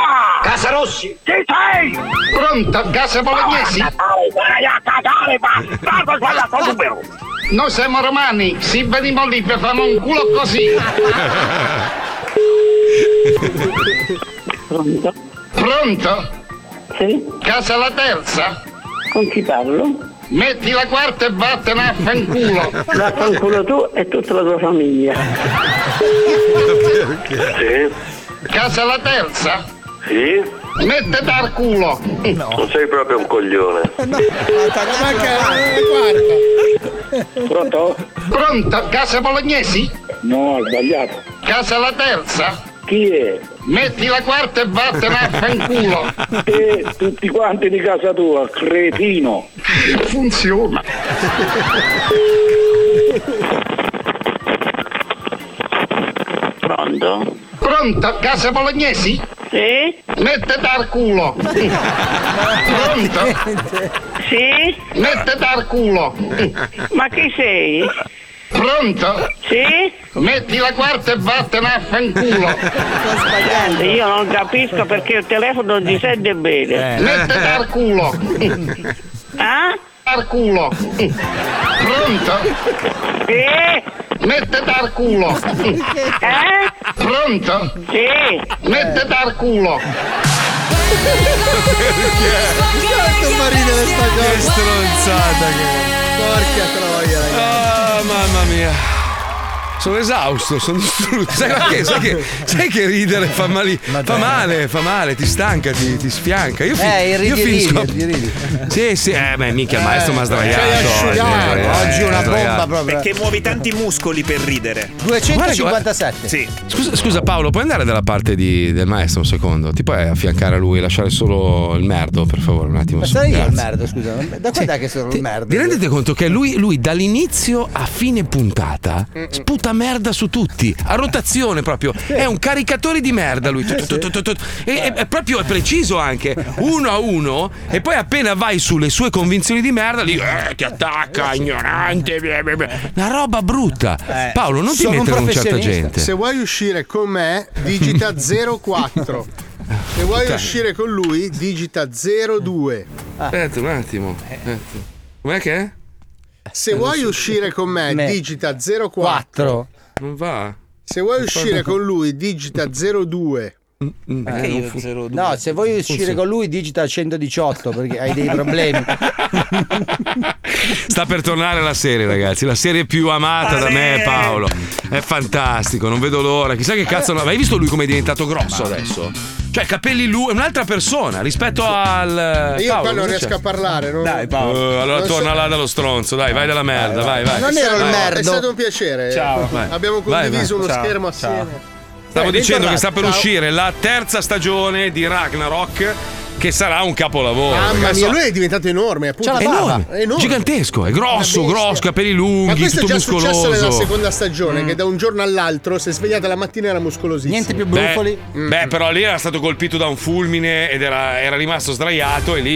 Speaker 12: Casa Rossi! Chi sei? Pronto, Casa Bolognesi? Vai a cagare, bastardo, ho sbagliato numero! Noi siamo romani, si veniamo lì per fare un culo così! Pronto? Pronto? Sì? Casa la terza? Con chi parlo? Metti la quarta e vattene a fanculo!
Speaker 5: Vaffanculo tu e tutta la tua famiglia.
Speaker 12: Perché? Casa la terza? Sì. Mettete al culo!
Speaker 31: Non sei proprio un coglione.
Speaker 12: Pronto? Pronto? Casa Bolognesi? No, ho sbagliato. Casa la terza? Chi è? Metti la quarta e vattene a fanculo!
Speaker 5: E tutti quanti di casa tua, cretino.
Speaker 12: Funziona!
Speaker 5: Pronto?
Speaker 12: Pronto? Casa Bolognesi? Sì. Mettete al culo! Pronto? Sì. Mettete al culo! Ma chi sei? Pronto? Sì? Metti la quarta e vattene a fanculo!
Speaker 5: Senti, io non capisco perché il telefono non ti sente bene.
Speaker 12: Mettete al culo! Ah? Al culo! Pronto? Sì? Mettete al culo! Eh? Pronto? Sì! Mettete al culo!
Speaker 8: Quanto fa ridere sta cosa? Che stronzata Porca troia,
Speaker 2: Ah, mamma mia. Sono esausto, sono distrutto. Sai perché? Sai che, sai che ridere fa, mali- fa male, fa male, ti stanca, ti, ti sfianca. Io, fin-
Speaker 30: Eh,
Speaker 2: io
Speaker 30: ridi,
Speaker 2: finisco.
Speaker 30: ridi,
Speaker 2: Sì, sì, eh, beh, mica il maestro mi ha
Speaker 6: sei
Speaker 2: sdraiato.
Speaker 6: asciugato,
Speaker 2: eh,
Speaker 6: oggi è una bomba
Speaker 2: mi ha sdraiato.
Speaker 7: proprio.
Speaker 6: Perché muovi tanti muscoli per ridere.
Speaker 7: 257.
Speaker 6: Sì.
Speaker 2: Scusa, scusa Paolo, puoi andare dalla parte di- del maestro un secondo? Ti puoi affiancare a lui e lasciare solo il merdo, per favore, un attimo.
Speaker 7: Ma
Speaker 2: su,
Speaker 7: sarei io il
Speaker 2: grazie.
Speaker 7: merda, scusa. Da quando è che sono il merda?
Speaker 2: Vi rendete conto che lui, lui dall'inizio a fine puntata sputa merda su tutti, a rotazione proprio. È un caricatore di merda lui. Tut, tut, tut, tut, tut. E,
Speaker 8: Eh.
Speaker 2: e- è proprio è preciso anche, uno a uno, e poi appena vai sulle sue convinzioni di merda, lì eh, ti attacca, ignorante. bla, bla, bla. Una roba brutta. Paolo, non ti
Speaker 8: Eh. Sono un
Speaker 2: mettere con certa
Speaker 8: professionista.
Speaker 2: gente.
Speaker 8: Se vuoi uscire con me, digita 04. Se vuoi
Speaker 2: Puttana.
Speaker 8: uscire con lui, digita 02.
Speaker 2: Aspetta un attimo. aspetta. Eh, Com'è che è?
Speaker 8: Se vuoi uscire con me,
Speaker 2: Me.
Speaker 8: digita 04.
Speaker 2: Non va.
Speaker 8: Se vuoi uscire con lui, digita 02.
Speaker 7: Eh, non fu- No, se vuoi uscire con lui digita 118 perché hai dei problemi.
Speaker 2: Sta per tornare la serie, ragazzi. La serie più amata da me, Paolo. È fantastico, non vedo l'ora. Chissà che cazzo. Ma hai visto lui come è diventato grosso adesso? Cioè, capelli lui, è un'altra persona rispetto al.
Speaker 8: Io
Speaker 2: Eh, Paolo,
Speaker 8: qua non
Speaker 2: cosa
Speaker 8: riesco
Speaker 2: c'è?
Speaker 8: a parlare. Non... Dai,
Speaker 2: Eh, allora torna là dallo stronzo, dai, vai dalla merda, vai, vai.
Speaker 8: Non ero il
Speaker 2: Vai.
Speaker 8: merda. È stato un piacere.
Speaker 2: Ciao. Vai.
Speaker 8: Abbiamo
Speaker 2: Vai,
Speaker 8: condiviso
Speaker 2: vai.
Speaker 8: uno
Speaker 2: Ciao.
Speaker 8: schermo assieme.
Speaker 2: Stavo
Speaker 8: Dai,
Speaker 2: dicendo che
Speaker 8: bentornato.
Speaker 2: sta per
Speaker 8: Ciao.
Speaker 2: uscire la terza stagione di Ragnarok, che sarà un capolavoro.
Speaker 8: Mamma
Speaker 2: ragazzi.
Speaker 8: mia, lui è diventato enorme. Appunto.
Speaker 2: È enorme,
Speaker 8: È enorme.
Speaker 2: gigantesco, è grosso,
Speaker 8: Una bestia.
Speaker 2: grosso, capelli
Speaker 8: Ma
Speaker 2: lunghi,
Speaker 8: questo è
Speaker 2: tutto
Speaker 8: già successo nella
Speaker 2: muscoloso.
Speaker 8: seconda stagione, che da un giorno all'altro si è svegliata la mattina e era muscolosissimo. Niente più
Speaker 2: Beh,
Speaker 8: Mm.
Speaker 2: beh, però lì era stato colpito da un fulmine ed era, era rimasto sdraiato e lì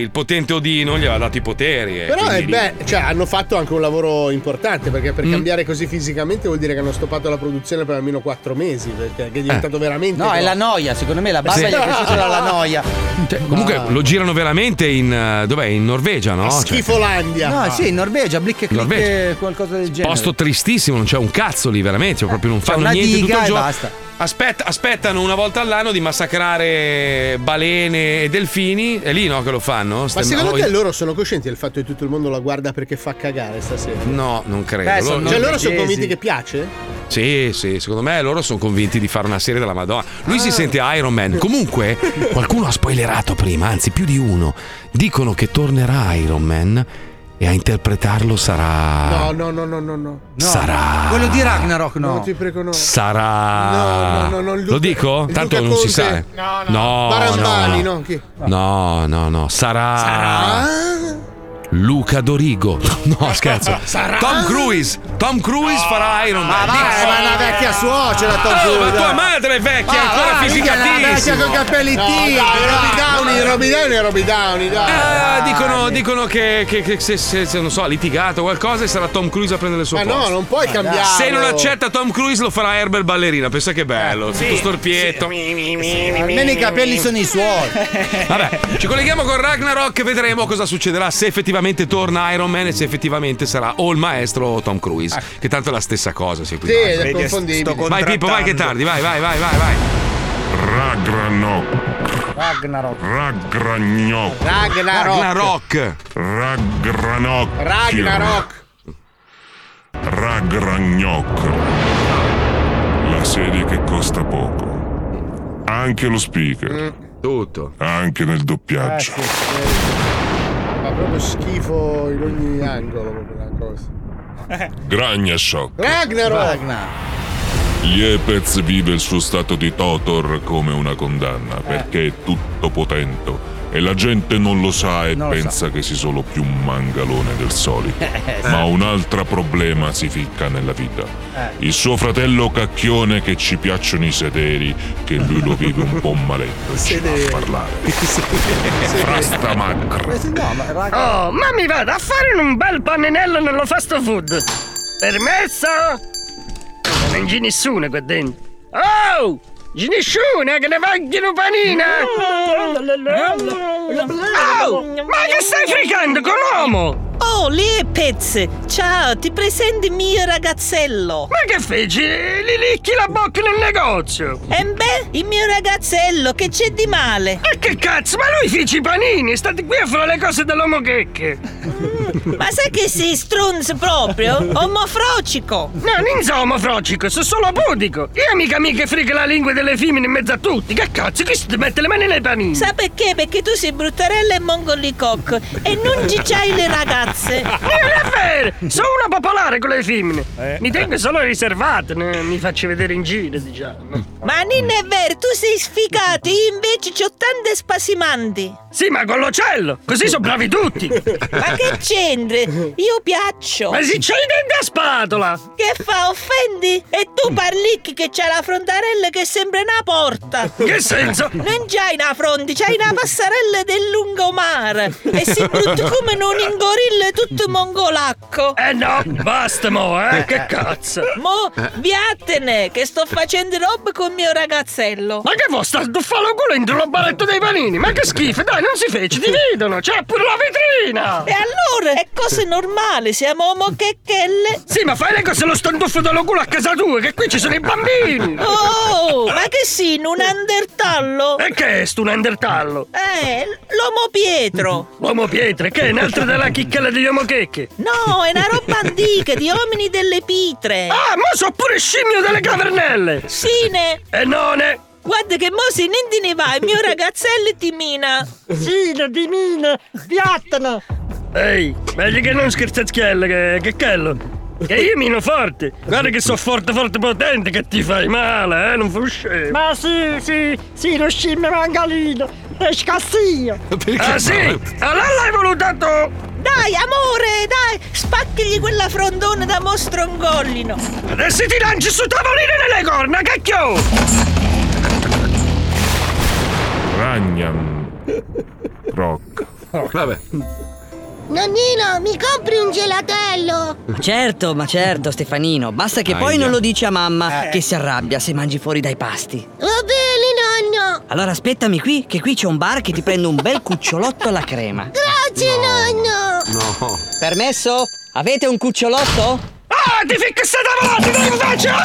Speaker 2: il potente Odino gli aveva dato i poteri. e
Speaker 8: Però
Speaker 2: quindi
Speaker 8: eh,
Speaker 2: lì-
Speaker 8: beh, cioè, hanno fatto anche un lavoro importante perché per cambiare così fisicamente vuol dire che hanno stoppato la produzione per almeno 4 mesi perché che è diventato veramente.
Speaker 7: No, è la noia, secondo me la barba
Speaker 8: Sì.
Speaker 7: gli è cresciuta dalla noia.
Speaker 2: Comunque lo girano veramente in. eh, dov'è? In Norvegia, no? Cioè,
Speaker 8: Schifolandia.
Speaker 7: No, sì, in Norvegia, blick e click
Speaker 2: Norvegia.
Speaker 7: e qualcosa del genere.
Speaker 2: posto tristissimo, non c'è un cazzo lì, veramente. cioè, proprio non fanno
Speaker 7: una
Speaker 2: niente
Speaker 7: diga
Speaker 2: tutto il
Speaker 7: e
Speaker 2: giorno.
Speaker 7: basta.
Speaker 2: Aspetta- aspettano una volta all'anno di massacrare balene e delfini. È lì no che lo fanno?
Speaker 8: Ma
Speaker 2: Stem-
Speaker 8: secondo
Speaker 2: oh,
Speaker 8: te loro sono coscienti del fatto che tutto il mondo la guarda perché fa cagare stasera?
Speaker 2: No, non credo.
Speaker 8: Beh, sono cioè loro sono norvegesi. convinti che piace?
Speaker 2: Sì, sì, secondo me loro sono convinti di fare una serie della Madonna. Lui
Speaker 8: Ah.
Speaker 2: si sente Iron Man. Comunque, qualcuno ha spoilerato prima, anzi più di uno. Dicono che tornerà Iron Man e a interpretarlo sarà...
Speaker 8: No, no, no, no, no, no.
Speaker 2: Ah. Sarà.
Speaker 7: Quello di Ragnarok, no.
Speaker 8: ti prego, no. Eh,
Speaker 2: Sarà.
Speaker 8: No, no, no, non Luca-
Speaker 2: Lo dico?
Speaker 8: Luca
Speaker 2: Tanto non si sa.
Speaker 8: Conte.
Speaker 2: No, no.
Speaker 8: Barambani,
Speaker 2: no.
Speaker 8: no. chi?
Speaker 2: No, no, no. Sarà. Luca Dorigo. No, scherzo.
Speaker 8: Sarà?
Speaker 2: Tom Cruise. Tom Cruise farà Iron Man.
Speaker 13: Ma vai, ma è una vecchia suocera, Tom
Speaker 2: Oh,
Speaker 13: Cruise,
Speaker 2: ma tua
Speaker 13: dai.
Speaker 2: madre è vecchia,
Speaker 13: Ma
Speaker 2: ancora
Speaker 13: va, mica la vecchia
Speaker 2: fisicatissima.
Speaker 13: con i capelli
Speaker 8: No,
Speaker 13: tigri,
Speaker 8: dai,
Speaker 13: Robbie
Speaker 8: dai,
Speaker 13: Downey,
Speaker 8: dai.
Speaker 13: Robbie Downey, Robbie Downey, dai.
Speaker 2: Eh, dicono dicono che, che- che se, se- se, non so, ha litigato o qualcosa e sarà Tom Cruise a prendere il suo
Speaker 13: Eh,
Speaker 8: Ma
Speaker 2: posto.
Speaker 8: no, non puoi
Speaker 2: Ma
Speaker 8: cambiarlo.
Speaker 2: Se non accetta Tom Cruise, lo farà Herbert Ballerina. Pensa che bello.
Speaker 8: Eh, Sì,
Speaker 2: tutto storpietto.
Speaker 13: Almeno i capelli sono i suoi.
Speaker 2: Vabbè, ci colleghiamo con Ragnarok e vedremo cosa succederà se effettivamente torna Iron Man e se effettivamente sarà o il maestro o Tom Cruise. Che tanto è la stessa cosa, si
Speaker 8: Sì, è Eh. Vedi, confondibile. sto
Speaker 2: Vai Pippo, vai che è tardi, vai, vai, vai, vai, vai.
Speaker 32: Ragnarok.
Speaker 13: Ragnarok.
Speaker 32: Ragnarok.
Speaker 13: Ragnarok.
Speaker 32: Ragnarok.
Speaker 13: Ragnarok.
Speaker 32: Ragnarok. La serie che costa poco. Anche lo speaker.
Speaker 2: Tutto.
Speaker 32: Anche nel
Speaker 8: Eh,
Speaker 32: doppiaggio.
Speaker 8: sì, sì. Fa proprio schifo in ogni angolo proprio la cosa.
Speaker 32: Gragna Shock.
Speaker 8: Ragnarok!
Speaker 32: Liepez vive il suo stato di Totor come una condanna perché è tutto potente e la gente non lo sa e
Speaker 31: Non lo
Speaker 32: pensa che sia solo più un mangalone del solito.
Speaker 31: Eh, sì. Eh.
Speaker 32: Ma un altro problema si ficca nella vita. Il suo fratello cacchione che ci piacciono i sederi, che lui lo vive un po' maletto e ci va a parlare. Frasta macro.
Speaker 31: Oh, ma mi vado a fare un bel paninello nello fast food. Permesso? Non c'è nessuno qua dentro. Oh! C'è nessuno che ne vogliono panina? Oh! Ma che stai fricando con l'uomo?
Speaker 33: Oh, Liepez! Ciao, ti presento il mio ragazzello!
Speaker 31: Ma che feci? Li licchi la bocca nel negozio!
Speaker 33: E Eh, beh, il mio ragazzello, che c'è di male?
Speaker 31: E che cazzo, ma lui fece i panini, state qui a fare le cose dell'uomo checche!
Speaker 33: Ma sai che sei strunz proprio? Omofrocico!
Speaker 31: No, non sono omofrocico, sono solo pudico! Io mica mica frigo la lingua delle femmine in mezzo a tutti, che cazzo, chi si mette le mani nei panini?
Speaker 33: Sa perché? Perché tu sei bruttarella e mongolicocco e non ci c'hai le ragazze!
Speaker 31: Non è vero! Sono una popolare con le femmine! Mi tengo solo riservato, ne- mi faccio vedere in giro, diciamo.
Speaker 33: Ma non è vero, tu sei sfigato, io invece c'ho tante spasimanti!
Speaker 31: Sì, ma con l'ocello! Così sono bravi tutti!
Speaker 33: Ma che c'entra? Io piaccio!
Speaker 31: Ma si c'è i denti a spatola!
Speaker 33: Che fa, offendi? E tu parlicchi che c'è la frontarella che sembra una porta!
Speaker 31: Che senso?
Speaker 33: Non c'hai una fronte, c'hai una passarella del lungomare! E si brutta come un ingorillo tutto mongolacco!
Speaker 31: Eh no, basta mo, eh! Che cazzo!
Speaker 33: Mo, viatene, che sto facendo roba con mio ragazzello!
Speaker 31: Ma che vuoi sta sduffando il culo dentro il baretto dei panini? Ma che schifo, dai, non si fece, dividono! C'è pure la vetrina!
Speaker 33: E allora, è cosa normale, siamo omochecchelle!
Speaker 31: Sì, ma fai le cose lo standuffo dallo culo a casa tua, che qui ci sono i bambini!
Speaker 33: Oh, ma che sì, un andertallo?
Speaker 31: E che è sto un andertallo?
Speaker 33: Eh, l'uomo Pietro!
Speaker 31: L'uomo pietre, che è un altro della chicchella degli omochecchi?
Speaker 33: No, è una roba antica, di uomini delle pitre!
Speaker 31: Ah, ma so pure scimmio delle cavernelle!
Speaker 33: Sine!
Speaker 31: E none!
Speaker 33: Guarda che mo se niente ne va, il mio ragazzello ti mina!
Speaker 31: Sine, di mina, piattana! Ehi, meglio che non scherzazziella, che, che quello! Che io mino forte! Guarda che so forte, forte, potente che ti fai male, eh, non fai scemo! Ma sì, sì, sì, lo scimmio
Speaker 33: Mangalino, pescassino!
Speaker 31: Ah sì? Allora l'hai voluta tu!
Speaker 33: Dai, amore, dai, spacchigli quella frondona da mostrongollino!
Speaker 31: Adesso ti lanci su tavolino nelle corna, cacchio!
Speaker 32: Ragnan. Rock.
Speaker 2: Vabbè.
Speaker 34: Nonnino, mi compri un gelatello?
Speaker 20: Certo, ma certo, Stefanino. Basta che poi
Speaker 34: Aia.
Speaker 20: non lo dici a
Speaker 19: Eh.
Speaker 20: mamma, che si arrabbia se mangi fuori dai pasti.
Speaker 34: Va bene, nonno!
Speaker 20: Allora aspettami qui, che qui c'è un bar che ti prendo un bel cucciolotto alla crema.
Speaker 34: Grazie, nonno!
Speaker 20: No. Permesso? Avete un cucciolotto?
Speaker 31: Ah, ti ficca sta tavolata, dai, faccia!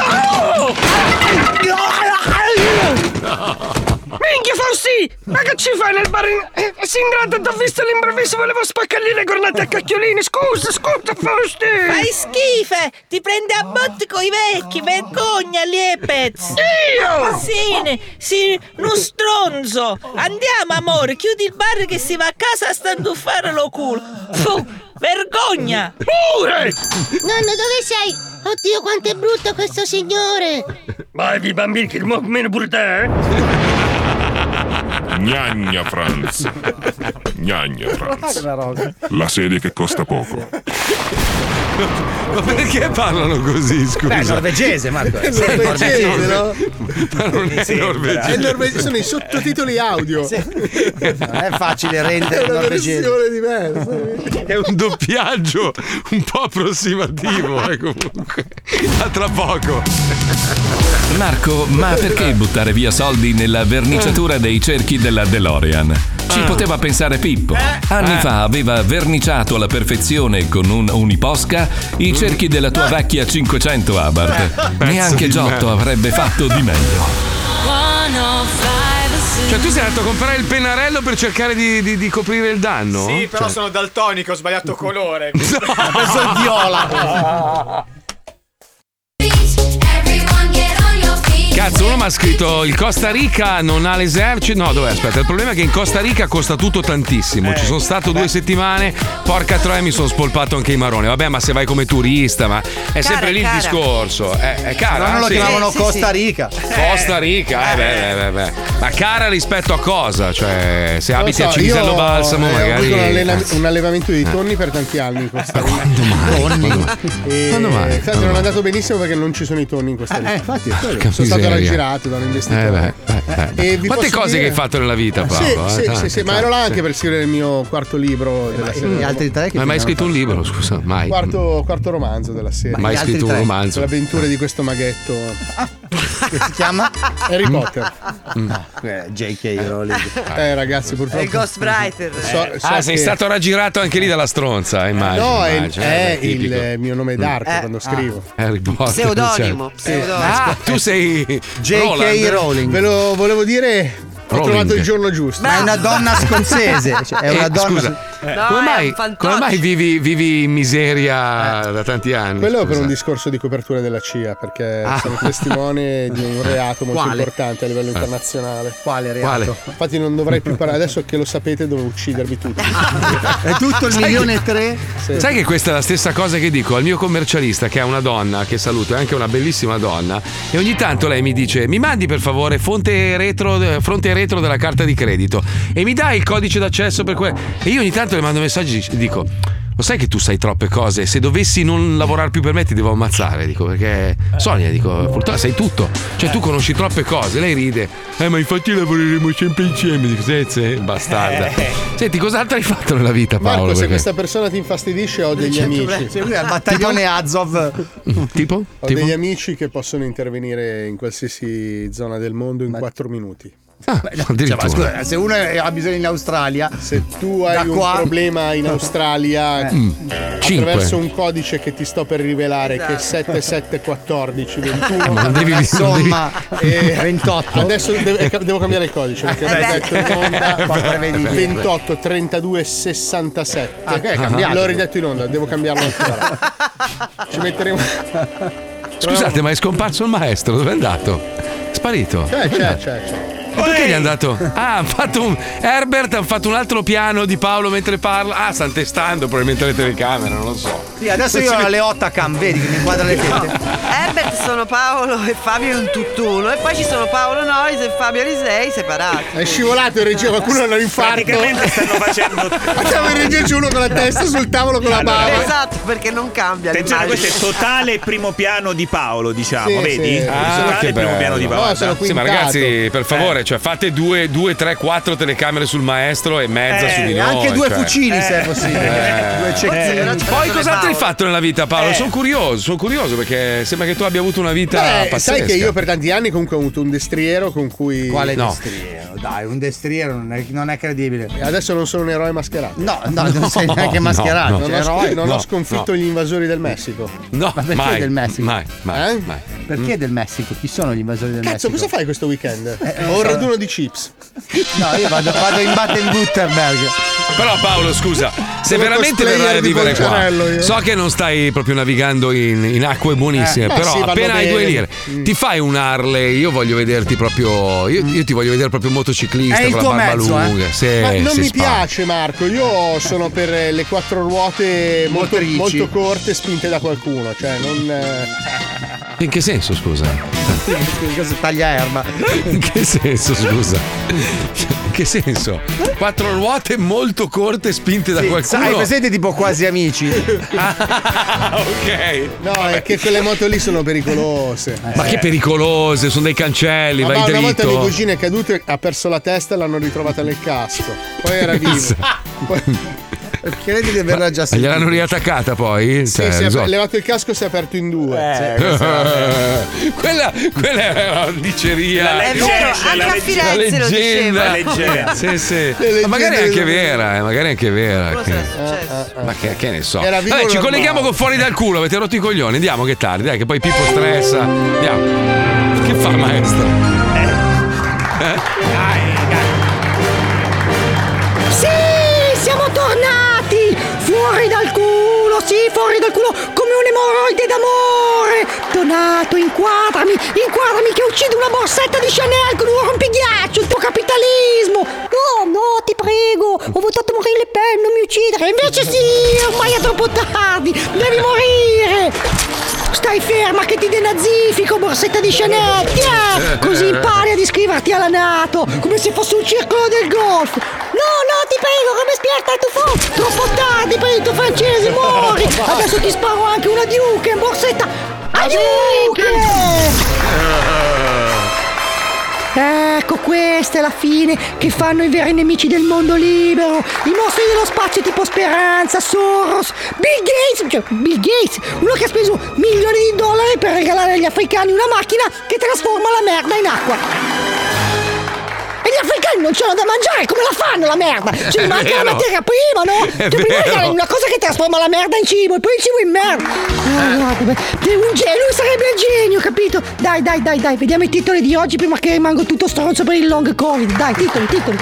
Speaker 31: Ehi, ma che ci fai nel bar in... Eh, Singrata, ti ho visto all'improvviso, volevo spaccargli le cornate a cacchiolini. Scusa, scusa, Fausti.
Speaker 33: Fai schifa! Ti prende a botte coi vecchi, vergogna, Liepez! Io! Sì, sì, uno stronzo! Andiamo, amore, chiudi il bar che si va a casa a stantuffare lo culo! Fu, vergogna!
Speaker 31: Pure!
Speaker 34: Nonno, dove sei? Oddio, quanto è brutto questo signore!
Speaker 31: Vai, vi bambini, che mo- meno pure te, eh?
Speaker 32: Gnagna Franz. Gnagna Franz. La serie che costa poco.
Speaker 2: Ma perché parlano così, scusa?
Speaker 7: Beh, è norvegese, Marco.
Speaker 8: È norvegese, no?
Speaker 2: Parlano in norvegese.
Speaker 8: È norvegese, sono i sottotitoli audio.
Speaker 7: Non è facile
Speaker 8: È
Speaker 7: rendere
Speaker 8: una
Speaker 7: norvegese.
Speaker 8: versione diversa.
Speaker 2: È un doppiaggio un po' approssimativo, eh, comunque. A tra poco.
Speaker 1: Marco, ma perché buttare via soldi nella
Speaker 2: Mm.
Speaker 1: verniciatura dei cerchi della DeLorean? Ci poteva pensare Pippo.
Speaker 2: Eh,
Speaker 1: Anni fa aveva verniciato alla perfezione con un uniposca
Speaker 2: Mm.
Speaker 1: i cerchi della tua vecchia 500 Abarth. Neanche
Speaker 2: Eh. di
Speaker 1: Giotto
Speaker 2: merda.
Speaker 1: avrebbe fatto di meglio.
Speaker 5: Cioè,
Speaker 2: Cioè, tu sei andato a comprare il pennarello per cercare di, di- di coprire il danno?
Speaker 10: Sì, però
Speaker 2: Cioè-
Speaker 10: sono daltonico, ho sbagliato colore. Ho
Speaker 2: preso il
Speaker 10: viola.
Speaker 2: Cazzo, uno mi ha scritto il Costa Rica non ha l'esercito. No, dov'è? Aspetta, il problema è che in Costa Rica costa tutto tantissimo.
Speaker 10: Eh,
Speaker 2: Ci sono stato due settimane, porca troia, mi sono spolpato anche i maroni. Vabbè, ma se vai come turista, ma è sempre lì
Speaker 7: cara.
Speaker 2: il discorso. È, è cara.
Speaker 7: Però non lo
Speaker 2: Ah, sì.
Speaker 7: chiamavano Costa Rica.
Speaker 2: Costa Rica, eh, beh, beh, beh, beh. ma cara rispetto a cosa? Cioè, se
Speaker 8: Non
Speaker 2: abiti
Speaker 8: lo
Speaker 2: a
Speaker 8: so,
Speaker 2: Cinisello
Speaker 8: io,
Speaker 2: Balsamo,
Speaker 8: eh, Ho
Speaker 2: magari.
Speaker 8: avuto un, allena-
Speaker 2: cazzo.
Speaker 8: un allevamento di
Speaker 2: Eh.
Speaker 8: tonni per tanti anni in Costa Rica.
Speaker 2: Quando mai? Quando mai? Quando
Speaker 8: E,
Speaker 2: mai?
Speaker 8: Eh, infatti
Speaker 2: Quando
Speaker 8: non è
Speaker 2: mai? Ah, eh,
Speaker 8: andato benissimo perché non ci sono i tonni in Costa Rica. infatti, sono stato
Speaker 2: miseria.
Speaker 8: raggirato da un
Speaker 2: Eh,
Speaker 8: investitore.
Speaker 2: beh, beh, beh, beh.
Speaker 8: E vi
Speaker 2: Quante
Speaker 8: posso
Speaker 2: cose
Speaker 8: dire- Ah,
Speaker 2: che hai fatto nella vita,
Speaker 8: Sì,
Speaker 2: Paolo? eh,
Speaker 8: sì,
Speaker 2: tante,
Speaker 8: sì, sì, ma ero là
Speaker 2: tante.
Speaker 8: anche per scrivere il mio quarto libro della serie.
Speaker 2: Ma hai mai scritto un libro? Scusa, mai.
Speaker 8: Quarto, quarto romanzo della serie.
Speaker 2: Ma Mai gli altri scritto un tre? romanzo? Eh.
Speaker 8: L'avventura di questo maghetto. che si chiama Harry Potter.
Speaker 7: Eh, JK Rowling.
Speaker 8: Eh, ragazzi, purtroppo. Eh,
Speaker 9: È il Ghostwriter.
Speaker 7: Eh,
Speaker 8: So- so
Speaker 2: ah, sei
Speaker 8: che- Eh,
Speaker 2: stato raggirato anche lì dalla stronza, immagino.
Speaker 8: No, è,
Speaker 2: immagino,
Speaker 8: è
Speaker 2: eh,
Speaker 8: il
Speaker 2: tipico.
Speaker 8: eh, mio nome d'arte
Speaker 9: Eh,
Speaker 8: quando
Speaker 9: ah.
Speaker 8: scrivo.
Speaker 2: Harry Potter,
Speaker 9: Pseudonimo,
Speaker 2: certo.
Speaker 9: pseudonimo.
Speaker 2: cioè, Ah,
Speaker 7: Eh.
Speaker 2: tu sei
Speaker 8: J.K. Rowling. Ve lo volevo dire. Ho
Speaker 2: Rowling.
Speaker 8: trovato il giorno giusto.
Speaker 7: Ma è una donna scozzese, cioè, è
Speaker 2: Eh,
Speaker 7: una donna-
Speaker 2: Scusa,
Speaker 7: Eh. No,
Speaker 2: come,
Speaker 7: è
Speaker 2: mai,
Speaker 7: un fantoccio.
Speaker 2: come mai vivi, vivi in miseria da tanti anni?
Speaker 8: Quello per
Speaker 2: scusa?
Speaker 8: un discorso di copertura della CIA, perché
Speaker 2: Ah.
Speaker 8: sono testimone di un reato molto
Speaker 7: Quale?
Speaker 8: importante a livello internazionale.
Speaker 7: Quale
Speaker 2: reato? Quale?
Speaker 8: Infatti non dovrei più parlare adesso che lo sapete dove uccidervi tutti.
Speaker 7: Eh, È tutto il milione e tre?
Speaker 8: Sì.
Speaker 2: Sai che questa è la stessa cosa che dico al mio commercialista, che è una donna, che saluto, è anche una bellissima donna, e ogni tanto lei mi dice: Mi mandi per favore fonte retro, eh, fronte retro della carta di credito e mi dai il codice d'accesso per quello. E io ogni tanto le mando messaggi e dico. Lo sai che tu sai troppe cose, se dovessi non lavorare più per me ti devo ammazzare, dico
Speaker 8: Eh.
Speaker 2: perché Sonia, dico, purtroppo sai tutto, cioè tu conosci troppe cose, lei ride, eh ma infatti lavoreremo sempre insieme, dico, sì, sì, bastarda. Senti, cos'altro hai fatto nella vita Paolo?
Speaker 8: Eh. Marco, se
Speaker 2: Perché-
Speaker 8: questa persona ti infastidisce, ho degli
Speaker 7: Cioè,
Speaker 8: amici.
Speaker 7: cioè, lui è al battaglione Azov.
Speaker 2: Tipo?
Speaker 8: Ho
Speaker 2: Tipo?
Speaker 8: degli amici che possono intervenire in qualsiasi zona del mondo in 4 minuti.
Speaker 7: Cioè, ma scusa, se uno è- ha bisogno in Australia,
Speaker 8: se tu hai
Speaker 7: da
Speaker 8: un
Speaker 7: qua-
Speaker 8: problema in Australia
Speaker 7: Eh. Mm.
Speaker 8: attraverso
Speaker 7: Cinque.
Speaker 8: un codice che ti sto per rivelare che è
Speaker 7: Esatto.
Speaker 8: 7714 21
Speaker 2: Ma Oh, non devi- non
Speaker 8: insomma
Speaker 2: devi-
Speaker 8: eh,
Speaker 2: 28.
Speaker 8: adesso de- eh, devo cambiare il codice perché
Speaker 7: Eh,
Speaker 8: l'ho
Speaker 7: beh.
Speaker 8: detto in onda
Speaker 7: Eh, beh, prevedibile.
Speaker 8: 28 32 67
Speaker 7: Ah, ok, è cambiato.
Speaker 8: l'ho ridetto in onda devo cambiarlo ancora ci metteremo
Speaker 2: Scusate, ma è scomparso il maestro, dove è andato? Sparito.
Speaker 8: c'è
Speaker 2: Dov'è
Speaker 8: c'è
Speaker 2: andato?
Speaker 8: c'è, c'è.
Speaker 2: Ma Perché gli è andato? Ah, hanno fatto un. Herbert hanno fatto un altro piano di Paolo mentre parla. Ah, stanno testando probabilmente le telecamere, non lo so.
Speaker 7: Sì, adesso io ho la Leotta Cam, vedi che mi inquadra le tette.
Speaker 9: Herbert sono Paolo e Fabio in tutt'uno e poi ci sono Paolo Nois e Fabio Alisei separati.
Speaker 8: è scivolato in regia qualcuno ha un infarto praticamente stanno facendo facciamo in regia c'è uno con la testa sul tavolo con la eh.
Speaker 6: Allora,
Speaker 8: bava
Speaker 9: Esatto, perché non cambia
Speaker 6: Attenzione, questo
Speaker 9: l'immagine.
Speaker 6: è totale primo piano di Paolo, diciamo,
Speaker 8: Sì,
Speaker 6: vedi?
Speaker 8: sì.
Speaker 6: totale primo piano di Paolo.
Speaker 2: Ah, sì, ma ragazzi, per favore, cioè, fate due, due, tre, quattro telecamere sul maestro e mezza
Speaker 7: Eh,
Speaker 2: su di noi.
Speaker 7: anche due
Speaker 2: cioè.
Speaker 7: fucili, se è possibile.
Speaker 2: Eh.
Speaker 7: Due cecchini.
Speaker 2: Eh, Poi cos'altro hai fatto nella vita, Paolo?
Speaker 8: Eh.
Speaker 2: Sono curioso, sono curioso perché sembra che tu abbia avuto una vita
Speaker 8: Beh,
Speaker 2: pazzesca.
Speaker 8: Eh, sai che io per tanti anni comunque ho avuto un destriero con cui.
Speaker 7: Quale
Speaker 8: No.
Speaker 7: destriero? Dai, un destriero non è, non è credibile.
Speaker 8: Adesso non sono un eroe mascherato.
Speaker 7: No, no, non sei neanche mascherato.
Speaker 8: non,
Speaker 7: cioè,
Speaker 8: ho,
Speaker 7: eroe.
Speaker 8: non ho sconfitto gli invasori del Messico.
Speaker 2: No,
Speaker 7: Ma perché
Speaker 8: mai,
Speaker 7: del Messico?
Speaker 2: Mai,
Speaker 8: mai,
Speaker 7: Perché del Messico? Chi sono gli invasori del
Speaker 8: Cazzo,
Speaker 7: Messico?
Speaker 8: cosa fai questo weekend?
Speaker 7: Eh,
Speaker 8: Ho
Speaker 7: sarò
Speaker 8: 41 di chips.
Speaker 7: No, io vado, vado in Baden Württemberg.
Speaker 2: Però Paolo, scusa, se
Speaker 8: Sono
Speaker 2: veramente
Speaker 8: cosplayer
Speaker 2: verrai a
Speaker 8: di
Speaker 2: vivere qua,
Speaker 8: Volcerello io.
Speaker 2: so che non stai proprio navigando in, in acque buonissime,
Speaker 8: Eh, beh,
Speaker 2: però
Speaker 8: sì, vanno
Speaker 2: appena hai
Speaker 8: bene.
Speaker 2: due lire,
Speaker 8: Mm.
Speaker 2: ti fai un Harley, io voglio vederti proprio, io, io ti voglio vedere proprio motociclista
Speaker 8: È il
Speaker 2: con
Speaker 8: tuo
Speaker 2: la barba
Speaker 8: mezzo, eh.
Speaker 2: lunga. Sì,
Speaker 8: Ma non
Speaker 2: sì,
Speaker 8: mi
Speaker 2: spa.
Speaker 8: piace Marco, io sono per eh, le quattro ruote molto,
Speaker 2: Motrici.
Speaker 8: molto corte spinte da qualcuno, cioè non... eh,
Speaker 2: In che senso, scusa?
Speaker 7: Cosa taglia erba.
Speaker 2: In che senso, scusa? In che senso? Quattro ruote molto corte spinte da qualcuno.
Speaker 7: Sai, presente tipo quasi amici.
Speaker 2: Ah, ok.
Speaker 8: No, è che quelle moto lì sono pericolose.
Speaker 2: Ma che
Speaker 10: Eh.
Speaker 2: pericolose, sono dei cancelli,
Speaker 8: Ma
Speaker 2: vai
Speaker 8: va, una volta mio
Speaker 2: dritto.
Speaker 8: cugino è caduto e ha perso la testa e l'hanno ritrovata nel casco. Poi era vivo. Poi... Eh,
Speaker 7: Credi di averla già
Speaker 2: Ma Gliel'hanno riattaccata poi? Cioè,
Speaker 8: si è
Speaker 2: non so.
Speaker 8: levato il casco e si è aperto in due.
Speaker 2: Eh,
Speaker 8: Cioè, Sì.
Speaker 2: quella, quella è una diceria.
Speaker 8: La leggenda, È vero, anche la a leggenda. Firenze lo diceva.
Speaker 2: La
Speaker 8: leggenda.
Speaker 2: leggenda. Sì, sì.
Speaker 8: Le
Speaker 2: Ma magari è
Speaker 8: leggende
Speaker 2: anche
Speaker 8: del-
Speaker 2: vera, eh, magari è anche vera. Che-
Speaker 8: successo?
Speaker 2: Ma che, che ne so.
Speaker 8: Era vivo
Speaker 2: Vabbè, ci
Speaker 8: normale.
Speaker 2: colleghiamo con fuori dal culo, avete rotto i coglioni. Andiamo che è tardi, dai, che poi Pippo stressa. Andiamo. Che fa il maestro? Eh?
Speaker 34: Sì, siamo tornati! Fuori dal culo, sì, fuori dal culo, come un emoroide d'amore! Donato, inquadrami, inquadrami che uccido una borsetta di Chanel con un rompighiaccio, il tuo capitalismo! No, no, ti prego, ho votato Marine Le Pen, non mi uccidere, invece sì, ormai è troppo tardi, devi morire! Stai ferma che ti denazifico, borsetta di Chanel! Tiè! Così impari ad iscriverti alla Nato, come se fosse un circolo del golf! No, no, ti prego, come spierta il tuo fo- Troppo tardi per il tuo francese, muori! Adesso ti sparo anche una Duke, borsetta! Adiuche! Ecco, questa è la fine che fanno i veri nemici del mondo libero. I mostri dello spazio tipo Speranza, Soros, Bill Gates, cioè Bill Gates, uno che ha speso milioni di dollari per regalare agli africani una macchina che trasforma la merda in acqua. E gli africani non c'hanno da mangiare, come la fanno la merda? Ci
Speaker 12: È
Speaker 34: manca
Speaker 12: vero.
Speaker 34: la materia prima, no?
Speaker 12: È
Speaker 34: tu prima
Speaker 12: vero.
Speaker 34: regali una cosa che trasforma la merda in cibo e poi il cibo in merda. Ah,
Speaker 12: Eh.
Speaker 34: guarda, beh, te- un genio lui sarebbe il genio, capito? Dai, dai, dai, dai, vediamo i titoli di oggi prima che rimango tutto stronzo per il long covid. Dai, titoli, titoli.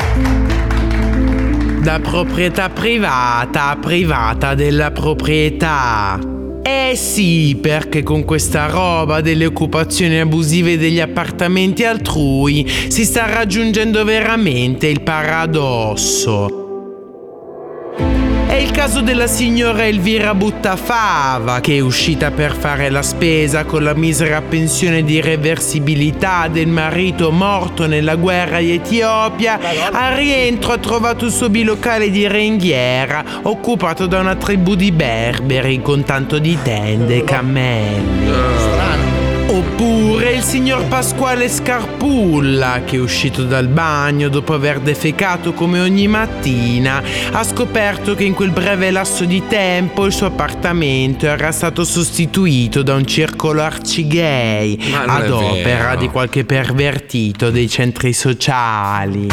Speaker 14: Da proprietà privata, privata della proprietà. Eh sì, perché con questa roba delle occupazioni abusive degli appartamenti altrui si sta raggiungendo veramente il paradosso. È il caso della signora Elvira Buttafava, che è uscita per fare la spesa con la misera pensione di reversibilità del marito morto nella guerra di Etiopia. Al rientro ha trovato il suo bilocale di Renghiera, occupato da una tribù di berberi con tanto di tende e cammelli. Oppure il signor Pasquale Scarpulla, che è uscito dal bagno dopo aver defecato come ogni mattina, ha scoperto che in quel breve lasso di tempo il suo appartamento era stato sostituito da un circolo arcigay
Speaker 18: Ma non è
Speaker 14: ad opera
Speaker 18: vero.
Speaker 14: di qualche pervertito dei centri sociali.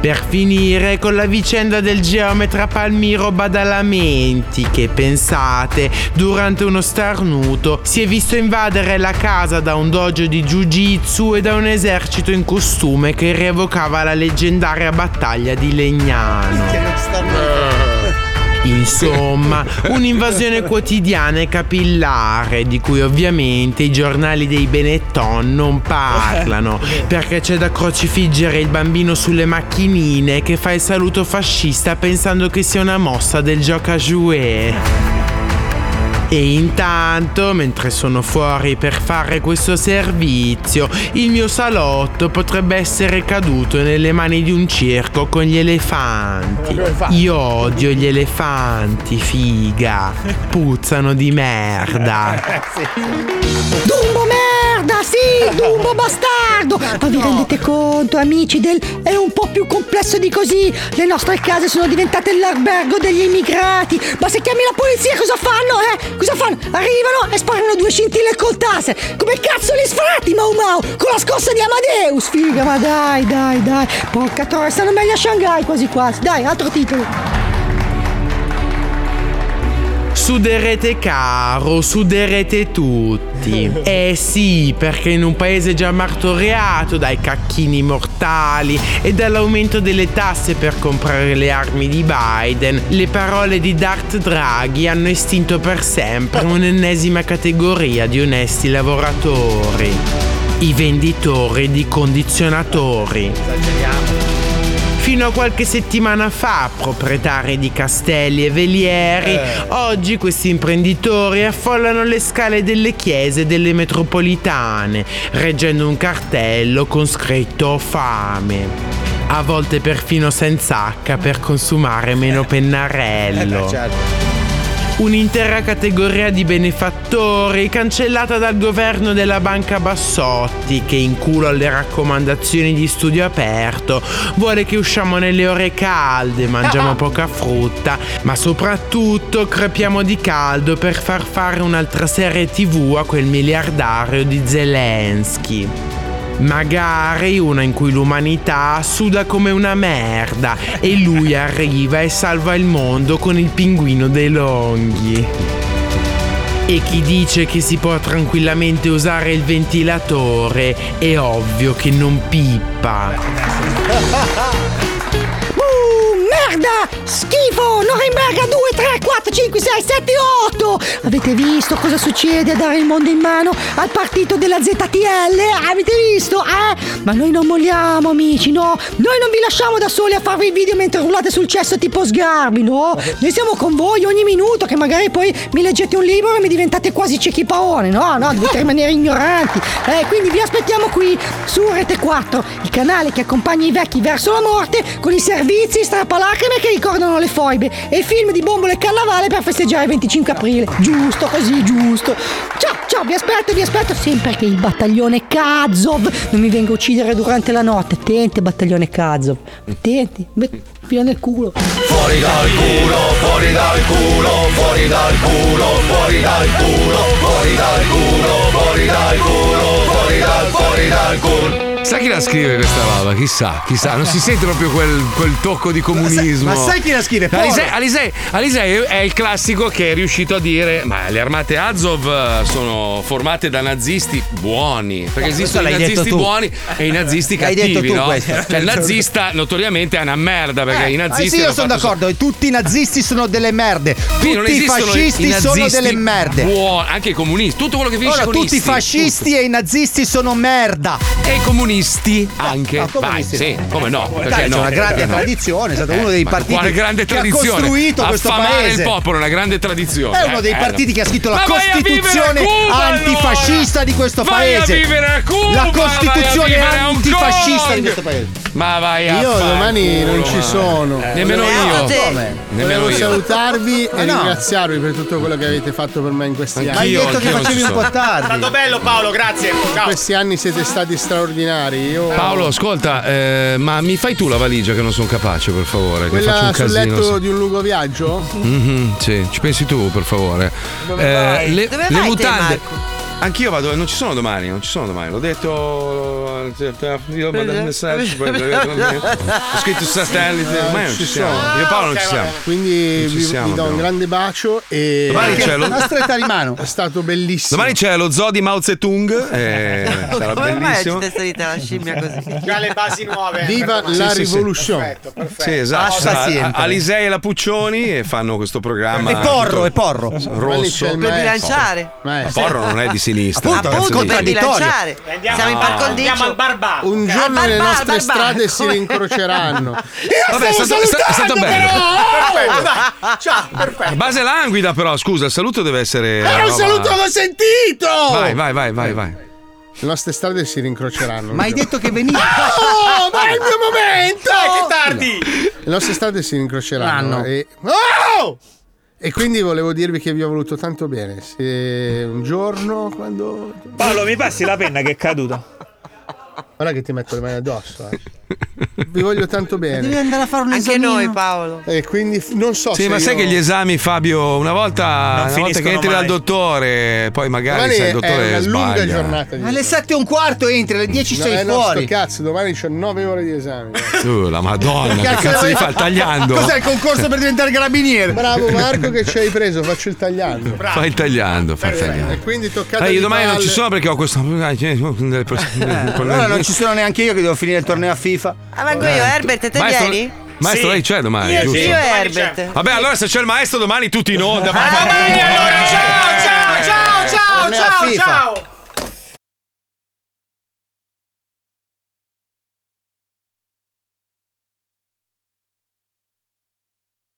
Speaker 14: Per finire con la vicenda del geometra Palmiro Badalamenti che, pensate, durante uno starnuto si è visto invadere la casa da un dojo di Jiu-Jitsu e da un esercito in costume che rievocava la leggendaria battaglia di Legnano.
Speaker 21: Eh.
Speaker 14: Insomma, un'invasione quotidiana e capillare di cui ovviamente i giornali dei Benetton non parlano, perché c'è da crocifiggere il bambino sulle macchinine che fa il saluto fascista pensando che sia una mossa del gioca jouet. E intanto, mentre sono fuori per fare questo servizio, il mio salotto potrebbe essere caduto nelle mani di un circo con gli elefanti. Io odio gli elefanti, figa. Puzzano di merda.
Speaker 34: Dumbo merda, sì, Dumbo bastardo! Ma vi rendete conto, amici del... È un po' più complesso di così! Le nostre case sono diventate l'albergo degli immigrati! Ma se chiami la polizia cosa fanno, eh? Cosa fanno? Arrivano e sparano due scintille col taser! Come cazzo li sfratti, Mau Mau? Con la scossa di Amadeus, figa! Ma dai, dai, dai! Porca troia, stanno meglio a Shanghai quasi quasi! Dai, altro titolo!
Speaker 14: Suderete caro, suderete tutti. Infatti. Eh sì, perché in un paese già martoriato dai cacchini mortali e dall'aumento delle tasse per comprare le armi di Biden, le parole di Dart Draghi hanno estinto per sempre un'ennesima categoria di onesti lavoratori. I venditori di condizionatori. Fino a qualche settimana fa, proprietari di castelli e velieri, oggi questi imprenditori affollano le scale delle chiese e delle metropolitane, reggendo un cartello con scritto fame. A volte perfino senza H per consumare meno pennarello. Un'intera categoria di benefattori cancellata dal governo della Banca Bassotti che in culo alle raccomandazioni di studio aperto vuole che usciamo nelle ore calde, mangiamo poca frutta, ma soprattutto crepiamo di caldo per far fare un'altra serie tv a quel miliardario di Zelensky. Magari una in cui l'umanità suda come una merda e lui arriva e salva il mondo con il pinguino dei longhi. E chi dice che si può tranquillamente usare il ventilatore è ovvio che non pippa.
Speaker 34: Uh, merda! Schifo! Norimberga 2, 3, 4, 5, 6, 7, 8! Avete visto cosa succede a dare il mondo in mano al partito della ZTL? Avete visto, eh? Ma noi non molliamo, amici, no? Noi non vi lasciamo da soli a farvi i video mentre urlate sul cesso tipo sgarbi, no? Noi siamo con voi ogni minuto che magari poi mi leggete un libro e mi diventate quasi ciechi paone, no? No, dovete rimanere ignoranti. Eh, quindi vi aspettiamo qui su Rete 4, il canale che accompagna i vecchi verso la morte con i servizi strappalacrime che ricordano le foibe e il film di Bombolo e Cannavale per festeggiare il 25 aprile. Giusto, così, giusto. Ciao, ciao, vi aspetto, vi aspetto sempre che il battaglione Kazov non mi venga a uccidere durante la notte. Attenti, battaglione Kazov. Attenti, beh, fino nel culo.
Speaker 12: Fuori dal culo, fuori dal culo, fuori dal culo, fuori dal culo, fuori dal culo, fuori dal culo, fuori dal, fuori dal culo.
Speaker 2: Sa chi la scrive questa roba? Chissà, chissà, non si sente proprio quel, quel tocco di comunismo.
Speaker 7: Ma sai chi la scrive? Paolo.
Speaker 2: Alisei, Alisei- Alisei è il classico che è riuscito a dire: Eh, Ma le armate Azov eh, sono formate da nazisti buoni. Perché
Speaker 5: No, questo
Speaker 2: esistono i
Speaker 5: l'hai detto
Speaker 2: nazisti
Speaker 5: tu.
Speaker 2: buoni e i nazisti
Speaker 5: L'hai
Speaker 2: cattivi.
Speaker 5: detto tu
Speaker 2: no?
Speaker 5: questo.
Speaker 2: Cioè, il nazista notoriamente è una merda perché i
Speaker 7: Ah,
Speaker 2: nazisti.
Speaker 7: sì, io
Speaker 2: hanno
Speaker 7: sono
Speaker 2: fatto-
Speaker 7: d'accordo, tutti i nazisti sono delle merde.
Speaker 2: Quindi non
Speaker 7: Tutti i
Speaker 2: esistono
Speaker 7: fascisti
Speaker 2: i
Speaker 7: sono
Speaker 2: nazisti
Speaker 7: delle merde.
Speaker 2: buoni, anche i comunisti, tutto quello che finisce
Speaker 7: Ora,
Speaker 2: con
Speaker 7: tutti i
Speaker 2: isti,
Speaker 7: fascisti e i nazisti sono merda.
Speaker 2: E i comunisti anche.
Speaker 7: No,
Speaker 2: Vai,
Speaker 7: Ah, comunisti
Speaker 2: sì,
Speaker 7: no.
Speaker 2: come no?
Speaker 7: Dai,
Speaker 2: perché
Speaker 7: c'è
Speaker 2: no?
Speaker 7: una grande
Speaker 2: Perché no?
Speaker 7: tradizione, è stato uno dei
Speaker 2: ma
Speaker 7: partiti
Speaker 2: quale grande
Speaker 7: che ha
Speaker 2: tradizione?
Speaker 7: costruito questo
Speaker 2: Affamare
Speaker 7: paese.
Speaker 2: il popolo, una grande tradizione.
Speaker 7: È uno
Speaker 2: Eh,
Speaker 7: dei
Speaker 2: eh,
Speaker 7: partiti
Speaker 2: no.
Speaker 7: che ha scritto la
Speaker 2: Ma vai a
Speaker 7: costituzione
Speaker 2: vivere a Cuba,
Speaker 7: antifascista di questo
Speaker 2: Vai a
Speaker 7: paese.
Speaker 2: vivere a Cuba,
Speaker 7: la
Speaker 2: vai a
Speaker 7: costituzione
Speaker 2: vivere a Hong
Speaker 7: antifascista di
Speaker 2: Kong.
Speaker 7: questo paese.
Speaker 2: Ma vai a
Speaker 7: Io
Speaker 2: far
Speaker 7: domani
Speaker 2: culo,
Speaker 7: non ci
Speaker 2: ma-
Speaker 7: sono.
Speaker 2: Eh, Nemmeno io.
Speaker 8: Come?
Speaker 2: Nemmeno
Speaker 8: Volevo
Speaker 2: io.
Speaker 8: salutarvi e
Speaker 2: Ma no.
Speaker 8: ringraziarvi per tutto quello che avete fatto per me in questi anni.
Speaker 2: Anch'io, Ma hai detto che anch'io non facevi ci un sono. po'
Speaker 8: tardi.
Speaker 10: È stato bello Paolo, grazie.
Speaker 8: In questi anni siete stati straordinari. Io
Speaker 2: Paolo, ascolta, eh, ma mi fai tu la valigia che non sono capace, per favore? Che faccio
Speaker 8: quella
Speaker 2: un
Speaker 8: sul
Speaker 2: casino.
Speaker 8: letto di un lungo viaggio?
Speaker 2: Mhm, sì, ci pensi tu, per favore. Eh,
Speaker 8: vai?
Speaker 2: le
Speaker 8: Dove
Speaker 2: le
Speaker 8: vai te,
Speaker 2: mutande.
Speaker 8: Marco?
Speaker 2: Anch'io vado, non ci sono domani, non ci sono domani, l'ho detto. Io mando il messaggio, poi ho scritto satellite,
Speaker 8: Eh,
Speaker 2: ormai non ci siamo. Io e Paolo non ci
Speaker 8: Ok,
Speaker 2: siamo.
Speaker 8: vabbè. Quindi
Speaker 2: Non ci
Speaker 8: vi,
Speaker 2: siamo,
Speaker 8: vi do
Speaker 2: però.
Speaker 8: un grande bacio e
Speaker 2: Domani c'è lo-
Speaker 8: una stretta di mano. È stato bellissimo.
Speaker 2: Domani c'è lo zoo di Mao Zedong, eh, sarà
Speaker 9: Come mai ci
Speaker 2: bellissimo.
Speaker 9: sei salita la scimmia così?
Speaker 10: Già le basi nuove. eh,
Speaker 8: Viva
Speaker 2: Sì,
Speaker 8: la
Speaker 2: sì, sì.
Speaker 8: rivoluzione.
Speaker 2: Sì, esatto.
Speaker 8: Basta
Speaker 2: Sarà
Speaker 8: Ah, sempre.
Speaker 2: Alisei e la Puccioni e fanno questo programma.
Speaker 8: E Porro,
Speaker 2: e Porro.
Speaker 8: Domani c'è
Speaker 2: Rosso.
Speaker 8: il
Speaker 9: Per
Speaker 8: maestro.
Speaker 9: bilanciare.
Speaker 8: Maestro.
Speaker 2: Porro non è di sinistra.
Speaker 8: Appunto,
Speaker 2: cazzo di-
Speaker 9: Per bilanciare.
Speaker 10: Andiamo-
Speaker 9: Siamo in
Speaker 2: No.
Speaker 9: parco
Speaker 10: Andiamo al barbato.
Speaker 8: Un giorno
Speaker 9: Ah,
Speaker 8: le
Speaker 9: barbar,
Speaker 8: nostre
Speaker 9: barbar,
Speaker 8: strade si
Speaker 9: come-
Speaker 8: rincorceranno.
Speaker 2: Vabbè, è stato- è sta- è stato bello.
Speaker 8: Oh,
Speaker 10: Perfetto, dai. Ciao, perfetto.
Speaker 2: Base languida, però, scusa, il saluto deve essere.
Speaker 8: Era un
Speaker 2: roba-
Speaker 8: saluto che ho sentito!
Speaker 2: Vai, vai, vai, vai, vai.
Speaker 8: Le nostre strade si rincroceranno.
Speaker 7: Ma hai detto che veniva.
Speaker 8: Oh, ma è il mio momento!
Speaker 10: Dai, che tardi!
Speaker 8: Le nostre strade si rincroceranno.
Speaker 7: Ah, no.
Speaker 8: E... Oh! E quindi volevo dirvi che vi ho voluto tanto bene. Se un giorno, quando.
Speaker 6: Paolo, mi passi la penna che è caduta?
Speaker 8: Guarda che ti metto le mani addosso. eh. Vi voglio tanto bene.
Speaker 9: Devi andare a fare un Anche
Speaker 8: esamino.
Speaker 9: noi, Paolo.
Speaker 8: E quindi f- non so
Speaker 2: Sì,
Speaker 8: se
Speaker 2: ma sai
Speaker 8: io-
Speaker 2: che gli esami, Fabio, una volta, una volta
Speaker 8: finiscono
Speaker 2: che entri
Speaker 8: mai.
Speaker 2: dal dottore, poi magari
Speaker 8: Domani
Speaker 2: sai,
Speaker 8: è
Speaker 2: il dottore
Speaker 8: una lunga
Speaker 2: sbaglia.
Speaker 8: giornata di
Speaker 7: Alle 7 e un quarto entri, alle 10
Speaker 8: No,
Speaker 7: sei
Speaker 8: eh, no,
Speaker 7: fuori.
Speaker 8: sto cazzo, domani c'ho 9 ore di esame.
Speaker 2: Uh, la madonna, che
Speaker 8: Cazzo,
Speaker 2: cazzo
Speaker 8: eh.
Speaker 2: di fa? Tagliando.
Speaker 8: Cos'è il concorso per
Speaker 7: diventare carabiniere?
Speaker 8: Bravo Marco che ci hai preso, faccio il tagliando.
Speaker 2: Fai tagliando, fai
Speaker 8: Perfetto.
Speaker 2: tagliando.
Speaker 8: E quindi toccate
Speaker 2: Eh, io
Speaker 8: di
Speaker 2: domani non
Speaker 8: palle.
Speaker 2: ci sono perché ho questo.
Speaker 7: Allora non ci sono neanche io che devo finire il torneo a FIFA.
Speaker 9: Ah, vengo io, Herbert, te
Speaker 2: Maestro-
Speaker 9: vieni?
Speaker 2: Maestro, lei c'è domani,
Speaker 9: Io,
Speaker 2: giusto?
Speaker 9: io e Herbert.
Speaker 2: Vabbè, allora se c'è il
Speaker 8: Ah,
Speaker 2: maestro domani tutti in onda.
Speaker 9: domani,
Speaker 2: allora,
Speaker 7: Eh,
Speaker 9: ciao, ciao, ciao, ciao,
Speaker 7: ciao, ciao.